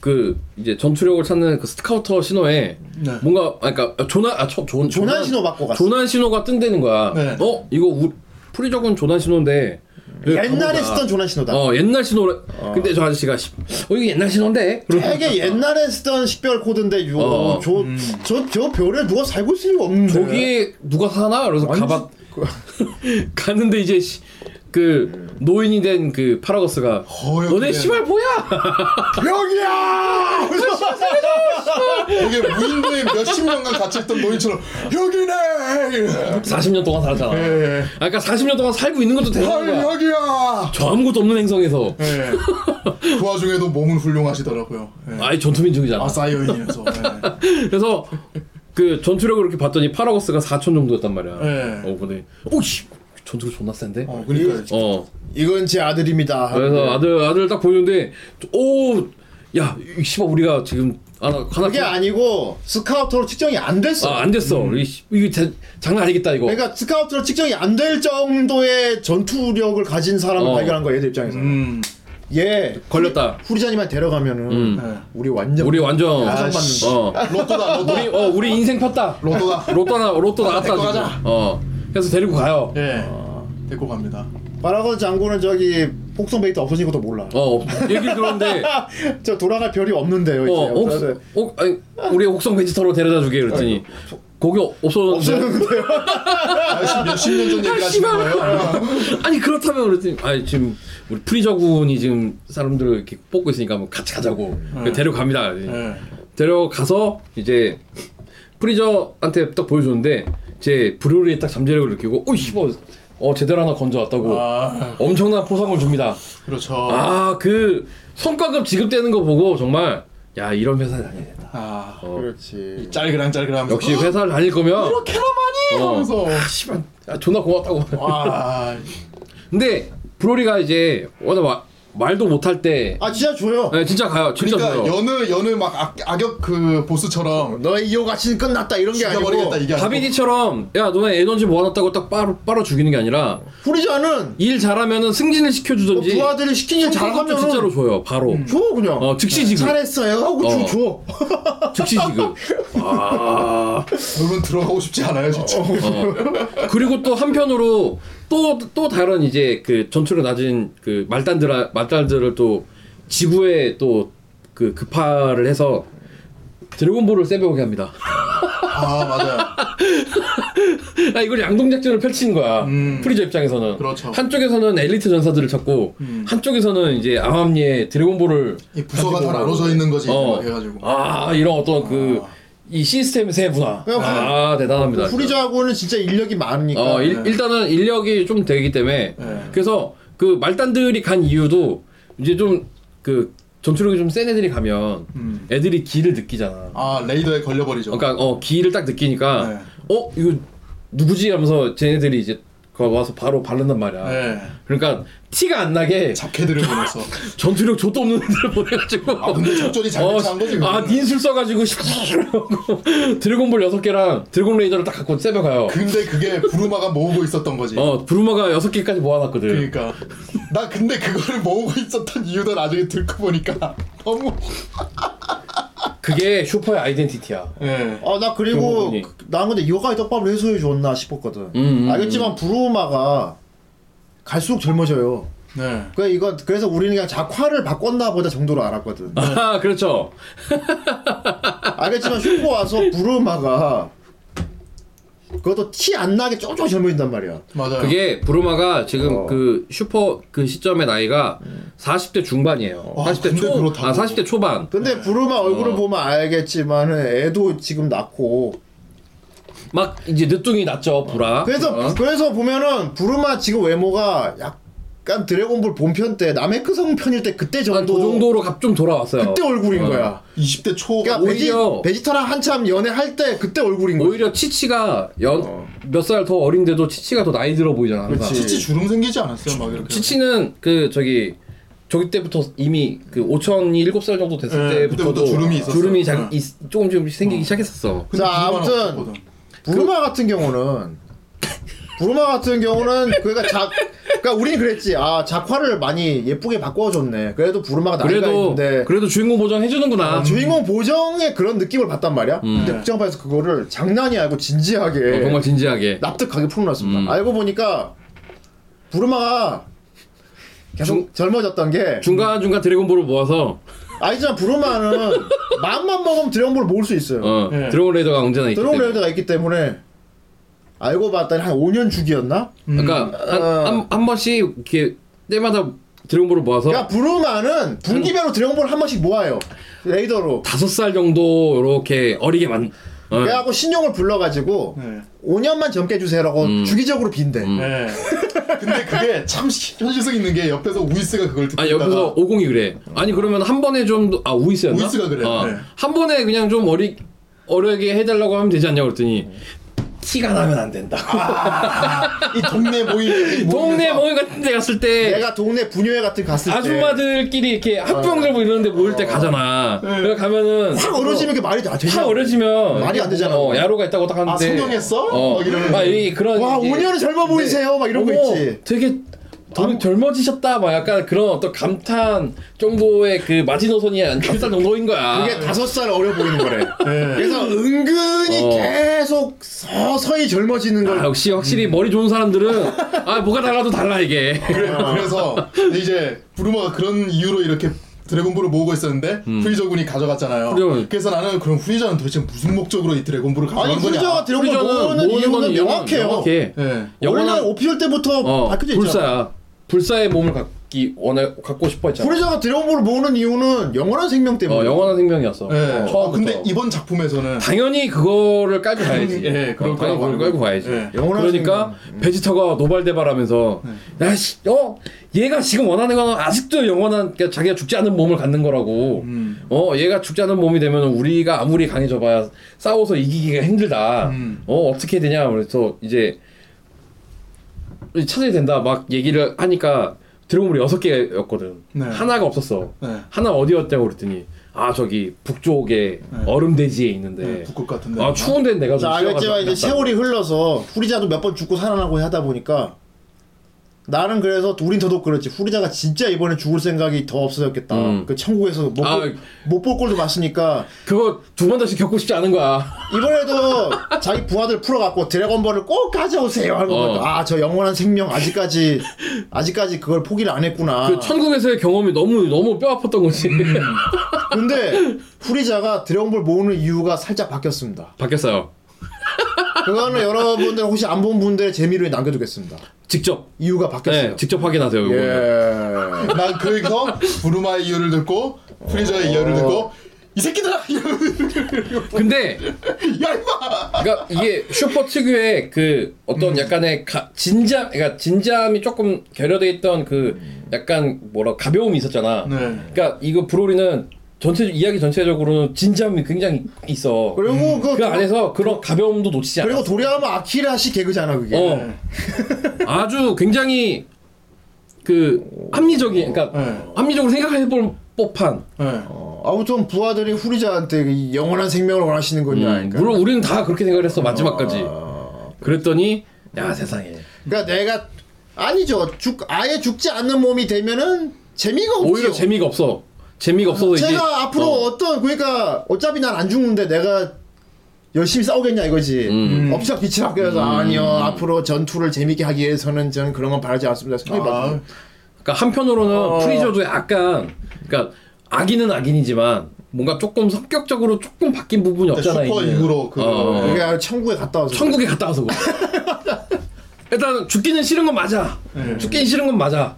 Speaker 4: 그 이제 전투력을 찾는 그 스카우터 신호에
Speaker 5: 네.
Speaker 4: 뭔가 아 그러니까 조난 아존
Speaker 3: 조난 신호 받고 갔어.
Speaker 4: 조난 신호가 뜬다는 거야.
Speaker 5: 네.
Speaker 4: 어 이거 우, 프리저군 조난 신호인데 여기
Speaker 3: 옛날에
Speaker 4: 가보자.
Speaker 3: 쓰던 조난 신호다
Speaker 4: 어 옛날 신호래. 근데 저 아저씨가 씨, 어 이거 옛날 신호인데. 그러고
Speaker 3: 되게 옛날에 쓰던 식별 코드인데
Speaker 4: 어.
Speaker 3: 요저저
Speaker 5: 음.
Speaker 3: 저 별에 누가 살고 있을 리가 없는데
Speaker 4: 저기에 누가 사나? 그래서
Speaker 3: 완전-
Speaker 4: 가봤 [LAUGHS] 갔는데 이제 씨- 그 노인이 된 그 파라거스가
Speaker 5: 어여,
Speaker 4: 너네
Speaker 5: 그래.
Speaker 4: 씨발 뭐야? [LAUGHS]
Speaker 5: 여기야!
Speaker 4: 뭐
Speaker 5: 이게 무인도에 몇십 년간 같이 있던 노인처럼 여기네!
Speaker 4: 40년 동안 살았잖아.
Speaker 5: 예.
Speaker 4: 아까 그러니까 40년 동안 살고 있는 것도 대단한
Speaker 5: 헐 네.
Speaker 4: 거야.
Speaker 5: 여기야!
Speaker 4: 저 아무것도 없는 행성에서 [LAUGHS]
Speaker 5: 예. 그 와중에도 몸은 훌륭하시더라고요. 예.
Speaker 4: 아예 전투민족이잖아.
Speaker 5: 아 사이어인이라서. 예.
Speaker 4: 그래서 그 전투력을 이렇게 봤더니 파라거스가 4천 정도였단 말이야.
Speaker 5: 네.
Speaker 4: 어 근데 오씨 전투력 존나 센데.
Speaker 5: 어, 그러니까
Speaker 4: 어.
Speaker 3: 이건 제 아들입니다 네.
Speaker 4: 그래서 아들 아들 딱 보이는데 오 야, 이 씨발 우리가 지금 하나 하나
Speaker 3: 그게 아니고 스카우터로 측정이 안 됐어
Speaker 4: 아, 안 됐어. 이 씨- 이거 대- 장난 아니겠다 이거.
Speaker 3: 그러니까 스카우트로 측정이 안 될 정도의 전투력을 가진 사람을
Speaker 4: 어.
Speaker 3: 발견한 거야 얘들 입장에서.
Speaker 5: 음.
Speaker 3: 얘
Speaker 4: 걸렸다.
Speaker 3: 후리자님한테 데려가면은
Speaker 4: 음.
Speaker 3: 우리 완전
Speaker 4: 우리 완전
Speaker 3: 가정 받는
Speaker 5: 아이씨.
Speaker 4: 어.
Speaker 5: 로또다 로또.
Speaker 4: 우리 어 우리 인생 폈다.
Speaker 5: 로또다.
Speaker 4: 로또 나 로또 나왔다
Speaker 5: 데리고
Speaker 4: 지금.
Speaker 5: 가자.
Speaker 4: 어. 그래서 데리고 가요.
Speaker 5: [LAUGHS] 예. 데리고 갑니다.
Speaker 3: 바라건 장군은 저기 폭성 베이트 없어진 것도 몰라.
Speaker 4: 어. 없- 얘기를 들었는데
Speaker 3: [LAUGHS] 저 돌아갈 별이 없는데요 이제.
Speaker 4: 어, 옥,
Speaker 3: 그래서
Speaker 4: 옥, 아니, 우리 옥성 베지터로 데려다 주게 그랬더니 거기 없- 없어졌는데
Speaker 3: 없어졌는데요.
Speaker 5: 아저씨 몇십 년 전 얘기를 하시는
Speaker 4: 씨발.
Speaker 5: 거예요?
Speaker 4: [LAUGHS] 아니 그렇다면 그랬더니 아니 지금 우리 프리저군이 지금 사람들을 이렇게 뽑고 있으니까 한번 같이 가자고
Speaker 5: 음.
Speaker 4: 그래서 데려갑니다
Speaker 5: 예.
Speaker 4: 데려가서 이제 프리저한테 딱 보여줬는데 제 브루리에 딱 잠재력을 느끼고 어 씨발 어 제대로 하나 건져왔다고
Speaker 5: 아
Speaker 4: 엄청난 포상을 줍니다
Speaker 5: 그렇죠.
Speaker 4: 아 그 성과급 지급되는 거 보고 정말 야 이런 회사 다녀야 된다
Speaker 5: 아.
Speaker 3: 그렇지.
Speaker 5: 짤그랑 짤그랑.
Speaker 4: 역시 회사를 다닐 거면
Speaker 5: 캐나마니
Speaker 4: 어.
Speaker 5: 하면서.
Speaker 3: 아,
Speaker 4: 씨발 야, 존나 고맙다고
Speaker 5: 아.
Speaker 4: 근데 브로리가 이제 워낙 마, 말도 못할 때
Speaker 3: 아 진짜 줘요.
Speaker 4: 네, 진짜 가요 진짜
Speaker 5: 그러니까
Speaker 4: 줘요
Speaker 5: 여느 여느 막 악, 악역 그 보스처럼
Speaker 3: 너의 이호 가치는 끝났다 이런 게 아니고
Speaker 5: 죽여버리겠다 이게 아니고
Speaker 4: 다비디처럼 야 너네 에너지 모아놨다고 딱 빨아, 빨아 죽이는 게 아니라
Speaker 3: 후리자는
Speaker 4: 일 잘하면 승진을
Speaker 3: 뭐
Speaker 4: 시켜주든지
Speaker 5: 어, 그
Speaker 3: 부하들이 시킨 일
Speaker 4: 잘하면
Speaker 3: 잘하면은
Speaker 4: 진짜로 줘요 바로
Speaker 3: 줘 그냥.
Speaker 4: 어, 즉시 지급.
Speaker 3: 잘했어요. 하고 줘
Speaker 4: 어.
Speaker 3: 줘.
Speaker 4: 즉시 지금 아
Speaker 5: 물론 들어가고 싶지 않아요 진짜
Speaker 4: 어. 그리고 또 한편으로 또 또 다른 이제 그 전투력 낮은 그 말단들 말단들을 또 지구에 또 그 급파를 해서 드래곤볼을 세배오게 합니다.
Speaker 5: 아 맞아요.
Speaker 4: [LAUGHS] 아 이걸 양동작전을 펼치는 거야.
Speaker 5: 음.
Speaker 4: 프리저 입장에서는
Speaker 5: 그렇죠. 음.
Speaker 4: 한쪽에서는 엘리트 전사들을 찾고 한쪽에서는 이제 암암리의 드래곤볼을
Speaker 5: 이 [LAUGHS] 부서가
Speaker 4: 가지고
Speaker 5: 다
Speaker 4: 오라고.
Speaker 5: 나눠져 있는 거지
Speaker 4: 어.
Speaker 5: 해가지고.
Speaker 4: 아 이런 어떤 그 이 시스템 세분화
Speaker 3: 그냥
Speaker 4: 아 대단합니다.
Speaker 5: 그
Speaker 3: 후리저하고는 진짜 인력이 많으니까.
Speaker 4: 어 일, 일단은 인력이 좀 되기 때문에
Speaker 5: 네.
Speaker 4: 그래서 그 말단들이 간 이유도 이제 좀 그 전투력이 좀 센 애들이 가면
Speaker 5: 음.
Speaker 4: 애들이 기를 느끼잖아.
Speaker 5: 아 레이더에 걸려버리죠.
Speaker 4: 그러니까 어 기를 딱 느끼니까
Speaker 5: 네.
Speaker 4: 어 이거 누구지 하면서 쟤네들이 이제 거 와서 바로 바른단 말이야.
Speaker 5: 네.
Speaker 4: 그러니까 티가 안 나게
Speaker 5: 잡캐들을 보내서.
Speaker 4: 전투력 좆도 없는 애들 보내가지고
Speaker 5: 아 근데 적절히 잘
Speaker 4: 어,
Speaker 5: 배치한 거지.
Speaker 4: 아
Speaker 5: 그거는.
Speaker 4: 닌술 써가지고 샥 드래곤볼 여섯 개랑 드래곤 레이더를 딱 갖고 세벼 가요.
Speaker 5: 근데 그게 부르마가 모으고 있었던 거지.
Speaker 4: 어 브루마가 여섯 개까지 모아놨거든.
Speaker 5: 그러니까 나 근데 그거를 모으고 있었던 이유도 나중에 듣고 보니까 [LAUGHS] 너무.
Speaker 4: 그게 슈퍼의 아이덴티티야.
Speaker 5: 예.
Speaker 3: 아, 나
Speaker 4: 그런
Speaker 3: 그리고
Speaker 4: 부분이.
Speaker 3: 그- 난 근데 여가의 떡밥을 해소해 줬나 싶었거든.
Speaker 4: 음, 음,
Speaker 3: 알겠지만 브루마가 갈수록 젊어져요.
Speaker 5: 네.
Speaker 3: 그래 이거 그래서 우리는 그냥 작화를 바꿨나 보다 정도로 알았거든.
Speaker 4: [LAUGHS]
Speaker 5: 네.
Speaker 4: 아 그렇죠.
Speaker 3: 알겠지만 슈퍼 와서 브루마가 그것도 티 안 나게 쪼쪼 젊어진단 말이야.
Speaker 5: 맞아요.
Speaker 4: 그게 브루마가 지금
Speaker 3: 어.
Speaker 4: 그 슈퍼 그 시점의 나이가 40대 중반이에요.
Speaker 5: 아,
Speaker 4: 40대
Speaker 5: 근데
Speaker 4: 초,
Speaker 5: 그렇다고.
Speaker 4: 아 40대 초반.
Speaker 3: 근데 브루마 얼굴을
Speaker 4: 어.
Speaker 3: 보면 알겠지만은 애도 지금 낳고
Speaker 4: 막 이제 늦둥이 났죠 보라.
Speaker 3: 그래서
Speaker 4: 어?
Speaker 3: 그래서 보면은 브루마 지금 외모가 약간 드래곤볼 본편 때 남해크 성편일 때 그때
Speaker 4: 한
Speaker 3: 정도
Speaker 4: 그 정도로 갑 좀 돌아왔어요.
Speaker 3: 그때 얼굴인
Speaker 4: 어.
Speaker 3: 거야.
Speaker 5: 20대 초.
Speaker 3: 그러니까 베지,
Speaker 4: 오히려-
Speaker 3: 베지터랑 한참 연애할 때 그때 얼굴인 거야.
Speaker 4: 오히려 치치가 연
Speaker 5: 어.
Speaker 4: 몇 살 더 어린데도 치치가 더 나이 들어 보이잖아. 항상.
Speaker 3: 그렇지.
Speaker 5: 치치 주름 생기지 않았어요, 막 이렇게.
Speaker 4: 치치는 그 저기 저기 때부터 이미 그 오천이 일곱 살 정도 됐을
Speaker 5: 네,
Speaker 4: 때부터도
Speaker 5: 그때부터 주름이 있었어요.
Speaker 4: 주름이 작-
Speaker 5: 네.
Speaker 4: 있- 조금 조금씩 생기기 시작했었어.
Speaker 5: 근데
Speaker 3: 자,
Speaker 5: 부르마는
Speaker 3: 아무튼.
Speaker 5: 없었거든.
Speaker 4: 그
Speaker 3: 브루마 같은 경우는 [LAUGHS] 브루마 같은 경우는 그러니까 작 그러니까 우린 그랬지. 아, 작화를 많이 예쁘게 바꿔 줬네. 그래도 브루마가 나이가
Speaker 4: 그래도
Speaker 3: 있는데 어,
Speaker 4: 그래도 주인공 보정 해주는구나.
Speaker 3: 주인공 보정의 그런 느낌을 받단 말이야. 근데 극장판에서 그거를 장난이 아니고 진지하게
Speaker 4: 음.
Speaker 5: 네.
Speaker 4: 어, 정말 진지하게.
Speaker 3: 납득하게 풀어놨습니다.
Speaker 4: 음.
Speaker 3: 알고 보니까 부르마가 계속
Speaker 4: 중-
Speaker 3: 젊어졌던 게
Speaker 4: 중간 중간 드래곤볼을 모아서
Speaker 3: 아니지만 부르마는 [LAUGHS] 마음만 먹으면 드래곤볼을 모을 수 있어요.
Speaker 4: 어,
Speaker 5: 네.
Speaker 4: 드래곤 레이더가 언제나 있기 때문에.
Speaker 3: 드래곤레드가 있기 때문에 알고 봤더니 한 5년 주기였나?
Speaker 4: 그러니까 한한 한, 한 번씩 이렇게 때마다 드래곤볼을 모아서
Speaker 3: 어. 그러니까 부르마는 분기별로 드래곤볼 한 번씩 모아요. 레이더로.
Speaker 4: 다섯 살 정도 이렇게 어리게만. 어.
Speaker 3: 그래갖고 신용을 불러가지고
Speaker 5: 네.
Speaker 3: 5년만 젊게 해주세요라고
Speaker 4: 음.
Speaker 3: 주기적으로 빈대.
Speaker 5: 네. 근데 그게 참 시- 현실성 있는 게 옆에서 우이스가 그걸 듣고
Speaker 4: 아
Speaker 5: 있다가
Speaker 4: 옆에서 오공이 그래. 아니 그러면 한 번에 좀 아 우이스였나?
Speaker 5: 우이스가 그래요.
Speaker 4: 어,
Speaker 5: 네.
Speaker 4: 한 번에 그냥 좀 어리 어려게 해달라고 하면 되지 않냐 그랬더니 티가 나면 안 된다.
Speaker 5: 이
Speaker 4: [LAUGHS]
Speaker 5: 동네 모임
Speaker 4: 동네 모임 같은 데 갔을 때
Speaker 3: 내가 동네 분유회 같은 거 갔을 때 확
Speaker 4: 아줌마들끼리 이렇게 학부형들 뭐 이런 데 모일 때 가잖아. 그래 가면은
Speaker 3: 어려지면 이게 말이 다 되냐?
Speaker 4: 확 어려지면
Speaker 3: 말이 안 되잖아.
Speaker 4: 어, 야로가 있다고 딱 하는데
Speaker 5: 아 성형했어?
Speaker 4: 어.
Speaker 5: 막 이러면서
Speaker 4: 아, 이 그런
Speaker 3: 와
Speaker 4: 이제
Speaker 3: 5년은 젊어 보이세요 막 이런 거
Speaker 4: 어머,
Speaker 3: 있지. 아, 뭐.
Speaker 4: 되게 돈이 젊어지셨다 막 약간 그런 어떤 감탄 정도의 그 마지노선이 한 감탄 정도인 거야.
Speaker 3: 그게 다섯 살 어려 보이는 거래.
Speaker 5: 네.
Speaker 3: 그래서 은근히
Speaker 4: 어.
Speaker 3: 계속 서서히 젊어지는 걸.
Speaker 4: 아, 역시
Speaker 3: 음.
Speaker 4: 확실히 머리 좋은 사람들은 아 뭐가 달라도 달라 이게.
Speaker 5: [LAUGHS] 그래서 이제 부르마가 그런 이유로 이렇게 드래곤볼을 모으고 있었는데
Speaker 4: 음.
Speaker 5: 후리저군이 가져갔잖아요.
Speaker 4: 후리저.
Speaker 5: 그래서 나는 그럼 후리저는 도대체 무슨 목적으로 이 드래곤볼을
Speaker 3: 아니
Speaker 5: 가져간 거냐?
Speaker 3: 후리저가 드래곤 모으는
Speaker 4: 모으는 건
Speaker 3: 이유는
Speaker 4: 이유는
Speaker 3: 명확해요.
Speaker 4: 명확해.
Speaker 5: 예.
Speaker 3: [LAUGHS] 원래
Speaker 4: 영원한
Speaker 3: 오피올 때부터
Speaker 4: 어,
Speaker 3: 밝혀져 있잖아.
Speaker 4: 불사야. 불사의 몸을 갖기 원해 갖고 싶어 했잖아.
Speaker 3: 후리저가 드래곤볼을 모으는 이유는 영원한 생명 때문에.
Speaker 4: 어, 영원한 생명이었어.
Speaker 5: 예.
Speaker 4: 어,
Speaker 5: 아,
Speaker 4: 처음부터.
Speaker 5: 근데 이번 작품에서는
Speaker 4: 당연히 그거를 깔고 가야지.
Speaker 5: 예, 네. 그럴
Speaker 4: 어, 당연히
Speaker 5: 거라고
Speaker 4: 그걸 깔고 가야지.
Speaker 5: 예.
Speaker 3: 영원한
Speaker 4: 그러니까
Speaker 5: 음.
Speaker 4: 베지터가 노발대발하면서
Speaker 5: 네.
Speaker 4: 야씨, 어, 얘가 지금 원하는 건 아직도 영원한 그러니까 자기가 죽지 않은 몸을 갖는 거라고.
Speaker 5: 음.
Speaker 4: 어, 얘가 죽지 않은 몸이 되면 우리가 아무리 강해져봐야 싸워서 이기기가 힘들다.
Speaker 5: 음.
Speaker 4: 어, 어떻게 되냐? 그래서 이제 찾아야 된다. 막 얘기를 하니까 드래곤볼이 여섯 개였거든.
Speaker 5: 네.
Speaker 4: 하나가 없었어.
Speaker 5: 네.
Speaker 4: 하나 어디였냐고 그랬더니 아 저기 북쪽에 얼음대지에 있는데
Speaker 5: 네, 북극 같은데.
Speaker 4: 아 추운 데는 내가 좀
Speaker 3: 자,
Speaker 4: 쉬어가지고
Speaker 3: 알겠지만 이제
Speaker 4: 갔다.
Speaker 3: 세월이 흘러서 후리자도 몇 번 죽고 살아나고 하다 보니까 나는 그래서 우린 더더욱 그렇지 후리자가 진짜 이번에 죽을 생각이 더 없어졌겠다
Speaker 4: 음.
Speaker 3: 그 천국에서
Speaker 4: 아.
Speaker 3: 못볼 꼴도 봤으니까
Speaker 4: 그거 두 번 다시 겪고 싶지 않은 거야.
Speaker 3: 이번에도 자기 부하들 풀어갖고 드래곤볼을 꼭 가져오세요 하는
Speaker 4: 어.
Speaker 3: 거 보니까 아저 영원한 생명 아직까지 아직까지 그걸 포기를 안 했구나
Speaker 4: 그 천국에서의 경험이 너무 너무 뼈 아팠던 거지.
Speaker 5: 음.
Speaker 3: 근데 후리자가 드래곤볼 모으는 이유가 살짝 바뀌었습니다
Speaker 4: [LAUGHS] 바뀌었어요.
Speaker 3: 그거는 여러분들 혹시 안 본 분들의 재미로 남겨두겠습니다
Speaker 4: 직접.
Speaker 3: 이유가
Speaker 4: 네, 뭐.
Speaker 3: 바뀌었어요
Speaker 4: 직접 확인하세요. 이거.
Speaker 3: 예.
Speaker 5: 난 아, 그래서 부르마의 이유를 듣고
Speaker 4: 어.
Speaker 5: 프리저의 이유를 듣고 이 새끼들아!
Speaker 4: 근데
Speaker 5: [LAUGHS] 야 임마!
Speaker 4: 그러니까 이게 슈퍼 특유의 그 어떤
Speaker 5: 음.
Speaker 4: 약간의 가, 진지함, 그러니까 진지함이 조금 결여돼 있던 그 약간 뭐라 가벼움이 있었잖아.
Speaker 5: 음. 네.
Speaker 4: 그러니까 이거 브로리는 전체 이야기 전체적으로는 진지함이 굉장히 있어. 그
Speaker 3: 그리고 그,
Speaker 4: 안에서 그런 가벼움도 놓치지 않아.
Speaker 3: 그리고 도리하면 아키라시 개그잖아 그게
Speaker 4: 어. 아주 굉장히 그 합리적인, 그러니까
Speaker 5: 네.
Speaker 4: 합리적으로 생각해볼 법한.
Speaker 5: 네.
Speaker 3: 어, 아무튼 부하들이 후리자한테 이 영원한 생명을 원하시는 건냐 그러니까.
Speaker 4: 음, 물론 우리는 다 그렇게 생각했어 마지막까지. 그랬더니 야 세상에
Speaker 3: 그러니까 내가 아니죠. 죽 아예 죽지 않는 몸이 되면은 재미가 없죠.
Speaker 4: 오히려 재미가 없어. 재미가 없어서 이제
Speaker 3: 제가 앞으로
Speaker 4: 어.
Speaker 3: 어. 떤 그러니까 어차피 난 안 죽는데 내가 열심히 싸우겠냐 이거지.
Speaker 4: 음.
Speaker 3: 업적 기치라 그래서 아니요 앞으로 전투를 재밌게 하기 위해서는 저는 그런 건 바라지 않습니다. 소리
Speaker 5: 아,
Speaker 3: 받고.
Speaker 4: 그러니까 한편으로는 프리저도 약간 그러니까 악인은 악인이지만 뭔가 조금 성격적으로 조금 바뀐 부분이 없잖아
Speaker 5: 슈퍼
Speaker 4: 이제.
Speaker 5: 이후로 그
Speaker 4: 어.
Speaker 3: 그게 아니라 천국에 갔다 와서.
Speaker 4: 천국에 갔다 와서 그래. 일단 죽기는 싫은 건 맞아. 죽기는 싫은 건 맞아.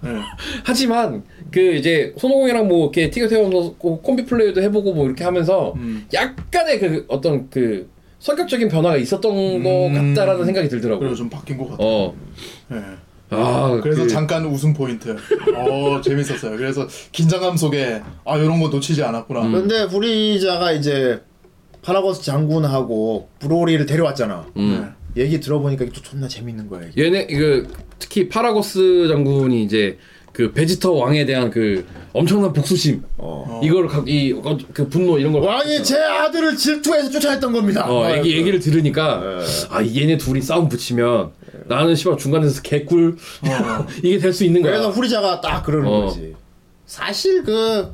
Speaker 4: 하지만 그 이제 손오공이랑 뭐 이렇게 티격 세우면서 콤비 플레이도 해보고 뭐 이렇게 하면서 약간의 그 어떤 그 성격적인 변화가 있었던 것 같다라는 생각이 들더라고.
Speaker 5: 그리고 좀 바뀐 것 같아. 요
Speaker 4: 어. 아
Speaker 5: 그래서
Speaker 4: 그-
Speaker 5: 잠깐 웃음 포인트. 어 재밌었어요. 그래서 긴장감 속에 아 이런 거 놓치지 않았구나.
Speaker 4: 음.
Speaker 3: 근데 후리자가 이제 파라거스 장군하고 브로리를 데려왔잖아. 네.
Speaker 4: 음.
Speaker 3: 얘기 들어보니까 이게 또 존나 재밌는 거야. 이게.
Speaker 4: 얘네 이거 특히 파라고스 장군이 이제 그 베지터 왕에 대한 그 엄청난 복수심
Speaker 3: 어.
Speaker 4: 이걸 이그 분노 이런 걸
Speaker 3: 왕이 제 아들을 질투해서 쫓아냈던 겁니다.
Speaker 4: 어,
Speaker 3: 아,
Speaker 4: 얘기, 얘기를 들으니까 아 얘네 둘이 싸움 붙이면 나는 씨발 중간에서 개꿀 [LAUGHS] 이게 될 수 있는 거야.
Speaker 3: 어. 그래서 후리자가 딱 그러는
Speaker 4: 어.
Speaker 3: 거지. 사실 그,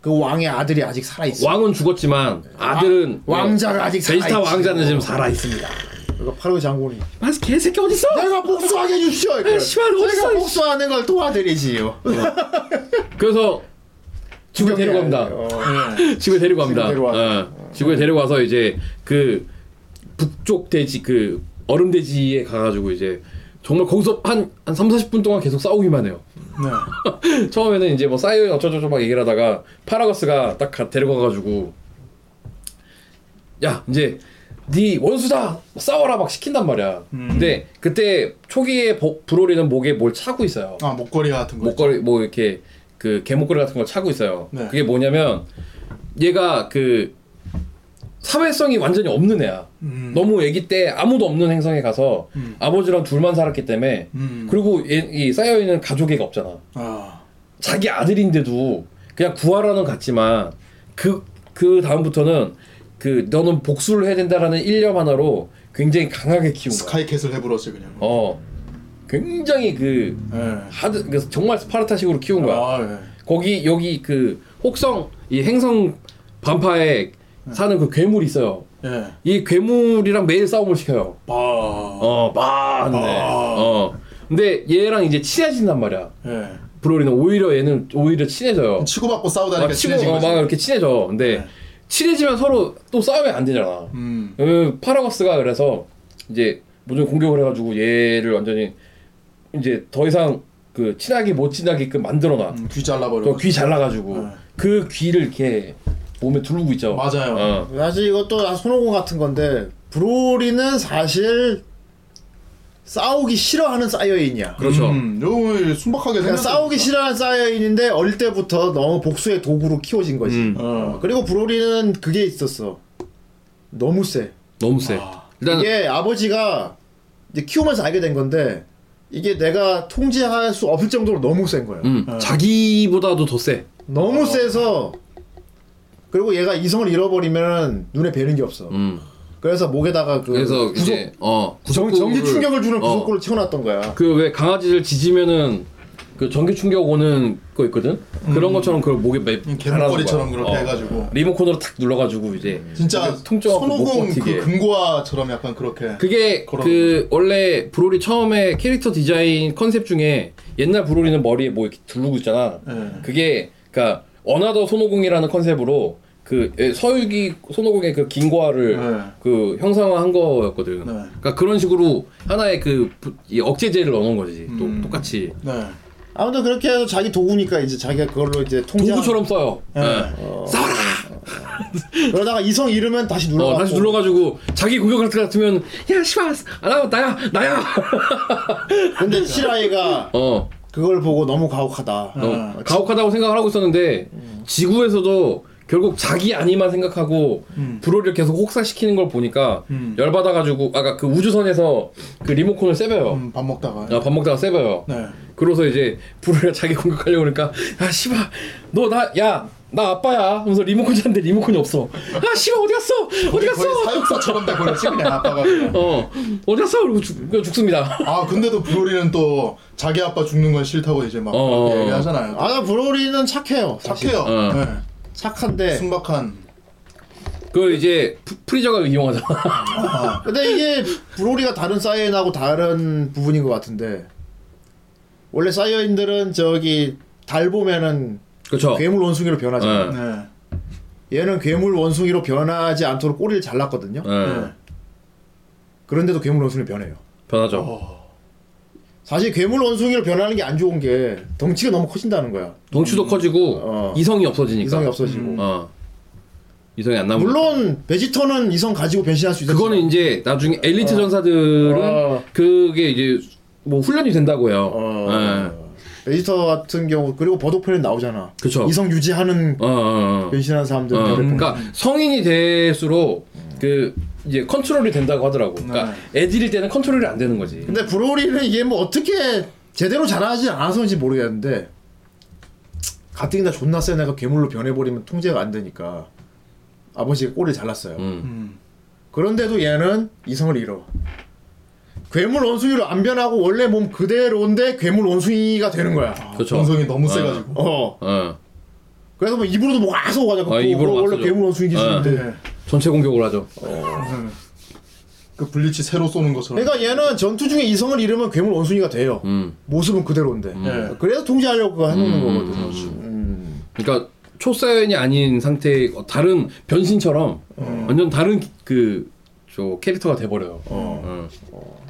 Speaker 3: 그 왕의 아들이 아직 살아있어.
Speaker 4: 왕은 죽었지만 아들은
Speaker 3: 왕자가 아직
Speaker 4: 베지타
Speaker 3: 살아있지.
Speaker 4: 왕자는 지금 살아 있습니다.
Speaker 3: 그러니까 파로 장군이.
Speaker 4: 아 개새끼 어디 있어?
Speaker 3: 내가 복수하게 해주시오! 이거.
Speaker 4: 씨발,
Speaker 3: 제가
Speaker 4: 어딨어,
Speaker 3: 복수하는 걸 도와드리지요.
Speaker 4: 네. 그래서 지구에 데리고 갑니다.
Speaker 3: 어.
Speaker 4: 지구에 데리고 갑니다.
Speaker 3: 지구에 데리고 와서.
Speaker 4: 어, 지구에 데리고 와서 이제 그 북쪽 대지 그 얼음 대지에 가가지고 이제 정말 거기서 한한 3, 40분 동안 계속 싸우기만 해요. [LAUGHS]
Speaker 5: 네.
Speaker 4: 처음에는 이제 뭐 사이언 어쩌저쩌 막 얘기를 하다가 파라거스가 딱 가- 데리고 가가지고 야 이제 네 원수다 싸워라 막 시킨단 말이야. 근데 그때 초기에 보- 브로리는 목에 뭘 차고 있어요.
Speaker 5: 아 목걸이 같은 거.
Speaker 4: 목걸이 뭐 이렇게 그 개목걸이 같은 걸 차고 있어요.
Speaker 5: 네.
Speaker 4: 그게 뭐냐면 얘가 그 사회성이 완전히 없는 애야.
Speaker 5: 음.
Speaker 4: 너무 아기 때 아무도 없는 행성에 가서 아버지랑 둘만 살았기 때문에
Speaker 5: 음.
Speaker 4: 그리고 얘- 이 쌓여 있는 가족애가 없잖아.
Speaker 5: 아.
Speaker 4: 자기 아들인데도 그냥 구하라는 갔지만 그, 그 다음부터는 그 너는 복수를 해야 된다라는 일념 하나로 굉장히 강하게 키운 거야.
Speaker 5: 스카이캐슬 해부러지 그냥.
Speaker 4: 어. 굉장히 그
Speaker 5: 네.
Speaker 4: 하드 그 정말 스파르타식으로 키운 거야.
Speaker 5: 아,
Speaker 3: 네.
Speaker 5: 예.
Speaker 4: 거기 여기 그 혹성 이 행성 반파에 사는 그 괴물이 있어요.
Speaker 5: 네. 예.
Speaker 4: 이 괴물이랑 매일 싸움을 시켜요.
Speaker 5: 바.
Speaker 4: 어, 맞네. 어. 근데 얘랑 이제 친해진단 말이야.
Speaker 5: 예.
Speaker 4: 브로리는 오히려 얘는 오히려 친해져요.
Speaker 5: 치고받고 싸우다니까
Speaker 4: 막 치고
Speaker 5: 친해진
Speaker 4: 어,
Speaker 5: 거지.
Speaker 4: 막 이렇게 친해져. 근데
Speaker 5: 네.
Speaker 4: 친해지면 서로 또 싸우면 안 되잖아.
Speaker 5: 음.
Speaker 4: 그 파라거스가 그래서 이제 모든 공격을 해가지고 얘를 완전히 이제 더 이상 그 친하게 못 친하게끔 만들어놔.
Speaker 5: 음, 귀 잘라버려.
Speaker 4: 그귀 잘라가지고
Speaker 5: 네.
Speaker 4: 그 귀를 이렇게 몸에 두르고 있죠.
Speaker 5: 맞아요.
Speaker 4: 어.
Speaker 3: 사실 이것도 손오공 같은 건데, 브로리는 사실 싸우기 싫어하는 사이어인이야.
Speaker 4: 그렇죠.
Speaker 5: 음, 너무 순박하게
Speaker 3: 그러니까
Speaker 5: 생각.
Speaker 3: 싸우기 싫어하는 사이어인인데 어릴 때부터 너무 복수의 도구로 키워진 거지.
Speaker 4: 음.
Speaker 5: 어.
Speaker 3: 그리고 브로리는 그게 있었어. 너무 세.
Speaker 4: 너무 세.
Speaker 5: 아,
Speaker 4: 일단
Speaker 3: 이게 아버지가 이제 키우면서 알게 된 건데 이게 내가 통제할 수 없을 정도로 너무 센 거야.
Speaker 4: 음,
Speaker 5: 네.
Speaker 4: 어. 자기보다도 더 세.
Speaker 3: 너무 세서 그리고 얘가 이성을 잃어버리면 눈에 뵈는 게 없어.
Speaker 4: 음.
Speaker 3: 그래서 목에다가 그
Speaker 4: 그래서
Speaker 3: 구속
Speaker 4: 이제 어
Speaker 3: 정,
Speaker 4: 구속구를-
Speaker 3: 전기 충격을 주는
Speaker 4: 어,
Speaker 3: 구속구를 채워놨던 거야.
Speaker 4: 그 왜 강아지들 지지면은 그 전기 충격 오는 거 있거든. 그런 것처럼 그걸 목에 맵
Speaker 5: 음.
Speaker 4: 달아놓은
Speaker 5: 개목걸이처럼 그렇게
Speaker 4: 거야. 어.
Speaker 5: 해가지고
Speaker 4: 리모컨으로 탁 눌러가지고 이제
Speaker 5: 진짜
Speaker 4: 그게 통증하고 못
Speaker 5: 손오공
Speaker 4: 버티게.
Speaker 5: 그 금고아처럼 약간 그렇게
Speaker 4: 그게
Speaker 5: 그런
Speaker 4: 그 원래 브로리 처음에 캐릭터 디자인 컨셉 중에 옛날 브로리는 머리에 뭐 이렇게 두르고 있잖아.
Speaker 5: 예.
Speaker 4: 그게 그러니까 어나더 손오공이라는 컨셉으로 그 예, 서유기 손오공의 그 긴고아를
Speaker 5: 네.
Speaker 4: 그 형상화한 거였거든. 그러니까 그런 식으로 하나의 그 부- 이 억제제를 넣어놓은 거지. 또 똑같이
Speaker 5: 네.
Speaker 3: 아무튼 그렇게 해서 자기 도구니까 이제 자기가 그걸로 이제 통제하고
Speaker 4: 도구처럼 써요. 예. 싸워라.
Speaker 3: 그러다가 이성 잃으면 다시 눌러
Speaker 4: 어, 다시 눌러가지고 자기 공격할 것 같으면 야 씨발 안 하면 나야 나야. [LAUGHS]
Speaker 3: 근데 실아이가
Speaker 4: 어.
Speaker 3: 그걸 보고 너무 가혹하다.
Speaker 5: 아,
Speaker 4: 어, 가혹하다고 생각을 하고 있었는데
Speaker 5: 음.
Speaker 4: 지구에서도 결국 자기 아니만 생각하고
Speaker 5: 음.
Speaker 4: 브로리를 계속 혹사시키는 걸 보니까 열받아가지고 아까 그 우주선에서 그 리모컨을 세벼요.
Speaker 5: 음, 밥 먹다가
Speaker 4: 아, 밥 먹다가 세벼요.
Speaker 5: 네.
Speaker 4: 그러고서 이제 브로리가 자기 공격하려고 그러니까 아 씨발 너 나 야 나 아빠야 하면서 리모컨 찾는데 리모컨이 없어. 아 씨발 어디 갔어? 어디 갔어?
Speaker 5: 거의 사육사처럼 돼 버렸지 그냥 아빠가 그냥.
Speaker 4: 어 어디 갔어? 그리고 죽, 그냥 죽습니다.
Speaker 5: 아 근데도 브로리는 또 자기 아빠 죽는 건 싫다고 이제 막
Speaker 4: 어.
Speaker 5: 그렇게 얘기하잖아요
Speaker 3: 아, 브로리는 착해요. 사실.
Speaker 5: 착해요
Speaker 4: 어.
Speaker 5: 네.
Speaker 3: 착한데.
Speaker 5: 순박한
Speaker 4: 그 이제 프- 프리저가 이용하잖아. [LAUGHS]
Speaker 3: 근데 이게 브로리가 다른 사이언하고 다른 부분인 것 같은데. 원래 사이언들은 저기 달 보면은
Speaker 4: 그렇죠.
Speaker 3: 괴물 원숭이로 변하잖아.
Speaker 4: 네.
Speaker 5: 네.
Speaker 3: 얘는 괴물 원숭이로 변하지 않도록 꼬리를 잘랐거든요.
Speaker 4: 예,
Speaker 3: 그런데도 괴물 원숭이로 변해요.
Speaker 4: 변하죠.
Speaker 3: 사실 괴물 원숭이로 변하는 게 안 좋은 게 덩치가 너무 커진다는 거야.
Speaker 4: 동치도 커지고
Speaker 3: 어.
Speaker 4: 이성이 없어지니까.
Speaker 3: 이성이 없어지고.
Speaker 4: 어. 이성이 안 남고.
Speaker 3: 물론 베지터는 이성 가지고 변신할 수 있어.
Speaker 4: 그거는 이제 나중에 엘리트 전사들은
Speaker 3: 어.
Speaker 4: 그게 이제 뭐 훈련이 된다고 해요.
Speaker 3: 어.
Speaker 4: 예.
Speaker 3: 베지터 같은 경우 그리고 버독팬에 나오잖아.
Speaker 4: 그쵸.
Speaker 3: 이성 유지하는
Speaker 4: 어, 어, 어.
Speaker 3: 변신한 사람들.
Speaker 4: 어,
Speaker 3: 어.
Speaker 4: 그러니까 성인이 될수록 그 이제 컨트롤이 된다고 하더라고. 그러니까 애들일 때는 컨트롤이 안 되는 거지.
Speaker 3: 네. 근데 브로리는 이게 뭐 어떻게 제대로 자라지 않아서인지 모르겠는데 가뜩이나 존나 센 애가 괴물로 변해버리면 통제가 안 되니까 아버지가 꼬리를 잘랐어요.
Speaker 4: 음.
Speaker 3: 그런데도 얘는 이성을 잃어. 괴물 원숭이로 안 변하고 원래 몸 그대로인데 괴물 원숭이가 되는 거야.
Speaker 4: 그렇죠.
Speaker 5: 동성이 너무 세가지고
Speaker 3: 어.
Speaker 4: 어.
Speaker 3: 그래서 뭐 입으로도 뭐 와서 가자고. 뭐
Speaker 4: 아, 입으로
Speaker 3: 원래
Speaker 4: 와서죠.
Speaker 3: 괴물 원숭이 기술인데.
Speaker 5: 네.
Speaker 4: 전체 공격을 하죠.
Speaker 5: 그 블리치 새로 쏘는 것처럼
Speaker 3: 그러니까 얘는 전투 중에 이성을 잃으면 괴물 원숭이가 돼요.
Speaker 4: 음.
Speaker 3: 모습은 그대로인데.
Speaker 5: 네.
Speaker 3: 그래서 통제하려고 그거 해놓는
Speaker 4: 음,
Speaker 3: 거거든.
Speaker 4: 그러니까 초사연이 아닌 상태 의 다른 변신처럼
Speaker 3: 어.
Speaker 4: 완전 다른 그 저 캐릭터가 돼버려요. 어.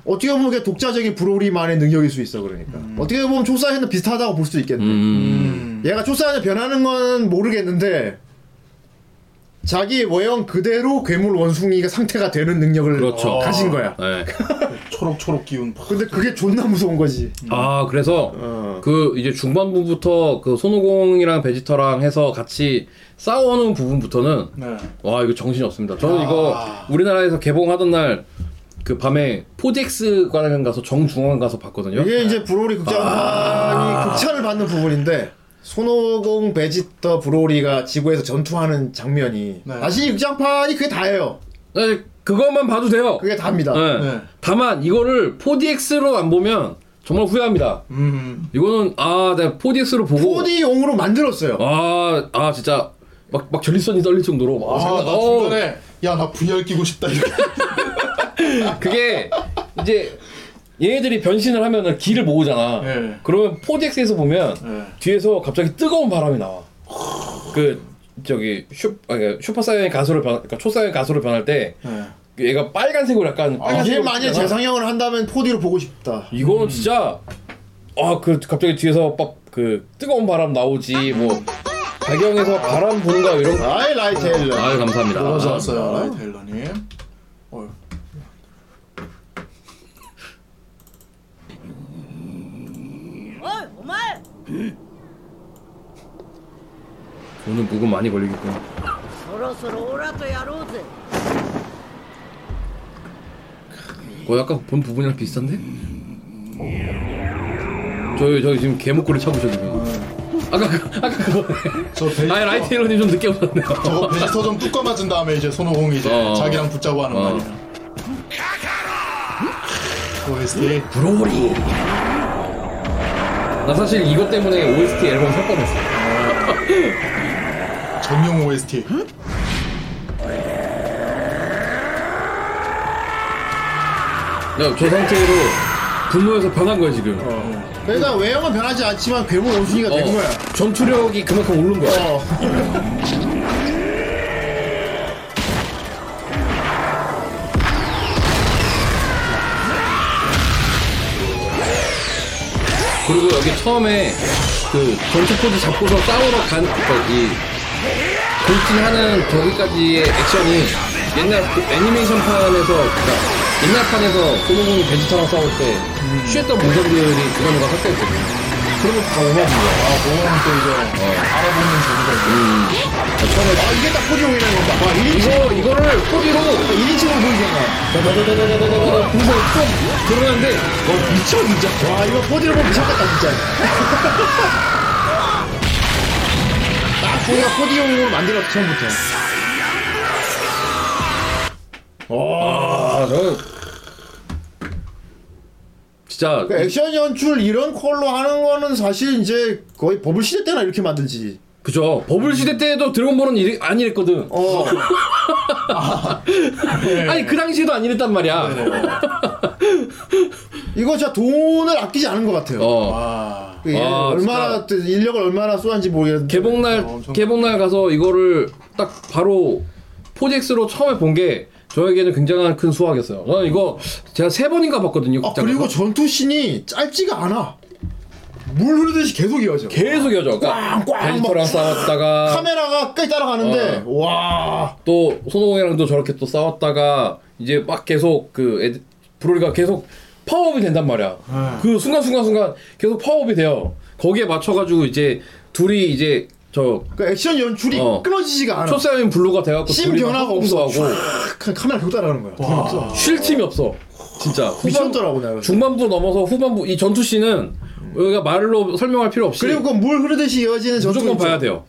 Speaker 3: 어떻게 보면 그게 독자적인 브로리만의 능력일 수 있어, 그러니까. 어떻게 보면 초사에는 비슷하다고 볼 수도 있겠네.
Speaker 4: 음.
Speaker 3: 얘가 초사에 변하는 건 모르겠는데, 자기 외형 그대로 괴물 원숭이가 상태가 되는 능력을
Speaker 4: 그렇죠.
Speaker 3: 가진 거야.
Speaker 5: [LAUGHS]
Speaker 4: 네.
Speaker 5: 초록초록 기운 팍.
Speaker 3: 근데 그게 존나 무서운 거지.
Speaker 4: 아 그래서
Speaker 3: 어.
Speaker 4: 그 이제 중반부부터 그 손오공이랑 베지터랑 해서 같이 싸우는 부분부터는
Speaker 5: 네.
Speaker 4: 와 이거 정신이 없습니다. 저는
Speaker 5: 아.
Speaker 4: 이거 우리나라에서 개봉하던 날 그 밤에 포디엑스 관광 가서 정중앙 가서 봤거든요.
Speaker 3: 이게 이제 브로리 극장이
Speaker 4: 아.
Speaker 3: 극찬을 받는 부분인데 손오공 베지터 브로리가 지구에서 전투하는 장면이
Speaker 5: 네.
Speaker 3: 다시 극장판이 그게 다예요.
Speaker 4: 네, 그것만 봐도 돼요.
Speaker 3: 그게 답니다.
Speaker 4: 네.
Speaker 5: 네.
Speaker 4: 다만 이거를 4DX로 안 보면 정말 후회합니다.
Speaker 5: 음.
Speaker 4: 이거는 아 내가 4DX로 보고
Speaker 3: 4D용으로 만들었어요.
Speaker 4: 아, 아 진짜 막, 막 전립선이 떨릴 정도로 막
Speaker 5: 아,
Speaker 4: 생각-
Speaker 5: 나
Speaker 4: 어우,
Speaker 5: 중간에 야 나 VR 끼고 싶다 이렇게
Speaker 4: 그게 이제 얘네들이 변신을 하면은 길을 모으잖아.
Speaker 5: 네.
Speaker 4: 그러면 4DX에서 보면
Speaker 5: 네.
Speaker 4: 뒤에서 갑자기 뜨거운 바람이 나와. 그 저기 슈 아, 그러니까 슈퍼 사이언 가수로 변 그러니까 초 사이언 가수로 변할 때그
Speaker 5: 네.
Speaker 4: 얘가 빨간색으로 약간
Speaker 3: 이게
Speaker 4: 빨간색으로
Speaker 3: 만약
Speaker 4: 변하잖아.
Speaker 3: 아, 재상영을 한다면 4D로 보고 싶다.
Speaker 4: 이거는 진짜 아 그 갑자기 뒤에서 막 그 뜨거운 바람 나오지 뭐 배경에서 바람 부는 거 이런 거.
Speaker 3: 아이 라이테일러.
Speaker 4: 아유 감사합니다.
Speaker 5: 뭐가 좋았어요 라이 테일러님 어.
Speaker 4: 오늘 무금 많이 걸리겠군.
Speaker 9: そろそろオラとやろうぜ
Speaker 4: 어 아까 본 부분이랑 비슷한데? 저희 저희 지금 개목걸이 차고 있어 지금. 아까 그- 아까 그거.
Speaker 5: 저 베지터,
Speaker 4: 아 라이테일러님 좀 늦게 오셨네요.
Speaker 5: 저거 베지터 좀 뚜까 맞은 다음에 이제 손오공이 이제
Speaker 4: 어.
Speaker 5: 자기랑 붙자고 하는
Speaker 4: 어.
Speaker 5: 말이야. OST
Speaker 4: 브로리. 나 사실 이것 때문에 OST 앨범 살 뻔했어.
Speaker 5: 전용 OST.
Speaker 4: 내가 저 상태로 분노해서 변한 거야 지금. 어.
Speaker 3: 그러니까 외형은 변하지 않지만 괴물 원숭이가 된 거야.
Speaker 4: 전투력이 그만큼 오른 거야.
Speaker 3: 어.
Speaker 4: 그리고 여기 처음에 그 전투 포즈 잡고서 싸우러 간 거기 돌진하는 거기까지의 액션이 옛날 그 애니메이션판에서 그러니까 옛날판에서 소모공 베지터랑 싸울 때 취했던 모습들이 그거는가 섞여있거든. 그런 거다 오마주야.
Speaker 5: 아, 그거는 또 이제 알아보는 재미가 있네.
Speaker 3: 아 이게 다 포지용이라는 건가? 와 이게
Speaker 4: 이거 이거를 꼬리로 1인칭으로 보이잖아. 그래서 쭉 들어가는데 어 미쳐 진짜.
Speaker 3: 와 이거 포즈를 보면 미쳤겠다
Speaker 4: [LAUGHS]
Speaker 3: 진짜. 딱 보니까 포지용으로 만들었어 처음부터. 어.
Speaker 4: 아, 저 진짜
Speaker 3: 그 액션 연출 이런 컬러 하는 거는 사실 이제 거의 버블 시대 때나 이렇게 만들지.
Speaker 4: 그죠. 버블 시대 때도 드래곤볼은 이래, 안 이랬거든.
Speaker 3: 어.
Speaker 4: 아니 그 당시에도 안 이랬단 말이야.
Speaker 3: 이거 진짜 돈을 아끼지 않은 것 같아요.
Speaker 4: 어.
Speaker 5: 아,
Speaker 3: 이게
Speaker 4: 아,
Speaker 3: 얼마나 인력을 얼마나 쏘는지 모르겠는데.
Speaker 4: 개봉날
Speaker 3: 어,
Speaker 5: 엄청-
Speaker 4: 개봉날 가서 이거를 딱 바로 포젝스로 처음에 본 게 저에게는 굉장한 큰 수확이었어요. 저는 이거 제가 세 번인가 봤거든요.
Speaker 3: 아
Speaker 4: 극장에서.
Speaker 3: 그리고 전투 씬이 짧지가 않아. 물 흐르듯이 계속 이어져.
Speaker 4: 계속 여져.
Speaker 3: 꽝, 꽝,
Speaker 4: 베지터랑
Speaker 3: 막
Speaker 4: 싸웠다가
Speaker 3: 카메라가 끝까지 따라가는데
Speaker 4: 어.
Speaker 3: 와
Speaker 4: 또 손오공이랑도 저렇게 또 싸웠다가 이제 막 계속 그 애드- 브로리가 계속 파워업이 된단 말이야.
Speaker 3: 네.
Speaker 4: 그 순간 순간 순간 계속 파워업이 돼요. 거기에 맞춰가지고 이제 둘이 이제 저
Speaker 3: 그 액션 연출이
Speaker 4: 어.
Speaker 3: 끊어지지가 않아.
Speaker 4: 초사인 블루가 돼갖고
Speaker 3: 씬
Speaker 4: 둘이 막
Speaker 3: 변화가 없어.
Speaker 4: 헛공도 하고
Speaker 3: 촤악 카메라 계속 따라가는 거야. 없어.
Speaker 4: 쉴 틈이 없어. 진짜 후반-
Speaker 3: 미쳤더라고 내가.
Speaker 4: 중반부 넘어서 후반부 이 전투 씬은 우리가 말로 설명할 필요 없이
Speaker 3: 그리고 그 물 흐르듯이 이어지는 전투
Speaker 4: 무조건
Speaker 3: 있죠.
Speaker 4: 봐야 돼요.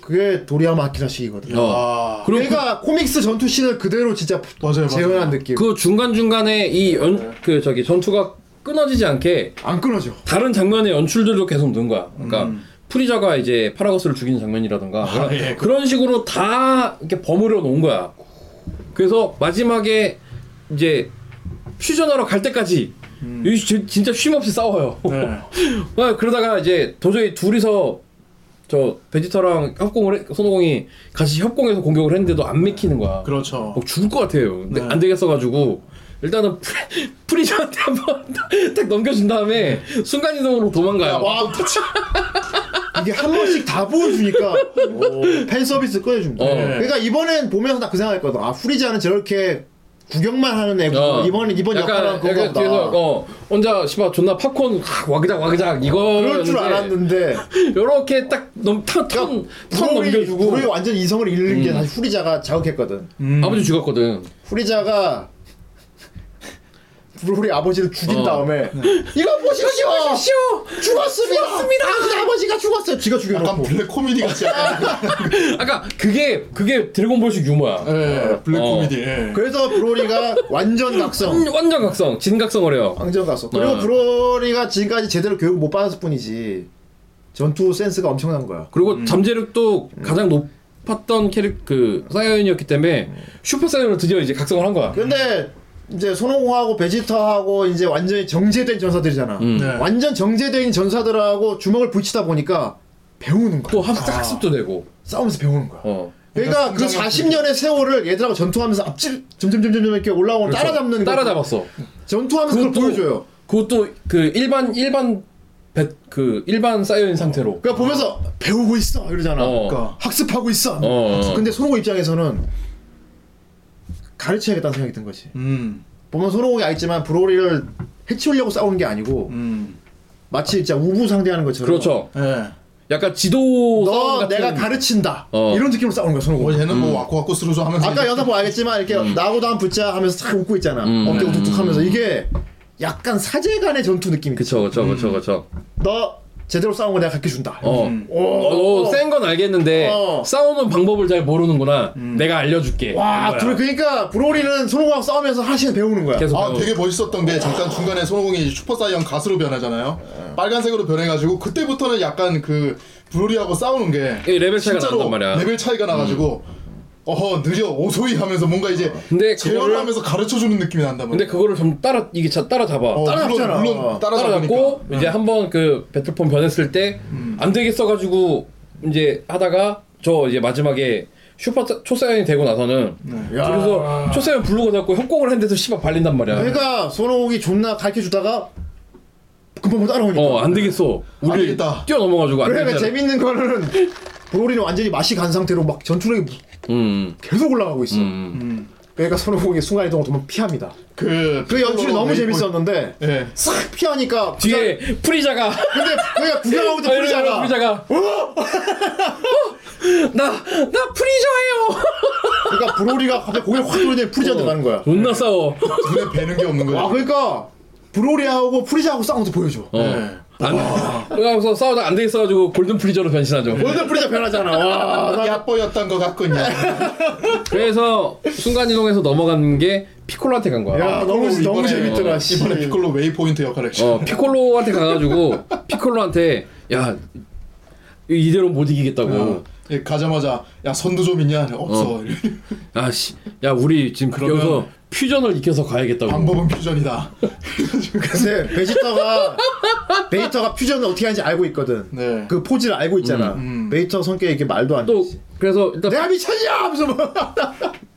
Speaker 3: 그게 도리야마 아키라식이거든.
Speaker 4: 어.
Speaker 5: 아,
Speaker 4: 그리고 그-
Speaker 3: 그러니까 코믹스 전투 씬을 그대로 진짜
Speaker 5: 맞아요, 맞아요.
Speaker 3: 재현한 느낌.
Speaker 4: 그 중간 중간에 이 연 그 저기 전투가 끊어지지 않게
Speaker 3: 안 끊어져.
Speaker 4: 다른 장면의 연출들도 계속 넣은 거야. 그러니까 프리자가 이제 파라거스를 죽이는 장면이라던가 그런,
Speaker 5: 음. 예.
Speaker 4: 그런 식으로 다 이렇게 버무려 놓은 거야. 그래서 마지막에 이제 퓨전하러 갈 때까지 이 지- 진짜 쉼 없이 싸워요.
Speaker 5: 음.
Speaker 4: [LAUGHS]
Speaker 5: 네.
Speaker 4: 아, 그러다가 이제 도저히 둘이서 저 베지터랑 협공을 해, 손오공이 같이 협공해서 공격을 했는데도 안 맥히는 거야.
Speaker 5: 그렇죠.
Speaker 4: 어, 죽을 것 같아요. 근데
Speaker 5: 네.
Speaker 4: 안 되겠어가지고 일단은 프리, 프리저한테 한번 [LAUGHS] 딱 넘겨준 다음에 순간 이동으로 도망가요.
Speaker 5: 와,
Speaker 3: 이게 한 번씩 다 보여주니까 어, 팬 서비스 꺼내준다.
Speaker 4: 어.
Speaker 3: 그러니까 이번엔 보면서 나 그 생각했거든. 아 후리자는 저렇게 구경만 하는 애고
Speaker 4: 어.
Speaker 3: 이번 이번 역할은
Speaker 4: 약간
Speaker 3: 그거보다
Speaker 4: 뒤에서 어, 혼자 씨발 존나 팝콘 확 와그작 와그작 이거
Speaker 3: 그럴 줄 알았는데 그러니까
Speaker 4: 요렇게 딱넘턴턴
Speaker 3: 브로리
Speaker 4: 넘겨주고 음.
Speaker 3: 브로리 완전 이성을 잃는 게 사실 후리자가 자극했거든.
Speaker 4: 아버지
Speaker 3: 음.
Speaker 4: 죽었거든.
Speaker 3: 후리자가 브로리 아버지를 죽인
Speaker 4: 어.
Speaker 3: 다음에 이거 보십시오.
Speaker 4: 쉬워.
Speaker 3: 죽었습니다. 당신 아버지가 죽었어요. 지가
Speaker 5: 약간
Speaker 3: 죽여놓고.
Speaker 5: 블랙 코미디
Speaker 4: [LAUGHS]
Speaker 5: 같이 약간.
Speaker 4: 아까 그게 그게 드래곤볼식 유머야.
Speaker 3: 네.
Speaker 5: 예, 블랙
Speaker 4: 어.
Speaker 5: 코미디. 예.
Speaker 3: 그래서 브로리가 완전 각성.
Speaker 4: 완- 완전 각성, 진각성을 해요.
Speaker 3: 왕정 가서 그리고
Speaker 4: 네.
Speaker 3: 브로리가 지금까지 제대로 교육 못 받았을 뿐이지 전투 센스가 엄청난 거야.
Speaker 4: 그리고 잠재력도
Speaker 3: 음.
Speaker 4: 가장 높았던 캐릭 그 사이언이었기 때문에 슈퍼 사이언을 드디어 이제 각성을 한 거야.
Speaker 3: 근데 이제 손오공하고 베지터하고 이제 완전히 정제된 전사들이잖아.
Speaker 4: 음.
Speaker 5: 네.
Speaker 3: 완전 정제된 전사들하고 주먹을 붙이다 보니까 배우는 거야.
Speaker 4: 또 학습, 학습도 되고.
Speaker 3: 싸우면서 배우는 거야.
Speaker 4: 어.
Speaker 3: 그러니까 그
Speaker 5: 그러니까 성장할
Speaker 3: 40년의 세월을 얘들하고 전투하면서 앞질 점점점점점 이렇게 올라오는
Speaker 4: 그래서
Speaker 3: 따라잡는 거.
Speaker 4: 그렇죠. 따라잡았어.
Speaker 3: 전투하면서 그걸
Speaker 4: 그것도-
Speaker 3: 보여줘요.
Speaker 4: 그것도 그 일반 일반 배, 그 일반 사이언 상태로.
Speaker 3: 그러니까 보면서 배우고 있어 이러잖아.
Speaker 4: 어.
Speaker 5: 그러니까.
Speaker 3: 학습하고 있어.
Speaker 4: 어.
Speaker 3: 근데 손오공 입장에서는 가르쳐야겠다는 생각이 든 거지.
Speaker 5: 음,
Speaker 3: 보면 손오공이 알지만 브로리를 해치우려고 싸우는 게 아니고
Speaker 5: 음,
Speaker 3: 마치 진짜 우부 상대하는 것처럼
Speaker 4: 그렇죠.
Speaker 5: 예.
Speaker 4: 약간 지도
Speaker 3: 너
Speaker 4: 싸움 같은-
Speaker 3: 내가 가르친다
Speaker 4: 어.
Speaker 3: 이런 느낌으로 싸우는 거야
Speaker 5: 뭐
Speaker 3: 손오공
Speaker 5: 얘는
Speaker 4: 음.
Speaker 5: 뭐 와꾸 와꾸 스루스 하면서
Speaker 3: 아까 뭐
Speaker 5: 이제
Speaker 3: 영상 보면 알겠지만 이렇게 나하고 다음 붙자 하면서 탁 웃고 있잖아
Speaker 4: 음.
Speaker 3: 어깨 우뚝뚝 하면서 이게 약간 사제간의 전투 느낌이
Speaker 4: 그쵸 그쵸 그쵸 그쵸.
Speaker 3: 너 제대로 싸운 거 내가 갖게 준다.
Speaker 4: 어.
Speaker 3: 음. 오,
Speaker 4: 어, 센 건 알겠는데
Speaker 3: 어. 음.
Speaker 4: 싸우는 방법을 잘 모르는구나. 내가 알려줄게.
Speaker 3: 와,
Speaker 4: 이거야.
Speaker 3: 둘 그러니까 브로리는 손오공하고 싸우면서 하나씩 배우는 거야.
Speaker 4: 계속
Speaker 5: 아
Speaker 4: 배워.
Speaker 5: 되게 멋있었던 게 잠깐 중간에 손오공이 슈퍼사이언 가스로
Speaker 4: 네.
Speaker 5: 변하잖아요. 빨간색으로 변해가지고 그때부터는 약간 그 브로리하고 싸우는 게
Speaker 4: 예, 레벨 차이가 난단 말이야. 음.
Speaker 5: 레벨 차이가 나가지고 어허 느려 오소이 하면서 뭔가 이제
Speaker 4: 근데 그거를
Speaker 5: 재현하면서 가르쳐주는 느낌이 난단
Speaker 4: 근데
Speaker 5: 말이야.
Speaker 4: 그거를 좀 따라 이게 자, 따라잡아.
Speaker 5: 어,
Speaker 3: 따라잡잖아.
Speaker 5: 물론, 물론
Speaker 3: 어. 음.
Speaker 5: 따라잡으니까.
Speaker 4: 따라잡고 이제 한번 그 배틀폰 변했을 때 안 되겠어 가지고 이제 하다가 저 이제 마지막에 슈퍼 초사연이 되고 나서는
Speaker 3: 야.
Speaker 4: 그래서 초사연 블루가 잡고 협공을 했는데도 씨발 발린단 말이야.
Speaker 3: 그러니까 손오공이 존나 가르쳐 주다가 금방 뭐 따라오니까.
Speaker 4: 어 안 되겠어. 우리
Speaker 5: 안 되겠다.
Speaker 4: 뛰어넘어가지고 안
Speaker 3: 아. 그러니까
Speaker 4: 되겠다.
Speaker 3: 재밌는 거는 브로리는 완전히 맛이 간 상태로 막 전투력이
Speaker 4: 음.
Speaker 3: 계속 올라가고 있어.
Speaker 4: 음.
Speaker 3: 그러니까 손오공이 순간 이동을 도면 피합니다.
Speaker 5: 그,
Speaker 3: 그 연출이 너무 재밌었는데
Speaker 5: 예.
Speaker 3: 싹 피하니까
Speaker 4: 뒤에
Speaker 3: [LAUGHS]
Speaker 4: 프리자가 아,
Speaker 3: 근데 그냥 구경하고 있던 프리자가 어?
Speaker 4: 프리자가 어? 나나 프리저예요. [LAUGHS]
Speaker 3: 그러니까 브로리가 갑자기 고개 확 돌리더니
Speaker 4: 어.
Speaker 3: 프리자한테 가는 거야.
Speaker 4: 존나 싸워.
Speaker 5: 눈에 뵈는 게 없는 거야.
Speaker 3: 아 그러니까 브로리하고 프리자하고 싸우는 것도 보여줘. 네.
Speaker 4: 어. 안 그래서 싸우다 안 되겠어 가지고 골든 프리저로 변신하죠.
Speaker 3: 원래 프리자 변하잖아. 와, 나-
Speaker 5: 야뽀였던 것 같군요.
Speaker 4: 그래서 순간 이동해서 넘어간 게 피콜로한테 간 거야.
Speaker 3: 야 너무
Speaker 5: 이번에-
Speaker 3: 너무 재밌더라.
Speaker 5: 어,
Speaker 3: 씨.
Speaker 5: 이번에 피콜로 웨이포인트 역할을 했죠.
Speaker 4: 어 피콜로한테 가가지고 피콜로한테 야 이대로 못 이기겠다고.
Speaker 5: 예, 가자마자 야 손도 좀 있냐? "네, 없어.
Speaker 4: 아씨, 야 우리 지금
Speaker 5: 그러면-
Speaker 4: 여기서 퓨전을 익혀서 가야겠다고.
Speaker 5: 방법은 퓨전이다.
Speaker 3: 근데 베지터가 베이터가 퓨전을 어떻게 하는지 알고 있거든.
Speaker 5: 네.
Speaker 3: 그 포즈를 알고 있잖아. 베이터 성격이 이게 말도 안
Speaker 4: 음, 또
Speaker 3: 되지.
Speaker 4: 그래서 일단
Speaker 3: 내가 미쳤냐 하면서 뭐. 막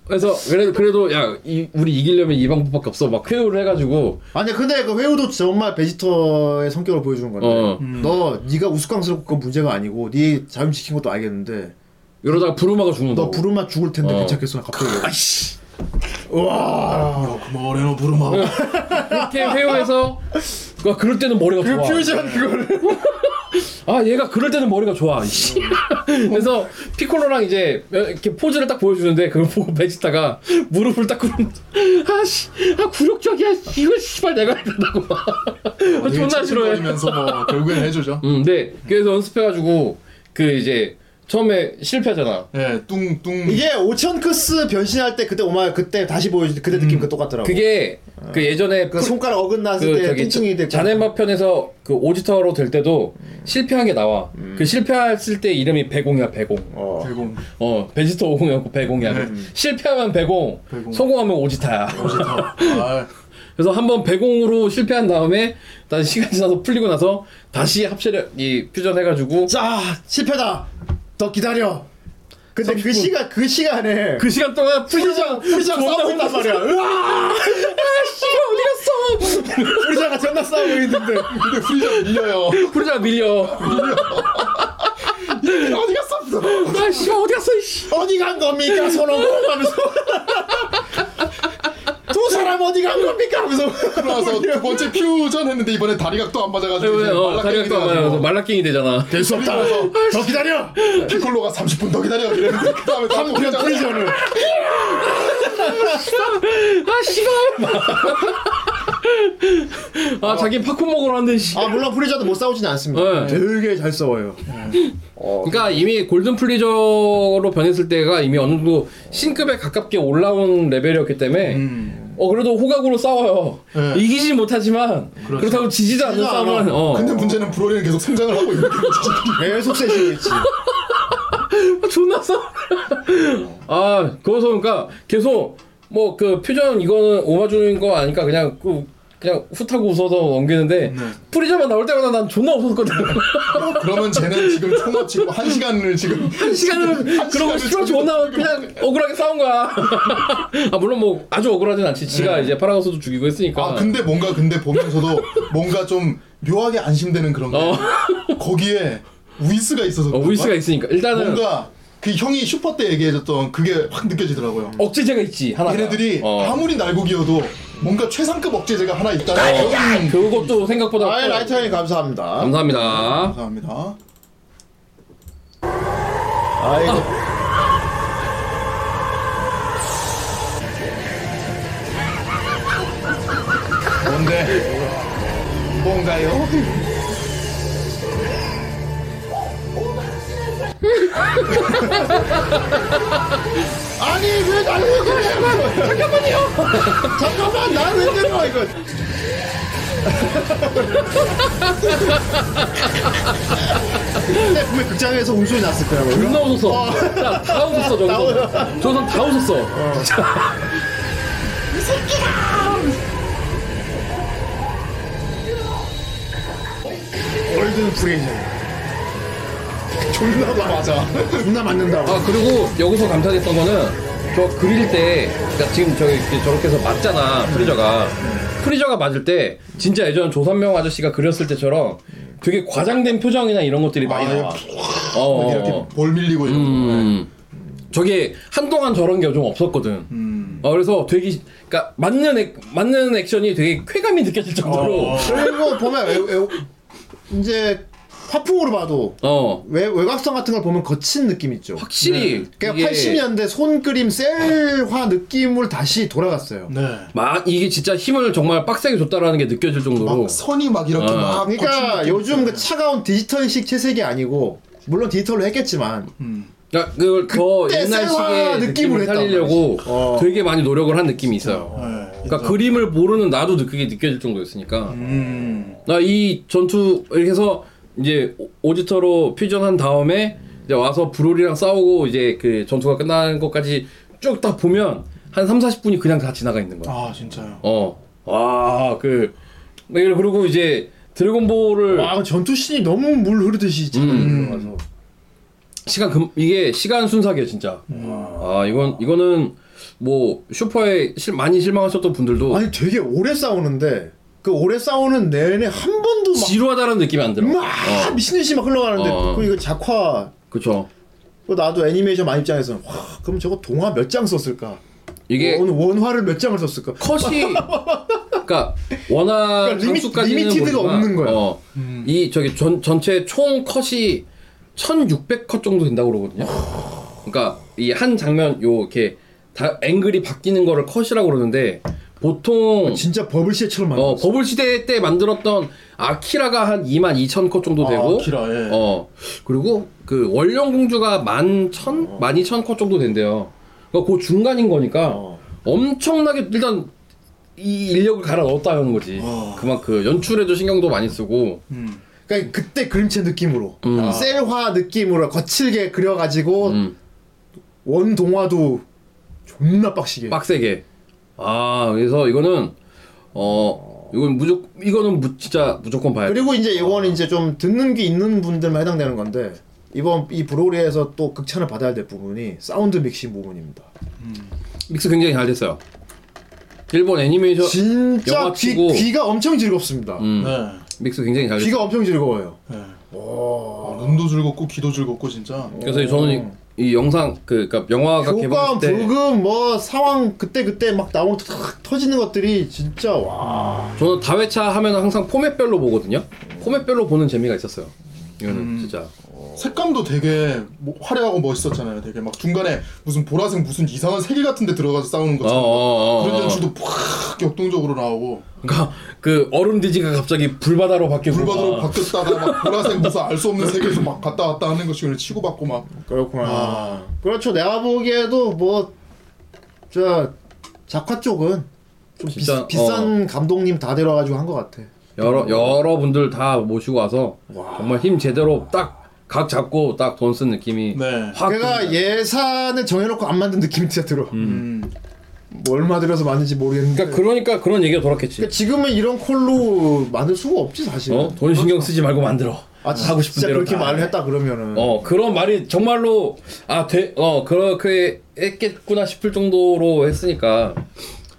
Speaker 4: 그래서 그래도 그래도 야 이, 우리 이기려면 이 방법밖에 없어 막 회유를 해가지고
Speaker 3: [LAUGHS] 아니 근데 그 회우도 정말 베지터의 성격을 보여주는 건데
Speaker 4: 어.
Speaker 3: 너 네가 우스꽝스럽고 그건 문제가 아니고 네 자존심 지킨 것도 알겠는데
Speaker 4: 이러다가 부르마가 죽는다.
Speaker 3: 너
Speaker 4: 고
Speaker 3: 부르마 죽을 텐데
Speaker 4: 어.
Speaker 3: 괜찮겠어 갑자기
Speaker 4: 아씨.
Speaker 5: 아, 뭐래노 그 부르마.
Speaker 4: 이렇게 회유해서 그 그럴 때는 머리가 좋아.
Speaker 3: 그거를
Speaker 4: 아 얘가 그럴 때는 머리가 좋아. [LAUGHS] 이씨. 그래서 피콜로랑 이제 이렇게 포즈를 딱 보여주는데 그걸 보고 베지타가 무릎을 딱 꿇으면서 [LAUGHS] 아씨 아 굴욕적이야 이거 씨발 내가 해준다고 막 아, 존나 싫어해.
Speaker 5: 면서 뭐 결국엔 해주죠.
Speaker 4: 음, 네 그래서 연습해가지고 그 이제 처음에 실패하잖아.
Speaker 5: 예, 뚱뚱.
Speaker 3: 이게 오천크스 변신할 때 그때 오마 그때 다시 보여줄 때 그때
Speaker 4: 음.
Speaker 3: 느낌 그 똑같더라고
Speaker 4: 그게 그 예전에
Speaker 3: 그 손가락 어긋났을 때 통증이 음. 되고
Speaker 4: 자네마 편에서 그 오지터로 될 때도 실패한 게 나와.
Speaker 3: 음.
Speaker 4: 그 실패했을 때 이름이 배공이야 배공.
Speaker 3: 어.
Speaker 5: 대공.
Speaker 4: 어 베지터 오공이었고 배공이야. 실패하면 배공,
Speaker 5: 배공.
Speaker 4: 성공하면 오지타야.
Speaker 5: 좋다. 아,
Speaker 4: [LAUGHS] 그래서 한번 배공으로 실패한 다음에 다시 시간 지나서 풀리고 나서 다시 합체력 이 퓨전 해가지고
Speaker 3: 자 실패다 더 기다려 근데 그 시간 그 시간에
Speaker 4: 그 시간 동안 풀리자
Speaker 3: 프리자 싸우고 있단 말이야 으아!
Speaker 4: 어디 갔어?
Speaker 3: 프리자가 존나 싸우고 있는데
Speaker 5: 근데 프리저 밀려요.
Speaker 4: 풀리자 밀려.
Speaker 5: 어디 갔어?
Speaker 4: 아씨 어디 갔어? 이씨.
Speaker 3: 어디 간 겁니까 손오공 하면서 두 사람 어디 간 겁니까 하면서
Speaker 5: 그러면서 두 번째 퓨전 했는데 이번에 다리가 또 안 맞아가지고 이제
Speaker 4: 어,
Speaker 5: 네, 말라깽이
Speaker 4: 다리가 또 말라깽이
Speaker 5: 돼가지고
Speaker 4: 말라깽이 되잖아.
Speaker 3: 될 수 없다 더 기다려
Speaker 5: 아, 피콜로가 30분 더 기다려 이랬는데 그 다음에 또
Speaker 3: 한편
Speaker 5: 하자마자
Speaker 3: 프리저를
Speaker 4: 아 씨발. 아 자기 팝콘 먹으러 왔는데 씨.
Speaker 3: 아 물론 프리저도 못 싸우진 않습니다
Speaker 4: 네.
Speaker 3: 되게 잘 싸워요
Speaker 4: 그러니까 이미 골든 플리저로 변했을 때가 이미 어느 정도 신급에 가깝게 올라온 레벨이었기 때문에 어 그래도 호각으로 싸워요.
Speaker 5: 음. 네.
Speaker 4: 이기지 못하지만 그렇다고 지지도 않는
Speaker 3: 지지도 않아.
Speaker 4: 싸움은 어.
Speaker 5: 근데 문제는 브로리는 계속 성장을 하고 있는
Speaker 3: [LAUGHS]
Speaker 5: 거지.
Speaker 3: 계속 세지고 있지
Speaker 4: 아, [LAUGHS] 존나 싸. 아 거기서 그러니까 계속 뭐 그 퓨전 이거는 오마주인 거 아니까 그냥 그 그냥 후타고 웃어서 넘기는데 프리저만 나올 때마다 난 존나 웃었거든.
Speaker 5: 그러면 쟤는 지금 총합 치고 한 시간을 지금
Speaker 4: 한 시간을 그러고
Speaker 5: 시간을
Speaker 4: 싶어 존나 그냥 억울하게 싸운 거야. [LAUGHS] 네. 아 물론 뭐 아주 억울하진 않지. 지가 이제 파라가스도 죽이고 했으니까.
Speaker 5: 아 근데 뭔가 근데 보면서도
Speaker 4: [LAUGHS]
Speaker 5: 뭔가 좀 묘하게 안심되는 그런 게
Speaker 4: 어.
Speaker 5: 거기에 우이스가 있어서
Speaker 4: 어,
Speaker 5: 그런가?
Speaker 4: 우이스가 있으니까 일단은
Speaker 5: 뭔가 그 형이 슈퍼 때 얘기해줬던 그게 확 느껴지더라고요.
Speaker 4: 억제제가 있지 하나.
Speaker 5: 얘네들이
Speaker 4: 음. 어.
Speaker 5: 아무리 날고기여도 뭔가 최상급 억제제가 하나 있다는 그런-
Speaker 4: 그것도 생각보다
Speaker 3: 아이
Speaker 4: 커요.
Speaker 3: 라이터님 감사합니다
Speaker 4: 감사합니다.
Speaker 5: 감사합니다.
Speaker 3: 아이고
Speaker 5: 뭔데? 뭔가요? 아니 왜 날 흔들어? 잠깐만요. 잠깐만 날 흔들어 이거. 분명 극장에서 웃음이 났을 거야. 뭐.
Speaker 4: 존나 웃었어. 야, 다 아. 웃었어, 저기서. 저선 다 웃었어.
Speaker 5: 월드 브레이저. 존나 맞아. 어. 존나 맞는다고.
Speaker 4: 아 그리고 여기서 감탄했던 거는 저 그릴 때 그러니까 지금 저기 이렇게 저렇게 해서 맞잖아 프리저가 프리저가 맞을 때 진짜 예전 조선명 아저씨가 그렸을 때처럼 되게 과장된 표정이나 이런 것들이 많이
Speaker 5: 아,
Speaker 4: 나와 어, 어, 어.
Speaker 5: 이렇게 볼 밀리고 이런
Speaker 4: 음. 저게 한동안 저런 게 좀 없었거든.
Speaker 5: 음.
Speaker 4: 어, 그래서 되게 그러니까 맞는 액, 맞는 액션이 되게 쾌감이 느껴질
Speaker 5: 어,
Speaker 4: 정도로
Speaker 3: 그리고 보면 외- 외- 이제 화풍으로 봐도
Speaker 4: 어
Speaker 3: 외, 외곽성 같은 걸 보면 거친 느낌 있죠.
Speaker 5: 네.
Speaker 4: 확실히
Speaker 3: 그러니까 80년대 손 그림 셀화 느낌으로 다시 돌아갔어요.
Speaker 5: 거. 네.
Speaker 4: 마, 이게 진짜 힘을 정말 빡세게 줬다라는 게 느껴질 정도로
Speaker 5: 막 선이 막 이렇게
Speaker 4: 어.
Speaker 5: 막.
Speaker 3: 그러니까
Speaker 5: 거친
Speaker 3: 요즘 그
Speaker 5: 느낌.
Speaker 3: 차가운 디지털식 채색이 아니고 물론 디지털로 했겠지만
Speaker 4: 야, 그러니까 그걸 더
Speaker 3: 그때
Speaker 4: 옛날식의
Speaker 3: 셀화
Speaker 4: 느낌을
Speaker 3: 느낌으로 했단
Speaker 4: 살리려고
Speaker 3: 말이지. 어.
Speaker 4: 되게 많이 노력을 한 느낌이 있어요.
Speaker 5: 네.
Speaker 4: 그러니까 그림을 모르는 나도 느- 그게 느껴질 정도였으니까.
Speaker 5: 음.
Speaker 4: 나 이 전투 이렇게 해서 이제 오- 오지터로 퓨전한 다음에 이제 와서 브롤이랑 싸우고 이제 그 전투가 끝나는 것까지 쭉 다 보면 한 3, 40분이 그냥 다 지나가 있는 거야.
Speaker 5: 아 진짜요.
Speaker 4: 어. 와, 그 네, 그리고 이제 드래곤볼을
Speaker 3: 와 그럼 전투 씬이 너무 물 흐르듯이 차가운
Speaker 4: 음.
Speaker 3: 들어가서
Speaker 4: 시간 금 이게 시간 순삭이에요 진짜.
Speaker 3: 음.
Speaker 4: 아 이건 이거는 뭐 슈퍼에 실, 많이 실망하셨던 분들도
Speaker 3: 아니 되게 오래 싸우는데 그 오래 싸우는 내내 한 번도 막,
Speaker 4: 지루하다는 느낌이 안 들어.
Speaker 3: 막
Speaker 4: 어,
Speaker 3: 미친듯이 막 흘러가는데
Speaker 4: 어.
Speaker 3: 그 이거 작화
Speaker 4: 그쵸.
Speaker 3: 그 나도 애니메이션 많이 입장에서 와 그럼 저거 동화 몇 장 썼을까? 어,
Speaker 4: 이게
Speaker 3: 원, 원화를 몇 장을 썼을까? [LAUGHS]
Speaker 4: 컷이 그러니까 워낙
Speaker 3: 그러니까 리미-
Speaker 4: 장수까지는
Speaker 3: 리미티드가
Speaker 4: 모르지만,
Speaker 3: 없는 거야.
Speaker 4: 어, 이 저기 전 전체 총 컷이 1,600컷 정도 된다고 그러거든요. 그러니까 이 한 장면 요 이렇게 다 앵글이 바뀌는 거를 컷이라고 그러는데 보통
Speaker 3: 진짜 버블 시에처럼
Speaker 4: 어,
Speaker 3: 만들었어.
Speaker 4: 버블 시대 때 만들었던 아키라가 한 2만 2천 컷 정도 되고,
Speaker 5: 아키라,
Speaker 3: 네.
Speaker 5: 예.
Speaker 4: 어, 그리고 그 원령 공주가 1만 1천,
Speaker 3: 어.
Speaker 4: 1만 2천 컷 정도 된대요. 그러니까 그 중간인 거니까
Speaker 3: 어.
Speaker 4: 엄청나게 일단 이 인력을 갈아 넣었다는 거지.
Speaker 3: 어.
Speaker 4: 그만큼 연출에도 신경도 많이 쓰고,
Speaker 3: 그러니까 그때 그림체 느낌으로 아.
Speaker 4: 음.
Speaker 3: 셀화 느낌으로 거칠게 그려가지고
Speaker 4: 음,
Speaker 3: 원 동화도 존나 빡시게.
Speaker 4: 빡세게. 아, 그래서 이거는 어, 이건 무조 이거는 무, 진짜 무조건 봐야 돼.
Speaker 3: 그리고 이제 이거는 이제 좀 듣는 귀 있는 분들만 해당되는 건데 이번 이 브로리에서 또 극찬을 받아야 될 부분이 사운드 믹싱 부분입니다.
Speaker 4: 믹스 굉장히 잘 됐어요. 일본 애니메이션 영화
Speaker 3: 진짜 귀,
Speaker 4: 치고.
Speaker 3: 귀가 엄청 즐겁습니다.
Speaker 4: 음,
Speaker 5: 네.
Speaker 4: 믹스 굉장히 잘 됐어요.
Speaker 3: 귀가 엄청 즐거워요.
Speaker 5: 아, 눈도 즐겁고 귀도 즐겁고 진짜.
Speaker 4: 그래서 저는 이, 이 영상 그 그러니까 영화가
Speaker 3: 효과
Speaker 4: 개봉할 때
Speaker 3: 불금 뭐 상황 그때 그때 막 나오는 탁 터지는 것들이 진짜 와.
Speaker 4: 저는 다회차 하면 항상 포맷별로 보거든요. 포맷별로 보는 재미가 있었어요. 이거는
Speaker 5: 음.
Speaker 4: 진짜
Speaker 5: 색감도 되게 뭐 화려하고 멋있었잖아요. 되게 막 중간에 무슨 보라색 무슨 이상한 세계 같은 데 들어가서 싸우는
Speaker 4: 어, 어,
Speaker 5: 것처럼
Speaker 4: 어,
Speaker 5: 그런
Speaker 4: 어, 어.
Speaker 5: 연출도 팍 역동적으로 나오고
Speaker 4: 그러니까 그 얼음 뒤지가 갑자기 불바다로 바뀌고
Speaker 5: 불바다로
Speaker 4: 아.
Speaker 5: 바뀌었다가 막 보라색
Speaker 4: [LAUGHS]
Speaker 5: 무슨 알 수 없는 세계에서 막 갔다 왔다 하는 것이 그냥 치고받고 막
Speaker 3: 그렇구나. 그렇죠. 내가 보기에도 뭐 저 작화 쪽은 좀 비,
Speaker 4: 진짜, 어.
Speaker 3: 비싼 감독님 다 데려가지고 한 것 같아.
Speaker 4: 여러 여러분들 다 모시고 와서
Speaker 3: 와.
Speaker 4: 정말 힘 제대로 딱 각 잡고 딱 돈 쓴 느낌이
Speaker 5: 네.
Speaker 4: 확
Speaker 3: 걔가 예산을 정해놓고 안 만든 느낌이 진짜 들어.
Speaker 5: 음.
Speaker 3: 뭐 얼마 들여서 만든지 모르겠는데.
Speaker 4: 그러니까 그러니까 그런 얘기가 돌았겠지.
Speaker 3: 그러니까 지금은 이런 콜로 만들 수가 없지 사실은.
Speaker 4: 어? 돈 신경 쓰지 말고 만들어.
Speaker 3: 그렇죠. 아 진짜,
Speaker 4: 하고 싶은
Speaker 3: 진짜
Speaker 4: 대로
Speaker 3: 그렇게
Speaker 4: 다
Speaker 3: 말을
Speaker 4: 해.
Speaker 3: 했다 그러면은.
Speaker 4: 어 그런 말이 정말로 아되어 그렇게 했겠구나 싶을 정도로 했으니까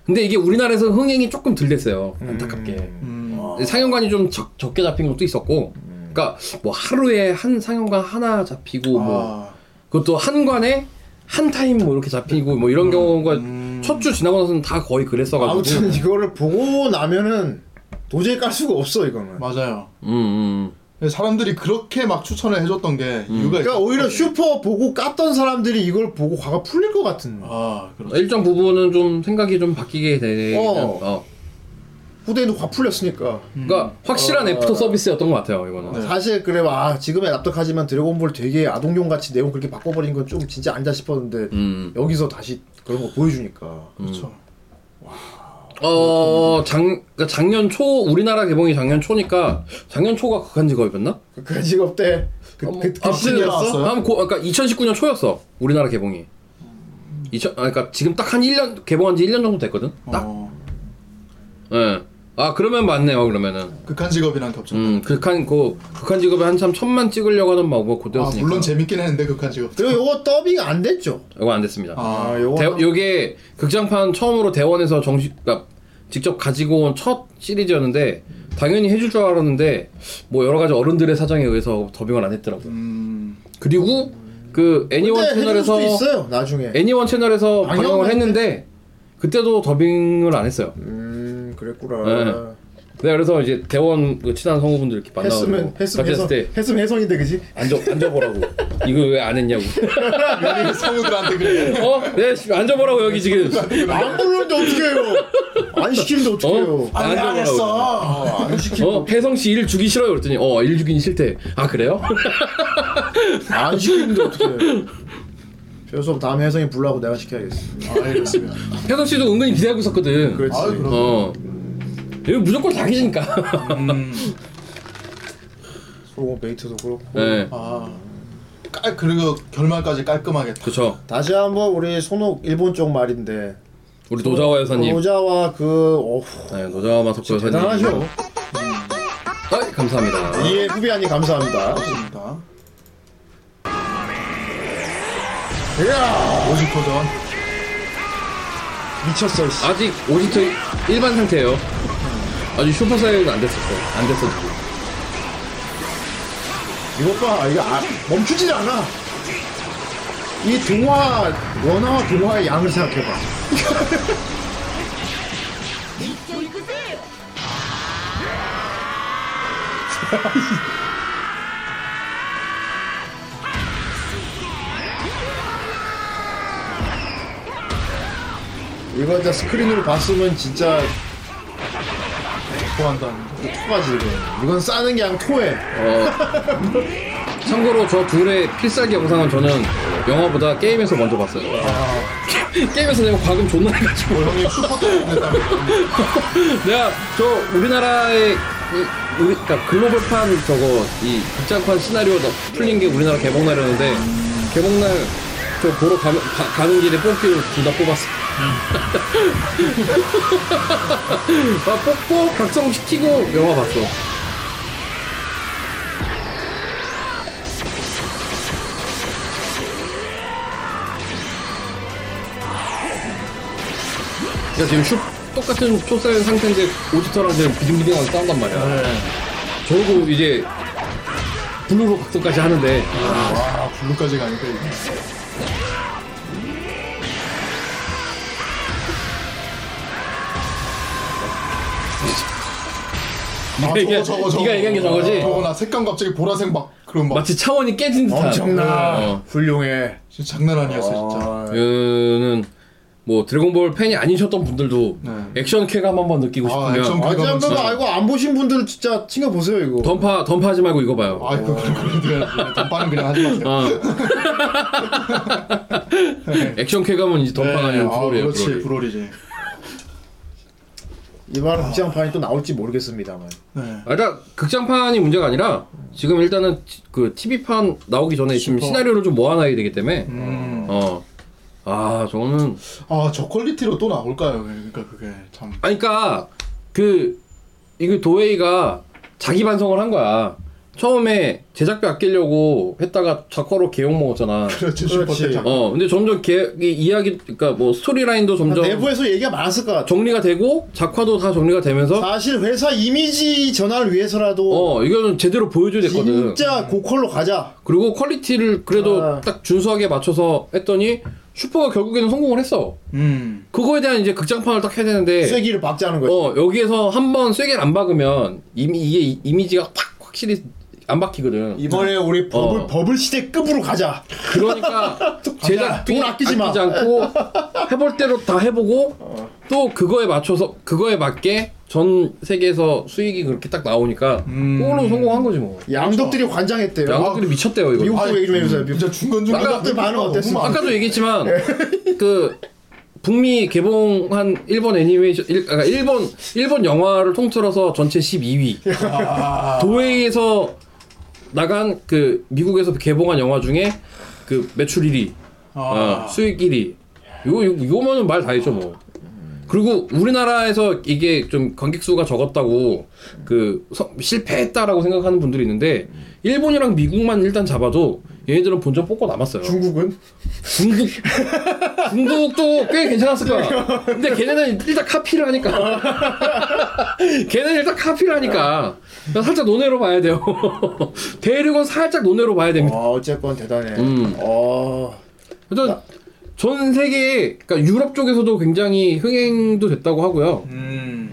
Speaker 4: 근데 이게 우리나라에서 흥행이 조금 덜 됐어요
Speaker 3: 음.
Speaker 4: 안타깝게 음.
Speaker 5: 음.
Speaker 4: 어. 상영관이 좀 적, 적게 잡힌 것도 있었고 그러니까 뭐 하루에 한 상영관 하나 잡히고 뭐
Speaker 5: 아,
Speaker 4: 그것도 한 관에 한 타임 뭐 이렇게 잡히고 뭐 이런 경우가 첫 주 지나고 나서는 다 거의 그랬어가지고
Speaker 3: 아무튼 이거를 보고 나면은 도저히 깔 수가 없어 이거는.
Speaker 5: 맞아요.
Speaker 4: 음, 음.
Speaker 5: 사람들이 그렇게 막 추천을 해줬던 게 이유가
Speaker 3: 그러니까
Speaker 5: 있었던
Speaker 3: 오히려
Speaker 5: 거예요.
Speaker 3: 슈퍼 보고 깠던 사람들이 이걸 보고 화가 풀릴 것 같은.
Speaker 5: 아 그렇죠.
Speaker 4: 일정 부분은 좀 생각이 좀 바뀌게 되는
Speaker 3: 어.
Speaker 4: 어.
Speaker 3: 후대인도 화 풀렸으니까
Speaker 4: 그러니까 확실한
Speaker 3: 어. 네.
Speaker 4: 애프터 서비스였던 것 같아요 이거는.
Speaker 3: 사실 그래 아 지금에 납득하지만 드래곤볼 되게 아동용 같이 내용 그렇게 바꿔버린 건 좀 진짜 아니다 싶었는데
Speaker 4: 음.
Speaker 3: 여기서 다시 그런 거 보여주니까 음.
Speaker 5: 그렇죠.
Speaker 4: 어, 장, 그러니까 작년 초, 우리나라 개봉이 작년 초니까, 작년 초가 극한 직업이었나?
Speaker 3: 그 직업 때 그,
Speaker 4: 어, 뭐,
Speaker 3: 그, 그
Speaker 4: 아,
Speaker 3: 시즌이었어?
Speaker 5: 나왔어요?
Speaker 4: 아, 뭐, 고- 그러니까 2019년 초였어. 우리나라 개봉이. 2000, 아, 그러니까 지금 딱 한 1년, 개봉한 지 1년 정도 됐거든? 딱?
Speaker 5: 어,
Speaker 4: 예. 아, 그러면 맞네요, 그러면은.
Speaker 5: 극한 직업이랑 겹쳐.
Speaker 4: 음, 극한, 그, 극한 직업에 한참 천만 찍으려고 하던 막, 뭐,
Speaker 5: 아
Speaker 4: 그때였으니까.
Speaker 5: 물론 재밌긴 했는데 극한 직업.
Speaker 3: 그리고 요거 더빙 안 됐죠?
Speaker 4: 이거 안 됐습니다.
Speaker 5: 아,
Speaker 3: 아 [LAUGHS] 요거
Speaker 4: 대, 요게 극장판 처음으로 대원에서 정식 그러니까 직접 가지고 온 첫 시리즈였는데 당연히 해줄 줄 알았는데 뭐 여러 가지 어른들의 사정에 의해서 더빙을 안 했더라고요.
Speaker 5: 음,
Speaker 4: 그리고 그 애니원
Speaker 3: 근데 해줄
Speaker 4: 채널에서
Speaker 3: 수도 있어요 나중에
Speaker 4: 애니원 채널에서
Speaker 3: 방영을
Speaker 4: 방영을 했는데 그때도 더빙을 안 했어요.
Speaker 3: 음 그랬구나
Speaker 4: 네. 내가 그래서 이제 대원 그 친한 성우분들 이렇게
Speaker 3: 했으면
Speaker 4: 만나가지고
Speaker 3: 했으면
Speaker 4: 같이 했을
Speaker 3: 해성
Speaker 4: 때
Speaker 3: 했으면 해성인데 그지?
Speaker 4: 앉아 앉아보라고 이거 왜 안 했냐고
Speaker 5: 연예인
Speaker 3: 아,
Speaker 5: 성우들한테 그래.
Speaker 4: 어? 네 씨, 앉아보라고 여기
Speaker 3: [LAUGHS]
Speaker 4: 지금 어?
Speaker 3: 안 부르는데 어떻게 해요? 안 시키는데 어떻게 해요?
Speaker 4: 어?
Speaker 5: 안안 했어.
Speaker 3: 안 시키
Speaker 4: 어, 혜성 씨 일 주기 싫어요. 그랬더니 어, 일 주긴 싫대. 아, 그래요? [LAUGHS]
Speaker 3: 안 시키는데 어떻게 해요? 죄송 다음에 해성이 불러고 내가 시켜야겠어.
Speaker 5: 아, 이랬습니다.
Speaker 4: 혜성 씨도 은근히 기대하고 있었거든.
Speaker 3: 그렇지.
Speaker 5: 아, 그럼.
Speaker 4: 어. 여기 무조건 자기니까.
Speaker 3: 음. 소금 베이트도 그렇고.
Speaker 4: [LAUGHS] 네.
Speaker 5: 아, 깔 그리고 결말까지 깔끔하게. 다-
Speaker 4: 그쵸.
Speaker 3: 다시 한번 우리 손옥 일본 쪽 말인데
Speaker 4: 우리 노자와 여사님.
Speaker 3: 어, 노자와 그 어후
Speaker 4: 네, 노자와 마석조 여사님.
Speaker 3: 대단하셔.
Speaker 4: 아, 감사합니다.
Speaker 3: 이에 후비아님 감사합니다.
Speaker 5: 그렇습니다.
Speaker 3: 이야
Speaker 5: 오지코전.
Speaker 3: 미쳤어. 씨.
Speaker 4: 아직 오디터 일반 상태예요. 아직 슈퍼사이즈는 안 됐었어. 안 됐었고.
Speaker 3: 이것 봐 이게 아, 멈추질 않아. 이 동화 원화와 동화의 양을 생각해봐. [LAUGHS] 이거 진짜 스크린으로 봤으면 진짜 뭐
Speaker 5: 좋아한다는
Speaker 3: 토하지 이거. 이건 싸는 게 아니라 토해.
Speaker 4: 어. 참고로 저 둘의 필살기 영상은 저는 영화보다 게임에서 먼저 봤어요.
Speaker 3: 아.
Speaker 4: [LAUGHS] 게임에서 내가 과금 존나 해가지고.
Speaker 5: 형이 슈퍼도 못했다는
Speaker 4: [LAUGHS] 내가 저 우리나라의 이- 우리 그러니까 글로벌판 저거 이 극장판 시나리오 너- 풀린 게 우리나라 개봉날이었는데 개봉날 저 보러 가면 가, 가는 길에 뽑기를 둘 다 뽑았어.
Speaker 3: 음.
Speaker 4: [LAUGHS] 아 뽑고 각성 시키고 영화 봤어. 그러니까 지금 슈 똑같은 초사의 상태인데 오디터랑 지금 비등비등하게 싸운단 말이야.
Speaker 3: 네.
Speaker 4: 저러고 이제 블루로 각성까지 하는데
Speaker 3: 어.
Speaker 5: 와, 블루까지 가니까 이게. 아,
Speaker 4: 얘기한-
Speaker 5: 저거 저거 저거.
Speaker 4: 네가 얘기한 게 저거지?
Speaker 5: 저거 나 색감 갑자기 보라색 막 그런 막
Speaker 4: 마치 차원이 깨진 듯한.
Speaker 3: 엄청나.
Speaker 4: 어.
Speaker 3: 네. 훌륭해.
Speaker 5: 진짜 장난 아니었어 진짜.
Speaker 3: 아,
Speaker 4: 이거는 뭐 드래곤볼 팬이 아니셨던 분들도
Speaker 5: 네.
Speaker 4: 액션 쾌감 한번 느끼고
Speaker 5: 아,
Speaker 4: 싶으면
Speaker 5: 액션
Speaker 3: 아직 한 번도
Speaker 5: 진짜.
Speaker 3: 알고 안 보신 분들 진짜 챙겨 보세요 이거.
Speaker 4: 던파 던파하지 말고 이거 봐요.
Speaker 5: 아이 그 그래도 돈빠는 그냥 하지 마세요. [LAUGHS]
Speaker 4: 어. 액션 쾌감은 이제 던파가 아니고
Speaker 5: 아,
Speaker 4: 프롤이에요.
Speaker 5: 그렇지
Speaker 4: 프롤이.
Speaker 5: 브롤이지.
Speaker 3: 이번 극장판이 또 나올지 모르겠습니다만.
Speaker 5: 네.
Speaker 4: 아, 일단 극장판이 문제가 아니라 지금 일단은 지- 그 TV판 나오기 전에 지금
Speaker 5: 슈퍼.
Speaker 4: 시나리오를 좀 모아놔야 되기 때문에
Speaker 5: 음.
Speaker 4: 어. 아, 저는
Speaker 5: 아저 퀄리티로 또 나올까요? 그러니까 그게 참.
Speaker 4: 아니 그러니까 그 이거 도웨이가 자기 반성을 한 거야. 처음에 제작비 아끼려고 했다가 작화로 개욕 먹었잖아.
Speaker 5: 그렇지 슈퍼
Speaker 3: 그렇지.
Speaker 5: 대장.
Speaker 4: 어, 근데 점점 개, 이 이야기, 그니까 뭐 스토리라인도 점점
Speaker 3: 내부에서 얘기가 많았을 것 같아.
Speaker 4: 정리가 되고, 작화도 다 정리가 되면서,
Speaker 3: 사실 회사 이미지 전환을 위해서라도
Speaker 4: 어, 이거는 제대로 보여줘야 됐거든. 음.
Speaker 3: 진짜 고퀄로 가자.
Speaker 4: 그리고 퀄리티를 그래도
Speaker 3: 아.
Speaker 4: 딱 준수하게 맞춰서 했더니, 슈퍼가 결국에는 성공을 했어.
Speaker 5: 음.
Speaker 4: 그거에 대한 이제 극장판을 딱 해야 되는데,
Speaker 3: 쐐기를 박자는 거야.
Speaker 4: 어, 여기에서 한 번 쐐기를 안 박으면, 이미, 이게 이- 이미지가 확, 확실히 안 박히거든.
Speaker 3: 이번에 우리 버블
Speaker 4: 어.
Speaker 3: 버블 시대 급으로 가자.
Speaker 4: 그러니까
Speaker 3: [LAUGHS]
Speaker 4: 제작비
Speaker 3: 돈 아끼지 마. 어.
Speaker 4: 않고 해볼 대로 다 해보고 또 그거에 맞춰서 그거에 맞게 전 세계에서 수익이 그렇게 딱 나오니까
Speaker 3: 음.
Speaker 4: 그걸로 성공한 거지 뭐.
Speaker 3: 양덕들이 관장했대요. 아,
Speaker 4: 양국들이 미쳤대요 이거.
Speaker 3: 미국 쪽 얘기 좀 해주세요. 미국
Speaker 5: 진짜 중간 중간
Speaker 3: 양덕들 반응 어땠어?
Speaker 4: 뭐 아까도 얘기했지만 그 북미 개봉한 일본 애니메이션 일, 아, 일본 일본 영화를 통틀어서 전체 12위 도웨이에서 나간 그 미국에서 개봉한 영화 중에 그 매출 1위 어, 수익 1위 요, 요 요만은 말 다 했죠 뭐 그리고 우리나라에서 이게 좀 관객 수가 적었다고 그 서- 실패했다라고 생각하는 분들이 있는데 일본이랑 미국만 일단 잡아도 얘네들은 본전 뽑고 남았어요.
Speaker 3: 중국은
Speaker 4: 중국 중국도 꽤 괜찮았을 거야. 근데 걔네는 일단 카피를 하니까. 걔네는 일단 카피를 하니까 살짝 논외로 봐야 돼요. [LAUGHS] 대륙은 살짝 논외로 봐야 됩니다.
Speaker 3: 와 아, 어쨌건 대단해.
Speaker 4: 음.
Speaker 3: 어
Speaker 4: 그래서 전 세계 그러니까 유럽 쪽에서도 굉장히 흥행도 됐다고 하고요.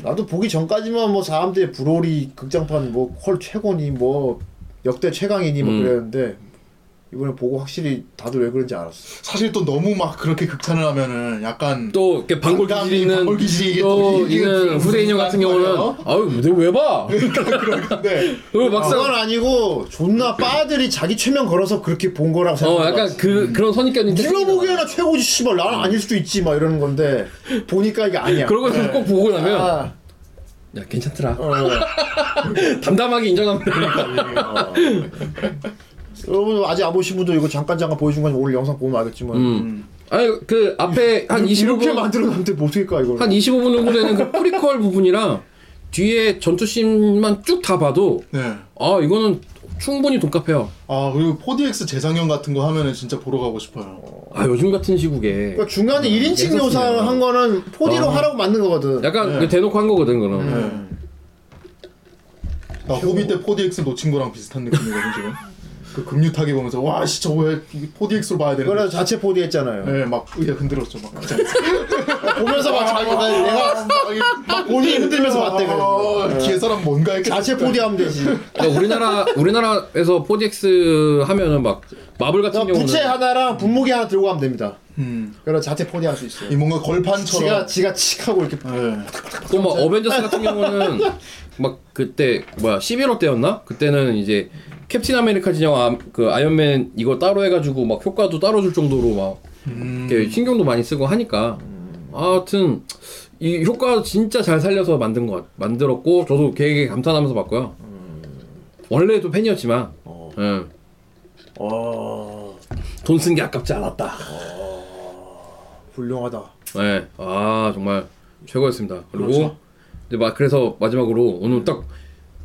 Speaker 3: 나도 보기 전까지만 뭐 사람들이 브로리 극장판 뭐 헐 최고니 뭐 역대 최강이니 뭐
Speaker 4: 음.
Speaker 3: 그랬는데 이번에 보고 확실히 다들 왜 그런지 알았어.
Speaker 5: 사실 또 너무 막 그렇게 극찬을 하면은 약간
Speaker 4: 또 이렇게 방골
Speaker 5: 반감이,
Speaker 4: 기질이 있는
Speaker 5: 방골 기질이 이게
Speaker 4: 또
Speaker 5: 또 이게
Speaker 4: 있는 후대 인형 같은 경우는
Speaker 5: 거예요?
Speaker 4: 아유 내가 왜 봐?
Speaker 5: 근데
Speaker 4: 그리고 막상
Speaker 3: 그건 아니고 존나 빠들이 자기 최면 걸어서 그렇게 본 거라고
Speaker 4: 어
Speaker 3: 생각한 거
Speaker 4: 약간 그 그런 선입견이
Speaker 3: 네가 아, 보기에는 최고지 씨발 나는 아닐 수도 있지 막 이러는 건데 보니까 이게 아니야.
Speaker 4: 그러고 서꼭 보고 나면
Speaker 3: 아,
Speaker 4: 야 괜찮더라.
Speaker 3: 어.
Speaker 4: [LAUGHS] 담담하게 인정합니다.
Speaker 3: 여러분 아직 안 보신 분도 이거 잠깐 잠깐 보여준 건 오늘 영상 보면 알겠지만
Speaker 4: 음. 아니 그 앞에 한
Speaker 3: 이렇게
Speaker 4: 25분
Speaker 3: 만들어 놨는데 뭐 어떻게 까 이걸?
Speaker 4: 한 25분 정도 되는
Speaker 3: [LAUGHS]
Speaker 4: 그 프리퀄 부분이랑 뒤에 전투씬만 쭉 다 봐도
Speaker 5: 네.
Speaker 4: 아 이거는 충분히 돈값해요.
Speaker 5: 아 그리고 4DX 재상영 같은 거 하면은 진짜 보러 가고 싶어요.
Speaker 4: 아 요즘 같은 시국에
Speaker 3: 그러니까 중간에 1인칭
Speaker 4: 계속
Speaker 3: 묘사를
Speaker 4: 쓰네요.
Speaker 3: 한 거는 4D로
Speaker 4: 음, 어.
Speaker 3: 하라고 만든 거거든.
Speaker 4: 약간 그 대놓고 한 거거든 그럼.
Speaker 5: 네.
Speaker 3: 네.
Speaker 5: 나 호비 때 4DX 놓친 거랑 비슷한 느낌이거든
Speaker 3: [LAUGHS]
Speaker 5: 지금. 그 급류 타기 보면서 와씨 저거 왜 4DX로 봐야 되는데.
Speaker 3: 그래서 자체 4D 했잖아요.
Speaker 5: 네, 막 의자 흔들었죠 막.
Speaker 3: 보면서 막 자기
Speaker 4: 아.
Speaker 3: 나, 내가 막 본인이 흔들면서 봤대 그래.
Speaker 5: 아, 뒤에 사람 뭔가 이렇게
Speaker 3: 그 자체 4D 하면 되지.
Speaker 4: 그러니까 우리나라 우리나라에서 4DX 하면은 막 마블 같은
Speaker 3: 그냥
Speaker 4: 경우는
Speaker 3: 어, 부채 하나랑 분무기 하나 들고 가면 됩니다.
Speaker 5: 음.
Speaker 3: 그래서 자체 4D 할 수 있어요.
Speaker 5: 이 뭔가 걸판처럼.
Speaker 3: 지가 지가 칙 하고 이렇게
Speaker 4: 아,
Speaker 5: 네.
Speaker 4: 또 막 어벤져스 같은 경우는 막 그때 뭐야 11호 때였나? 그때는 이제 캡틴 아메리카 진영 아, 그 아이언맨 이거 따로 해가지고 막 효과도 따로 줄 정도로 막 이렇게 신경도 많이 쓰고 하니까 아무튼 이 효과 진짜 잘 살려서 만든 것 같- 만들었고 저도 되게 감탄하면서 봤고요. 원래도 팬이었지만 예. 돈 쓴 게 아깝지 않았다.
Speaker 3: 훌륭하다.
Speaker 4: 네. 아 정말 최고였습니다. 그리고
Speaker 3: 그렇죠.
Speaker 4: 이제 막 그래서 마지막으로 오늘 딱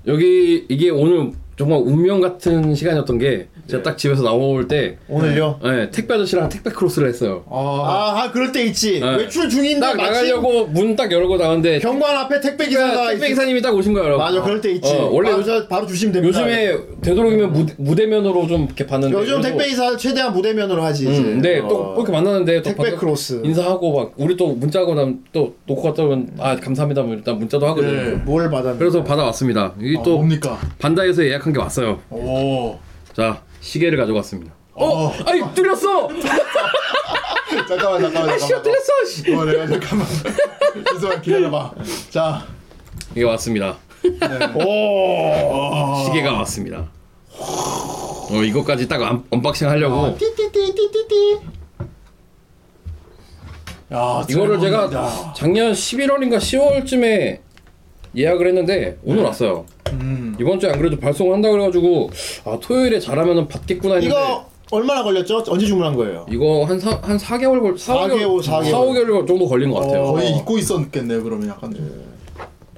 Speaker 4: 여기 이게 오늘 정말 운명 같은 시간이었던 게
Speaker 3: 네.
Speaker 4: 제가 딱 집에서 나올 때
Speaker 3: 오늘요.
Speaker 4: 네, 택배 아저씨랑 택배 크로스를 했어요.
Speaker 3: 아, 아, 그럴 때 있지.
Speaker 4: 네.
Speaker 3: 외출 중인데
Speaker 4: 딱
Speaker 3: 마침
Speaker 4: 나가려고 문 딱 열고 나왔는데
Speaker 3: 경관 앞에 택배 기사가
Speaker 4: 택배
Speaker 3: 있-
Speaker 4: 기사님이 딱 오신 거예요. 여러분.
Speaker 3: 맞아, 그럴 때 있지.
Speaker 4: 어, 원래
Speaker 3: 바로,
Speaker 4: 요,
Speaker 3: 저- 바로 주시면 됩니다.
Speaker 4: 요즘에 되도록이면 무대, 무대면으로 좀 이렇게 봤는데
Speaker 3: 요즘
Speaker 4: 그래도-
Speaker 3: 택배 기사 최대한 무대면으로 하지. 이제.
Speaker 4: 음, 네,
Speaker 3: 어.
Speaker 4: 또 이렇게 만나는데 또
Speaker 3: 택배
Speaker 4: 반갑-
Speaker 3: 크로스.
Speaker 4: 인사하고 막 우리 또 문자하고 나면 또 놓고 갔다 오면 아 감사합니다 뭐 일단 문자도
Speaker 3: 네.
Speaker 4: 하거든요.
Speaker 3: 뭘 받았는데?
Speaker 4: 그래서 받아왔습니다. 이게 또
Speaker 5: 뭡니까?
Speaker 4: 반다에서 예약한 게 왔어요.
Speaker 5: 오.
Speaker 4: 자 시계를 가져왔습니다. 어, 아이 뚫렸어.
Speaker 5: 잠깐만 잠깐만
Speaker 4: 시계
Speaker 5: 잠깐만.
Speaker 4: 뚫렸어. 씨.
Speaker 5: 어, 내가 잠깐만. 잠시만 기다려봐. 자.
Speaker 4: 이게 왔습니다.
Speaker 5: 어.
Speaker 4: [LAUGHS] 시계가 왔습니다. 어 이거까지 딱 언, 언박싱 하려고
Speaker 5: 띠띠띠띠띠띠. 야,
Speaker 4: 이거를
Speaker 5: 잘
Speaker 4: 제가 작년 11월인가 10월쯤에 예약을 했는데 오늘 왔어요.
Speaker 5: 음.
Speaker 4: 이번 주에 안 그래도 발송한다 그래가지고 아 토요일에 잘하면 받겠구나 했는데
Speaker 3: 이거 얼마나 걸렸죠? 언제 주문한 거예요?
Speaker 4: 이거 한, 사, 한 4개월 걸, 4,
Speaker 3: 4개월, 4개월.
Speaker 4: 4, 5개월 정도 걸린 것 같아요.
Speaker 5: 거의 잊고 있었겠네 그러면 약간.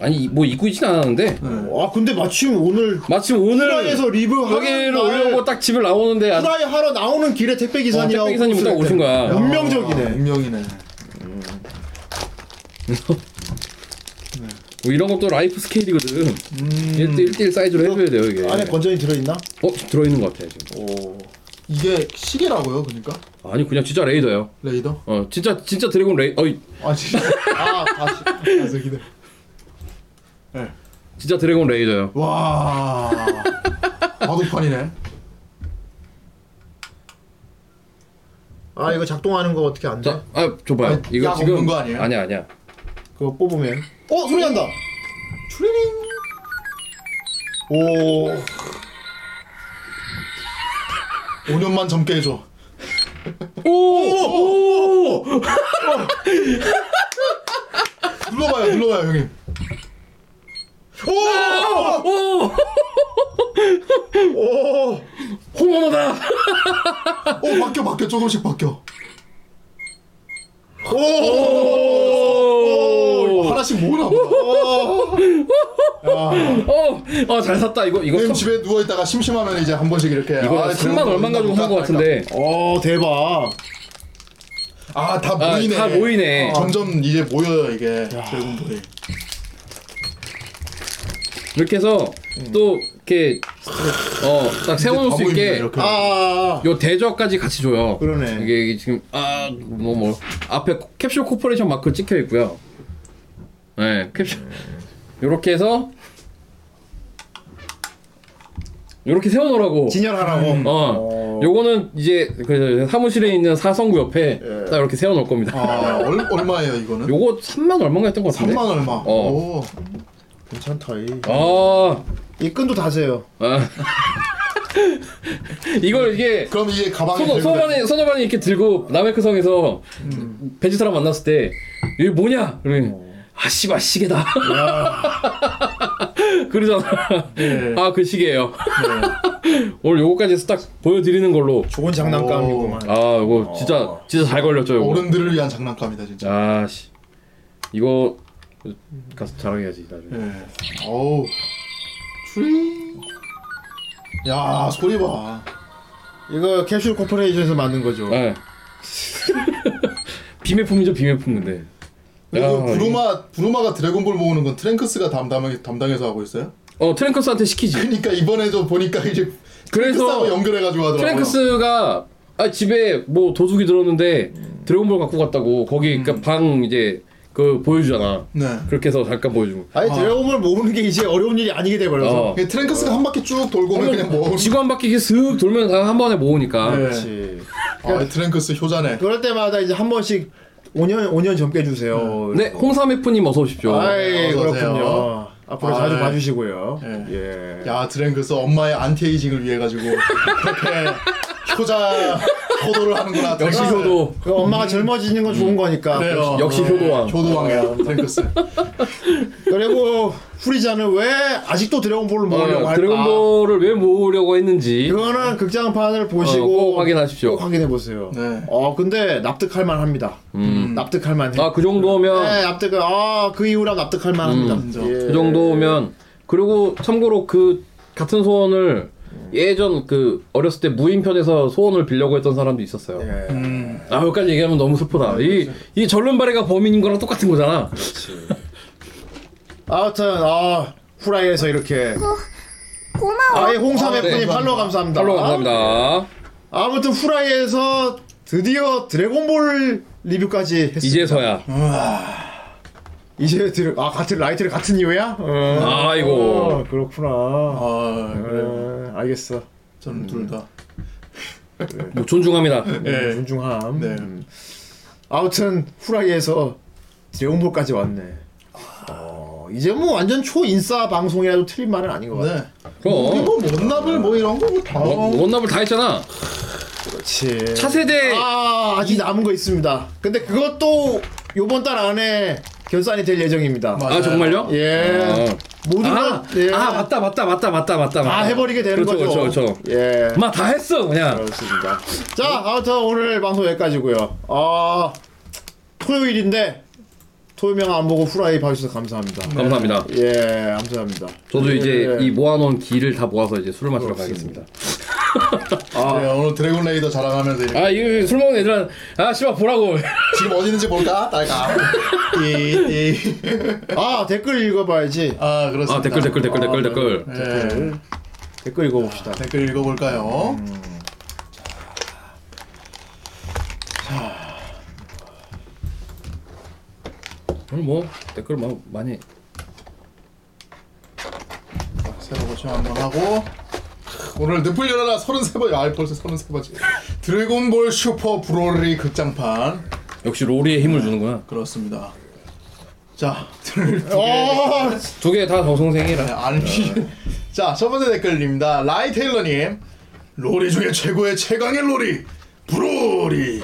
Speaker 4: 아니, 이- 뭐 잊고 있진 않았는데.
Speaker 5: 네.
Speaker 3: 아 근데 마침 오늘
Speaker 4: 마침 네. 오늘
Speaker 3: 후라이에서 리뷰 하는
Speaker 4: 여기를
Speaker 3: 날-
Speaker 4: 올려고 딱 집을 나오는데 아,
Speaker 3: 후라이 하러 나오는 길에 택배 기사님하고
Speaker 4: 어, 택배 기사님 딱 오신 거야.
Speaker 5: 아,
Speaker 3: 운명적이네. 어,
Speaker 5: 운명이네.
Speaker 4: 뭐 이런 것도 라이프 스케일이거든.
Speaker 5: 음.
Speaker 4: 1대1 1대1 사이즈로 해줘야 돼요, 이게.
Speaker 3: 안에 건전이 들어있나?
Speaker 4: 어? 들어있는 것 같아, 지금.
Speaker 5: 이게 시계라고요, 그러니까
Speaker 4: 아니, 그냥 진짜 레이더예요.
Speaker 5: 레이더?
Speaker 4: 어, 진짜, 진짜 드래곤 레이, 어이,
Speaker 5: 아 [LAUGHS] 진짜. 아 다시. 다시 기대. 뭐
Speaker 4: 진짜 드래곤 레이더예요.
Speaker 5: 와. 바둑판이네.
Speaker 3: 아 이거 작동하는 거 어떻게 안 돼?
Speaker 4: 자, 아 줘봐요.
Speaker 5: 아니,
Speaker 4: 이거
Speaker 5: 약
Speaker 4: 지금
Speaker 5: 없는 거 아니에요?
Speaker 4: 아니야 아니야.
Speaker 3: 그거 뽑으면 어 소리 난다. 추리링. 오
Speaker 5: 5년만 젊게 해줘.
Speaker 4: 오!
Speaker 5: 눌러봐요, 눌러봐요, 형님.
Speaker 4: 오!
Speaker 5: 오,
Speaker 4: 홍어다.
Speaker 5: 오 바뀌어, 바뀌어, 조금씩 바뀌어.
Speaker 4: 오!
Speaker 5: 오, 하나씩 모으나 보다.
Speaker 4: 어, 어, 잘 샀다. 이거 이거
Speaker 5: 형님
Speaker 4: 삼-
Speaker 5: 집에 누워 있다가 심심하면 이제 한 번씩 이렇게.
Speaker 4: 이거
Speaker 5: 아,
Speaker 4: 3만 얼마 가지고 산 거 같은데.
Speaker 3: 오, 어, 대박.
Speaker 5: 아, 다
Speaker 4: 아,
Speaker 5: 모이네. 어,
Speaker 4: 다 모이네.
Speaker 5: 점점 이제 모여요 이게 드래곤볼이.
Speaker 4: 이렇게 해서 또 이렇게 어 딱 세워 놓을
Speaker 5: 다
Speaker 4: 수
Speaker 5: 모입니다,
Speaker 4: 있게
Speaker 5: 음. 이렇게.
Speaker 3: 아, 아, 아.
Speaker 4: 요 대저까지 같이 줘요.
Speaker 3: 그러네.
Speaker 4: 이게 이게 지금 아 뭐 뭐 앞에 코- 캡슐 코퍼레이션 마크 찍혀 있고요. 네, 캡슐 요렇게 해서 요렇게 세워 놓으라고.
Speaker 3: 진열하라고.
Speaker 4: 어. 요거는 이제 그 사무실에 있는 사성구 옆에 딱 이렇게 세워 놓을 겁니다.
Speaker 5: 아, 얼, 얼마예요 이거는?
Speaker 4: 요거 3만 얼마가 했던 것 같은데.
Speaker 5: 3만 얼마.
Speaker 4: 어.
Speaker 5: 오.
Speaker 3: 괜찮다. 이.
Speaker 4: 아.
Speaker 3: 이 끈도 다세요.
Speaker 4: 아. 이걸 이게
Speaker 5: 그럼 이게 가방에
Speaker 4: 소노,
Speaker 5: 들고 다니- 그러니까
Speaker 4: 소노반이, 소노반이 이렇게 들고 남해크성에서 베지터랑 만났을 때 이게 뭐냐? 그러면
Speaker 5: 어.
Speaker 4: 아 씨발 시계다. [LAUGHS] 그러잖아. 아 그 시계예요.
Speaker 5: 네.
Speaker 4: [LAUGHS] 오늘 요거까지 해서 딱 보여드리는 걸로.
Speaker 3: 좋은 장난감이구만.
Speaker 4: 아 이거 진짜 진짜 잘 걸렸죠 이거.
Speaker 5: 어. 어른들을 위한 장난감이다 진짜.
Speaker 4: 아씨 이거 가서 자랑해야지 나중에.
Speaker 5: 예. 어우. 추리. 야 소리 봐.
Speaker 3: 이거 캡슐 코퍼레이션에서 만든 거죠.
Speaker 4: 네. [LAUGHS] 비매품이죠 비매품 근데.
Speaker 5: 그리고
Speaker 4: 야,
Speaker 5: 브루마 브루마가 드래곤볼 모으는 건 트랭크스가 담당 담당해서 하고 있어요.
Speaker 4: 어 트랭크스한테 시키지.
Speaker 5: 그러니까 이번에도 보니까 이제 트랭크스하고
Speaker 4: 그래서
Speaker 5: 연결해가지고 하더라고요.
Speaker 4: 트랭크스가 아, 집에 뭐 도둑이 들었는데 드래곤볼 갖고 갔다고 거기 그러니까 방 이제 그 보여주잖아.
Speaker 5: 네.
Speaker 4: 그렇게 해서 잠깐 보여주고.
Speaker 3: 아니 드래곤을 모으는 게 이제 어려운 일이 아니게 돼버려서. 네.
Speaker 4: 어.
Speaker 5: 이게 예, 트랭크스가 한 바퀴 쭉 돌고 오면 그냥 뭐.
Speaker 4: 지구 한 바퀴 이렇게 슥 돌면 다 한 번에 모으니까.
Speaker 5: [LAUGHS] 네.
Speaker 3: 그렇지.
Speaker 5: 아, 이 트랭크스 효자네.
Speaker 3: 그럴 때마다 이제 한 번씩 5년 5년 젊게 해주세요.
Speaker 4: 네, 홍삼해프님 어서 네. 오십시오.
Speaker 3: 아이
Speaker 5: 어서
Speaker 3: 그렇군요.
Speaker 5: 오세요.
Speaker 3: 앞으로 자주
Speaker 5: 아이.
Speaker 3: 봐주시고요.
Speaker 4: 네.
Speaker 5: 예.
Speaker 3: 예.
Speaker 5: 야 트랭크스 엄마의 안티에이징을 위해 가지고 그렇게 효자 효도를 하는구나.
Speaker 4: 역시
Speaker 5: 트랭크스. 아,
Speaker 4: 효도.
Speaker 3: 그 엄마가 젊어지는 건 좋은
Speaker 4: 음.
Speaker 3: 거니까.
Speaker 5: 그래요. 어,
Speaker 4: 역시 효도왕.
Speaker 5: 효도왕이야 트랭크스.
Speaker 3: 그리고 후리자는 왜 아직도 드래곤볼을 모으려고
Speaker 4: 어,
Speaker 3: 할까?
Speaker 4: 드래곤볼을 왜 모으려고 했는지.
Speaker 3: 이거는 극장판을 보시고
Speaker 4: 어, 꼭 확인하십시오.
Speaker 3: 꼭 확인해 보세요.
Speaker 5: 네.
Speaker 3: 어 근데 납득할 만합니다. 납득할 만해.
Speaker 4: 아, 그 정도면
Speaker 3: 네, 납득. 아그 이후라 납득할 만합니다.
Speaker 5: 인정.
Speaker 3: 예.
Speaker 4: 그 정도면 그리고 참고로 그 같은 소원을 예전 그 어렸을 때 무인편에서 소원을 빌려고 했던 사람도 있었어요.
Speaker 3: 예.
Speaker 4: 아 여기까지 얘기하면 너무 슬프다. 이 이 절름발이가 범인인 거랑 똑같은 거잖아.
Speaker 3: 아무튼 아 후라이에서 이렇게
Speaker 2: 고마워.
Speaker 3: 아예 홍삼의
Speaker 4: 아, 네.
Speaker 3: 분이 팔로 감사합니다.
Speaker 4: 팔로 감사합니다.
Speaker 3: 아무튼 후라이에서 드디어 드래곤볼 리뷰까지 했습니다.
Speaker 4: 이제서야.
Speaker 3: 아. 이제 드래 아 같은 라이트를 같은 이유야? 어.
Speaker 4: 아이고. 네.
Speaker 3: 어, 그렇구나.
Speaker 5: 아 그래.
Speaker 3: 어, 알겠어.
Speaker 5: 저는
Speaker 4: 음.
Speaker 5: 둘 다.
Speaker 4: 뭐 존중합니다.
Speaker 5: 예.
Speaker 3: 네, 존중함.
Speaker 5: 네.
Speaker 3: 음. 아무튼 후라이에서 드래곤볼까지 왔네.
Speaker 4: 아.
Speaker 3: 어, 이제 뭐 완전 초인싸 방송이라도 틀린 말은 아닌 것 같아.
Speaker 5: 네.
Speaker 4: 그럼
Speaker 5: 이거 못납을 뭐 이런 거다
Speaker 3: 어.
Speaker 4: 원- 원납을 다 했잖아.
Speaker 3: 그렇지.
Speaker 4: 차세대
Speaker 3: 아 아직 남은 거 있습니다. 근데 그것도 요번 달 안에 결산이 될 예정입니다.
Speaker 4: 아 정말요?
Speaker 3: 예.
Speaker 4: 아.
Speaker 3: 모든
Speaker 4: 아,
Speaker 3: 걸 예.
Speaker 4: 아 맞다 맞다 맞다 맞다 맞다
Speaker 3: 다 해버리게 되는
Speaker 4: 그렇죠,
Speaker 3: 거죠.
Speaker 4: 그렇죠 그렇죠 네.
Speaker 3: 예.
Speaker 4: 막다 했어 그냥
Speaker 3: 그렇습니다. 자, 아무튼 오늘 방송 여기까지고요. 아 토요일인데 토요명 안 보고 후라이 봐주셔서 감사합니다.
Speaker 4: 감사합니다
Speaker 3: 예, 감사합니다.
Speaker 4: 저도 이제
Speaker 3: 예.
Speaker 4: 이 모아놓은 기를 다 모아서 이제 술을 마시러 가겠습니다.
Speaker 5: 네, 오늘 드래곤 레이더 자랑하면서 이렇게
Speaker 4: 아, 이거 술 먹는 애들한, 아, 씨발, 보라고.
Speaker 5: 지금 어디 있는지 볼까? 딸까? 이, 이.
Speaker 3: 아 댓글 읽어봐야지.
Speaker 5: 아 그렇습니다.
Speaker 4: 아, 댓글, 댓글, 댓글, 댓글, 댓글.
Speaker 5: 예,
Speaker 3: 댓글 읽어봅시다.
Speaker 4: 아, 네.
Speaker 5: 댓글 읽어볼까요?
Speaker 4: 오늘 뭐, 댓글 막 많이.
Speaker 5: 새로 고침 한번 하고 오늘 늪을 열어라 33번 아 벌써 33번째 드래곤볼 슈퍼 브로리 극장판
Speaker 4: 역시 로리의 힘을 주는구나.
Speaker 5: 그렇습니다 자 어,
Speaker 4: 두 개 다 정성생이라.
Speaker 5: 아니 자첫 번째 댓글입니다 라이 테일러님 로리 중에 최고의 최강의 로리 브로리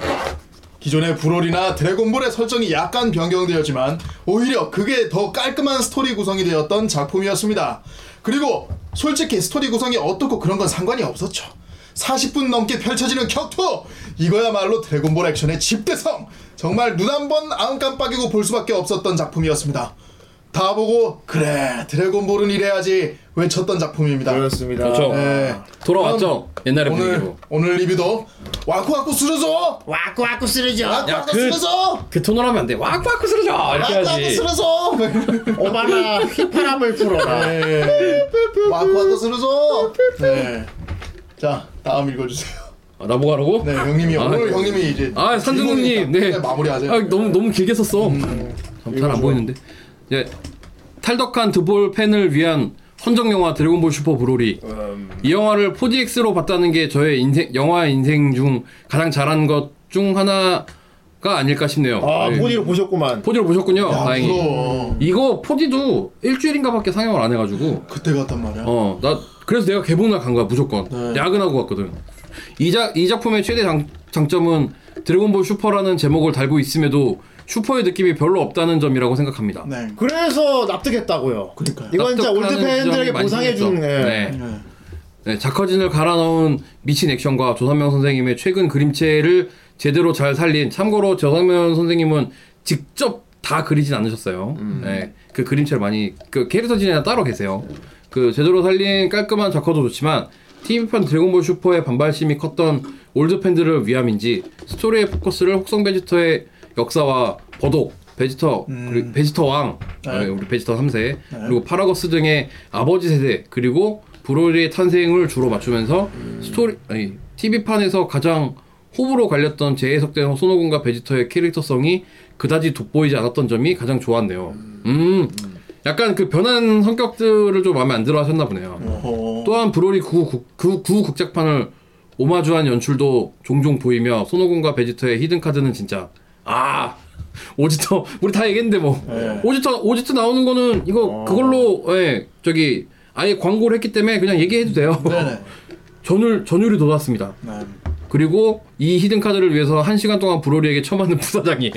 Speaker 5: 기존의 브롤이나 드래곤볼의 설정이 약간 변경되었지만 오히려 그게 더 깔끔한 스토리 구성이 되었던 작품이었습니다. 그리고 솔직히 스토리 구성이 어떻고 그런 건 상관이 없었죠. 40분 넘게 펼쳐지는 격투! 이거야말로 드래곤볼 액션의 집대성! 정말 눈 한 번 안 깜빡이고 볼 수밖에 없었던 작품이었습니다. 다 보고 그래 드래곤볼은 이래야지 외쳤던 작품입니다.
Speaker 3: 그렇습니다.
Speaker 4: 그렇죠.
Speaker 5: 네.
Speaker 4: 돌아왔죠. 옛날의
Speaker 5: 오늘
Speaker 4: 분위기로.
Speaker 5: 오늘 리뷰도 와쿠와쿠 쓰러져!
Speaker 6: 와꾸와꾸 쓰러져
Speaker 5: 와쿠와쿠
Speaker 4: 그-
Speaker 5: 쓰러져!
Speaker 4: 그 톤으로 하면 안 돼. 왁왁 쓰러져. 이렇게 해야지.
Speaker 5: 쓰러져
Speaker 6: 오바마 휘파람을 불어라
Speaker 4: 네.
Speaker 5: [LAUGHS] 와쿠 와쿠 쓰러져 예, 네. 자 다음 읽어주세요
Speaker 4: 아, 나보고 하라고?
Speaker 5: 네 형님이
Speaker 4: 아,
Speaker 5: 오늘
Speaker 4: 네.
Speaker 5: 형님이 이제
Speaker 4: 아 산중님
Speaker 5: 일본이니까 음.
Speaker 4: 네
Speaker 5: 마무리하세요
Speaker 4: 아, 너무 너무 길게 썼어. 잘 안 보이는데. 이제 탈덕한 드볼 팬을 위한 헌정 영화 드래곤볼 슈퍼 브로리.
Speaker 5: 음.
Speaker 4: 이 영화를 4DX로 봤다는 게 저의 인생 영화 인생 중 가장 잘한 것 중 하나가 아닐까 싶네요.
Speaker 3: 아
Speaker 4: 네.
Speaker 3: 보디로 보셨구만.
Speaker 4: 4D로 보셨군요.
Speaker 5: 야,
Speaker 4: 다행히.
Speaker 5: 부러워.
Speaker 4: 이거 4D도 일주일인가밖에 상영을 안 해가지고.
Speaker 5: 그때 갔단 말이야
Speaker 4: 어, 나 그래서 내가 개봉날 간 거야 무조건.
Speaker 3: 네.
Speaker 4: 야근하고 갔거든. 이작 이 작품의 최대 장, 장점은 드래곤볼 슈퍼라는 제목을 달고 있음에도 슈퍼의 느낌이 별로 없다는 점이라고 생각합니다.
Speaker 5: 네
Speaker 3: 그래서 납득했다고요.
Speaker 5: 그러니까요.
Speaker 3: 이건 진짜 올드
Speaker 4: 납득하는
Speaker 3: 팬들에게
Speaker 4: 지점이 많이
Speaker 3: 보상해
Speaker 4: 생겼죠.
Speaker 3: 준. 예.
Speaker 4: 네. 네, 자커진을 갈아 넣은 미친 액션과 조상명 선생님의 최근 그림체를 제대로 잘 살린. 참고로 조상명 선생님은 직접 다 그리진 않으셨어요. 네, 그 그림체를 많이 그 캐릭터 진이나 따로 계세요. 그 제대로 살린 깔끔한 자커도 좋지만 TV판 드래곤볼 슈퍼의 반발심이 컸던 올드 팬들을 위함인지 스토리의 포커스를 혹성 베지터의 역사와 버독, 베지터, 그리고 베지터 왕, 네, 우리 베지터 3세, 그리고 파라거스 등의 아버지 세대, 그리고 브로리의 탄생을 주로 맞추면서 스토리, 아니, TV판에서 가장 호불호 갈렸던 재해석된 손오공과 베지터의 캐릭터성이 그다지 돋보이지 않았던 점이 가장 좋았네요. 음, 약간 그 변한 성격들을 좀 마음에 안 들어 하셨나 보네요.
Speaker 5: 어허.
Speaker 4: 또한 브로리 구, 구, 구, 구 국작판을 오마주한 연출도 종종 보이며 손오공과 베지터의 히든카드는 진짜 아 오지터 우리 다 얘기했는데 뭐
Speaker 5: 네.
Speaker 4: 오지터 오지터 나오는 거는 이거
Speaker 5: 어.
Speaker 4: 그걸로 예 저기 아예 광고를 했기 때문에 그냥 얘기해도 돼요
Speaker 5: 네네
Speaker 4: [LAUGHS] 전율 전율이 돋았습니다
Speaker 5: 네.
Speaker 4: 그리고 이 히든카드를 위해서 한 시간 동안 브로리에게 처맞는
Speaker 5: [LAUGHS]
Speaker 4: 부사장님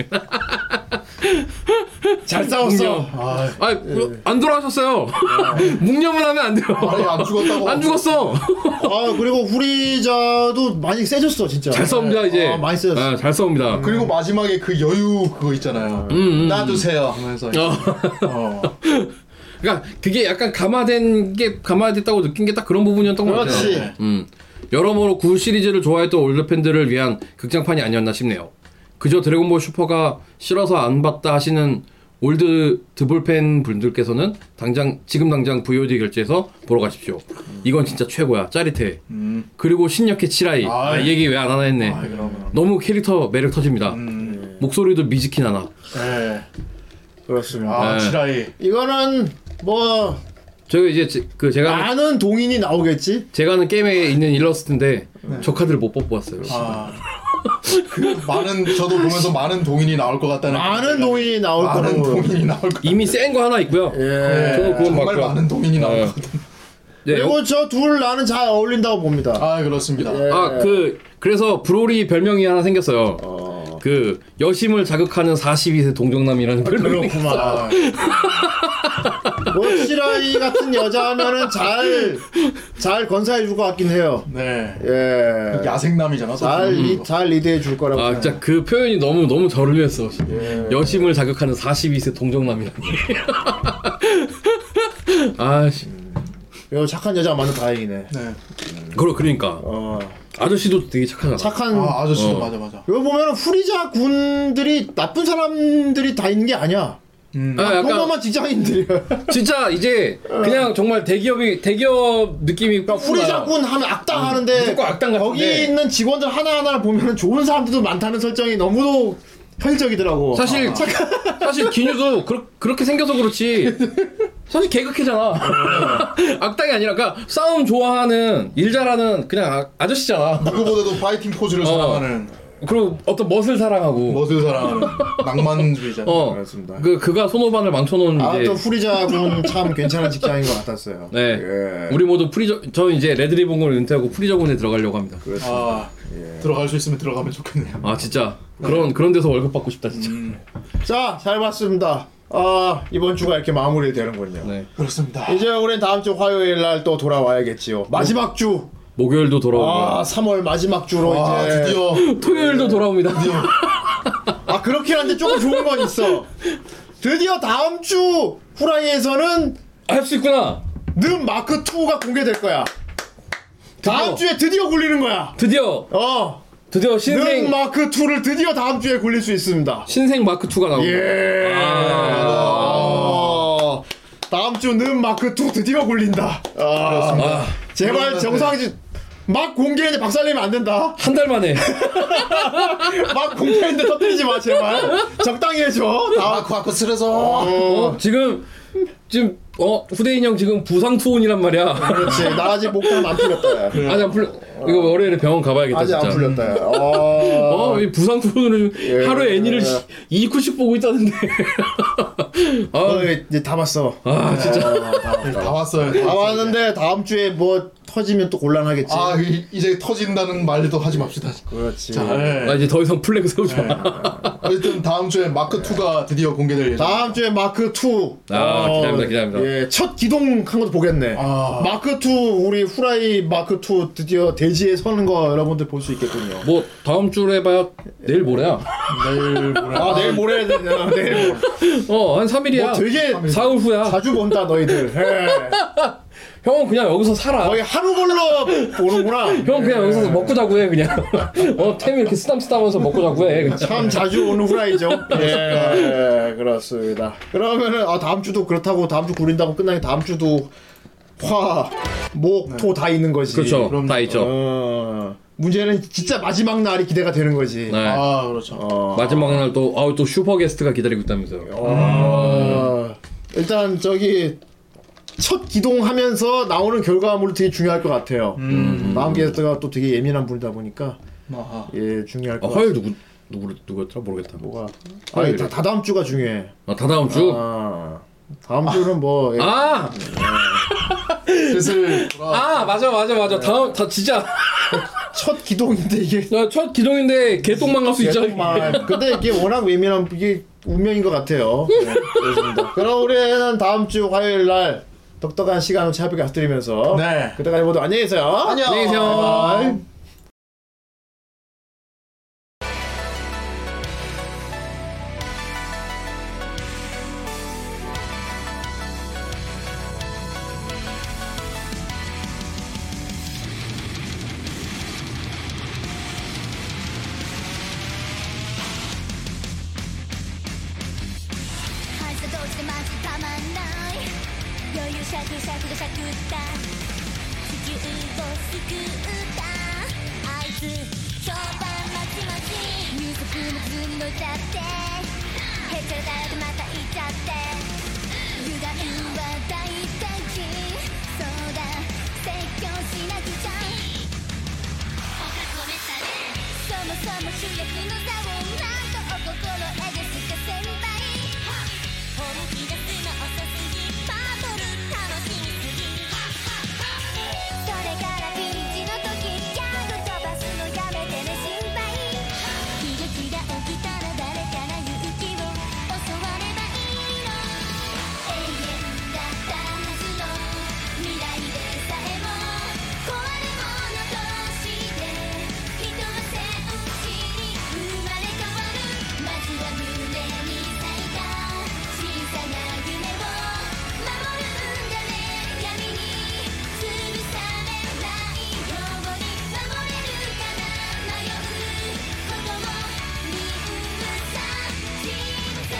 Speaker 3: 잘 싸웠어.
Speaker 4: 묵념.
Speaker 5: 아
Speaker 4: 아니 안 돌아가셨어요 [LAUGHS] 묵념을 하면 안 돼요
Speaker 5: 네. 아니 안 죽었다고
Speaker 4: 안 죽었어
Speaker 3: 아 그리고 후리자도 많이 세졌어 진짜.
Speaker 4: [LAUGHS] 잘 싸웁니다 이제
Speaker 3: 아, 많이 세졌어. 음.
Speaker 4: 예, 잘 싸웁니다
Speaker 5: 그리고 마지막에 그 여유 그거 있잖아요 놔두세요 음, 네. 하면서
Speaker 4: 어.
Speaker 5: 어.
Speaker 4: [LAUGHS] 그러니까 그게 약간 감화된 게 감화됐다고 느낀 게 딱 그런 부분이었던 것
Speaker 3: 그렇지.
Speaker 4: 같아요. 음. 여러모로 구 시리즈를 좋아했던 올드 팬들을 위한 극장판이 아니었나 싶네요. 그저 드래곤볼 슈퍼가 싫어서 안 봤다 하시는 올드 드볼팬 분들께서는 당장 지금 당장 VOD 결제해서 보러 가십시오. 이건 진짜 최고야. 짜릿해. 그리고 신력해 칠하이. 아,
Speaker 5: 음. 아이. 예.
Speaker 4: 이 얘기 왜 안 하나 했네.
Speaker 5: 아, 음. 그러면
Speaker 4: 너무 캐릭터 매력 터집니다. 목소리도 미지키 나나.
Speaker 5: 네.
Speaker 3: 그렇습니다.
Speaker 5: 아
Speaker 4: 네.
Speaker 5: 지라이
Speaker 3: 이거는 뭐
Speaker 4: 저희 이제 제- 그 제가 하는
Speaker 3: 많은 동인이 나오겠지.
Speaker 4: 제가 하는 게임에 있는 일러스트인데 저 카드를 못 뽑았어요.
Speaker 5: 네. 아그 많은 저도 보면서 많은 동인이 나올 것 같다는
Speaker 3: 많은
Speaker 5: 생각이
Speaker 3: 동인이 나올
Speaker 5: 많은
Speaker 3: 거라고.
Speaker 5: 네. 동인이 나올 것
Speaker 4: 이미 센 거 하나 있고요.
Speaker 3: 예.
Speaker 4: 저는 그건
Speaker 5: 정말
Speaker 4: 맞고요.
Speaker 5: 많은 동인이 나올 것 같아요.
Speaker 4: 네, 여-
Speaker 3: 그리고 저 둘 나는 잘 어울린다고 봅니다.
Speaker 5: 아 그렇습니다.
Speaker 4: 아, 그 그래서 브로리 별명이 하나 생겼어요. 그 여심을 자극하는 42세 동정남이라는 별명이
Speaker 5: 아,
Speaker 3: 워시라이 뭐, 같은 여자면은 잘, 잘 건사해 줄 것 같긴 해요.
Speaker 5: 네.
Speaker 3: 예.
Speaker 5: 야생남이잖아. 음.
Speaker 3: 잘, 리, 잘 리드해 줄 거라고.
Speaker 4: 아,
Speaker 3: 생각해요.
Speaker 4: 진짜 그 표현이 너무 너무 저를 위했어.
Speaker 3: 예.
Speaker 4: 여심을 자극하는 42세 동정남이라니. [LAUGHS] 아, 씨.
Speaker 3: 이거 착한 여자 많은 다행이네.
Speaker 5: 네.
Speaker 4: 그러 그러니까
Speaker 3: 어,
Speaker 4: 아저씨도 되게 착하잖아.
Speaker 3: 착한.
Speaker 5: 아 아저씨
Speaker 4: 어.
Speaker 5: 맞아 맞아.
Speaker 3: 이거 보면은 후리자 군들이 나쁜 사람들이 다 있는 게 아니야.
Speaker 4: 아, 약간
Speaker 3: 평범한
Speaker 4: [LAUGHS]
Speaker 3: 직장인들이야.
Speaker 4: 진짜 이제 그냥 정말 대기업이 대기업 느낌이
Speaker 3: 그러니까 후리자군 하면 악당 하는데
Speaker 4: 음, 무조건 악당 같은데.
Speaker 3: 거기 있는 직원들 하나하나를 보면 좋은 사람들도 많다는 설정이 너무도 현실적이더라고. 아.
Speaker 4: 사실 사실 기뉴도 그렇, 그렇게 생겨서 그렇지 사실
Speaker 3: 어.
Speaker 4: 개그캐잖아. 악당이 아니라, 그러니까 싸움 좋아하는, 일 잘하는 그냥 아, 아저씨잖아.
Speaker 5: 누구보다도 파이팅 포즈를
Speaker 4: 어.
Speaker 5: 사랑하는
Speaker 4: 그리고 어떤 멋을 사랑하고.
Speaker 5: 멋을 사랑하는 낭만주의자.
Speaker 4: 어.
Speaker 3: 뭐, 그렇습니다.
Speaker 4: 그, 그가 손오반을 망쳐놓은 이제.
Speaker 3: 아무튼 후리자 군참 괜찮은 직장인 것 같았어요.
Speaker 4: 네.
Speaker 3: 예.
Speaker 4: 우리 모두 프리저, 저 이제 레드리본군을 은퇴하고 프리저군에 들어가려고 합니다.
Speaker 5: 아
Speaker 3: 예.
Speaker 5: 들어갈 수 있으면 들어가면 좋겠네요.
Speaker 4: 아, 진짜. 그런, 그런 데서 월급 받고 싶다, 진짜.
Speaker 3: 음. 자, 잘 봤습니다. 아, 이번 주가 이렇게 마무리되는군요.
Speaker 4: 네.
Speaker 5: 그렇습니다.
Speaker 3: 이제 우린 다음 주 화요일 날 또 돌아와야겠지요. 마지막 주.
Speaker 4: 목요일도 돌아오고. 네.
Speaker 3: 아, 3월 마지막 주로
Speaker 5: 아
Speaker 3: 이제.
Speaker 5: 드디어 네.
Speaker 4: 토요일도 돌아옵니다.
Speaker 3: 아, 그렇긴 한데 조금 좋은 건 있어. 드디어 다음 주 후라이에서는
Speaker 4: 할 수 있구나.
Speaker 3: 는 마크 2가 공개될 거야. 다음
Speaker 4: 드디어.
Speaker 3: 주에 드디어 굴리는 거야.
Speaker 4: 드디어,
Speaker 3: 어.
Speaker 4: 드디어
Speaker 3: 는
Speaker 4: 신생,
Speaker 3: 마크 2를 드디어 다음 주에 굴릴 수 있습니다.
Speaker 4: 신생 마크2가 나오고.
Speaker 3: 예. 아. 다음 주는 마크 2 드디어 굴린다. 아.
Speaker 4: 아,
Speaker 3: 제발
Speaker 5: 그러면은-
Speaker 3: 정상지 막 공개했는데 박살내면 안 된다.
Speaker 4: 한 달 만에.
Speaker 3: 막 공개했는데 터뜨리지 마 제발. 적당히 해줘. 다음
Speaker 5: 아쿠 아쿠 쓰러져.
Speaker 4: 어, 지금 지금 어 후대인 형 지금 부상 투혼이란 말이야.
Speaker 3: 그렇지. 나 아직 목표는 안 풀렸다. 야.
Speaker 4: 아직 안 풀려. 이거 월요일에 병원 가봐야겠다
Speaker 3: 예. 아직
Speaker 4: 네. 진짜.
Speaker 3: 안 풀렸다. 야. 어.
Speaker 4: 어, 이 부상 투혼으로 지금
Speaker 3: 예.
Speaker 4: 하루에 애니를 2쿠씩 보고 있다는데.
Speaker 3: 어,
Speaker 4: 아,
Speaker 3: 이제 다 봤어. 네.
Speaker 4: 아 진짜.
Speaker 5: 다 왔어요.
Speaker 3: 다 왔는데 다음 주에 뭐 터지면 또 곤란하겠지.
Speaker 5: 아 이- 이제 터진다는 말도 하지 맙시다.
Speaker 3: 그렇지.
Speaker 5: 자, 예.
Speaker 4: 나 아, 이제 더 이상 플래그 세우지 마.
Speaker 3: 예.
Speaker 5: 어쨌든 다음 주에 마크 2가 드디어 공개될 예정.
Speaker 3: 다음 주에 마크 2.
Speaker 4: 아, 기대합니다, 기대합니다.
Speaker 3: 예, 첫 기동한 것도 보겠네.
Speaker 5: 아.
Speaker 3: 마크 2 우리 후라이 마크 2 드디어 대지에 서는 거 여러분들 볼 수 있겠군요.
Speaker 4: 뭐 다음 주로 해봐야 내일 모레야.
Speaker 5: 내일 모레.
Speaker 3: 아, 내일 모레 해야 되나? 내일 모레.
Speaker 4: 어, 한 3일이야.
Speaker 3: 뭐 되게
Speaker 4: 사흘 후야.
Speaker 3: 자주 본다 너희들. 예.
Speaker 4: 형은 그냥 여기서 살아.
Speaker 3: 거의 예. 하루 걸러 보는구나.
Speaker 4: 형 그냥 여기서 먹고 자고 해 그냥. [LAUGHS] 어, 템이 이렇게 쓰담쓰담하면서 먹고 자고 해. 그냥.
Speaker 3: 참 자주 오는 후라이죠. 예, 그렇습니다. 그러면은 아 다음 주도 그렇다고 다음 주 구린다고 끝나니 다음 주도 화, 목, 토 다 있는 거지.
Speaker 4: 네. 그렇죠. 다 있죠.
Speaker 3: 어, 문제는 진짜 마지막 날이 기대가 되는 거지.
Speaker 4: 네.
Speaker 5: 아 그렇죠.
Speaker 3: 어.
Speaker 4: 마지막 날 또 아우 또 슈퍼 게스트가 기다리고 있다면서요.
Speaker 3: 어, 일단 저기 첫 기동하면서 나오는 결과물이 되게 중요할 것 같아요. 마음 게스트가 또 되게 예민한 분이다 보니까
Speaker 5: 아하.
Speaker 3: 예 중요할
Speaker 4: 아,
Speaker 3: 것 같아요.
Speaker 4: 화요일 누구 누구 누구였더라 모르겠다. 뭐.
Speaker 3: 뭐가 아니 다,
Speaker 4: 화요일에.
Speaker 3: 다 다음 주가 중요해.
Speaker 4: 아, 다 다음 주. 아,
Speaker 3: 아, 다음 주는 뭐 예,
Speaker 4: 아,
Speaker 5: 네. 슬슬 돌아.
Speaker 4: 맞아 맞아 맞아. 다음 다 진짜
Speaker 3: 첫 기동인데 이게
Speaker 4: 나첫 기동인데 개똥만 갈 수 있잖아.
Speaker 3: 개똥만. 근데 이게 워낙 예민한 이게 운명인 것 같아요. 네, 그렇습니다. 그럼 우리는 다음 주 화요일 날 독특한 시간을 차비가 드리면서
Speaker 5: 네.
Speaker 3: 그때까지 모두 안녕히 계세요.
Speaker 5: 안녕.
Speaker 4: 안녕히 계세요.
Speaker 3: 바이바이.
Speaker 2: 挨拶をしてマジたまんない余裕シャクシャクがしゃくった地球を救ったあいつ評判まちまち入足もずに乗っちゃってへっちゃらだよまた行っちゃって油断は大敵そうだ説教しなくちゃそもそも主役の座をなんとお心得ですか先輩本気出すの遅すぎバトル楽しみすぎそれからピンチの時ギャグ飛ばすのやめてね心配悲劇が起きたら誰から勇気を教わればいいの永遠だったはずの未来でさえも壊れ物として人は戦士に生まれ変わるまずは胸に咲いた小さな夢を守るんだね闇に潰されないように守れるかな迷うこともみんな信じて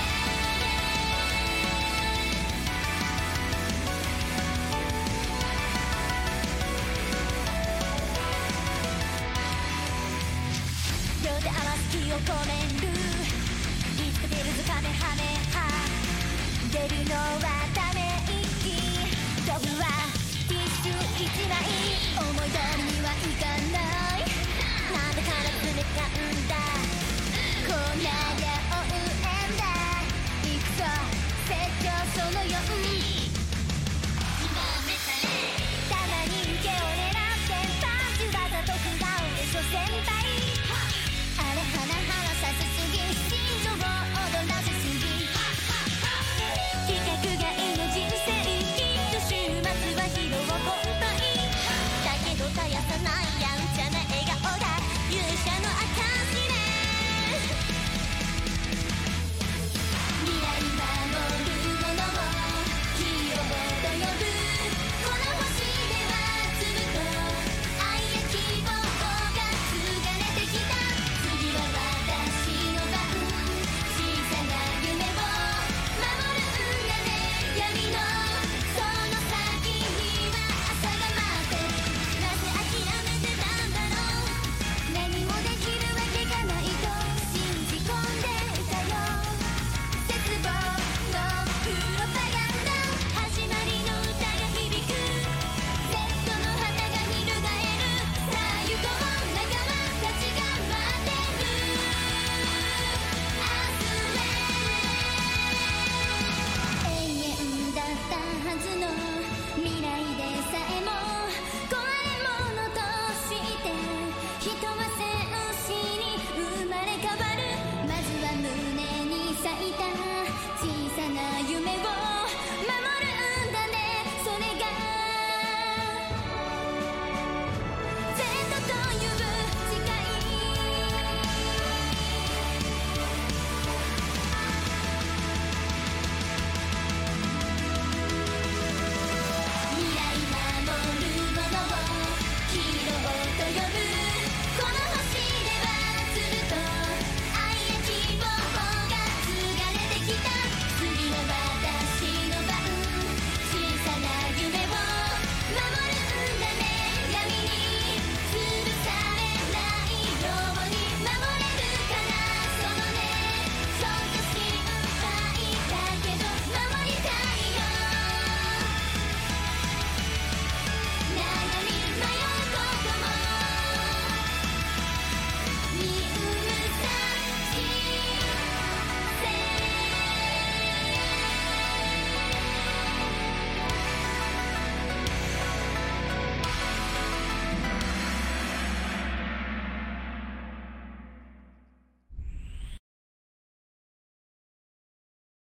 Speaker 2: 両手合わせ気を込めるリスクビルズカメハメハ出るのはため息づらい思い通りにはいかないなんだから詰めたんだ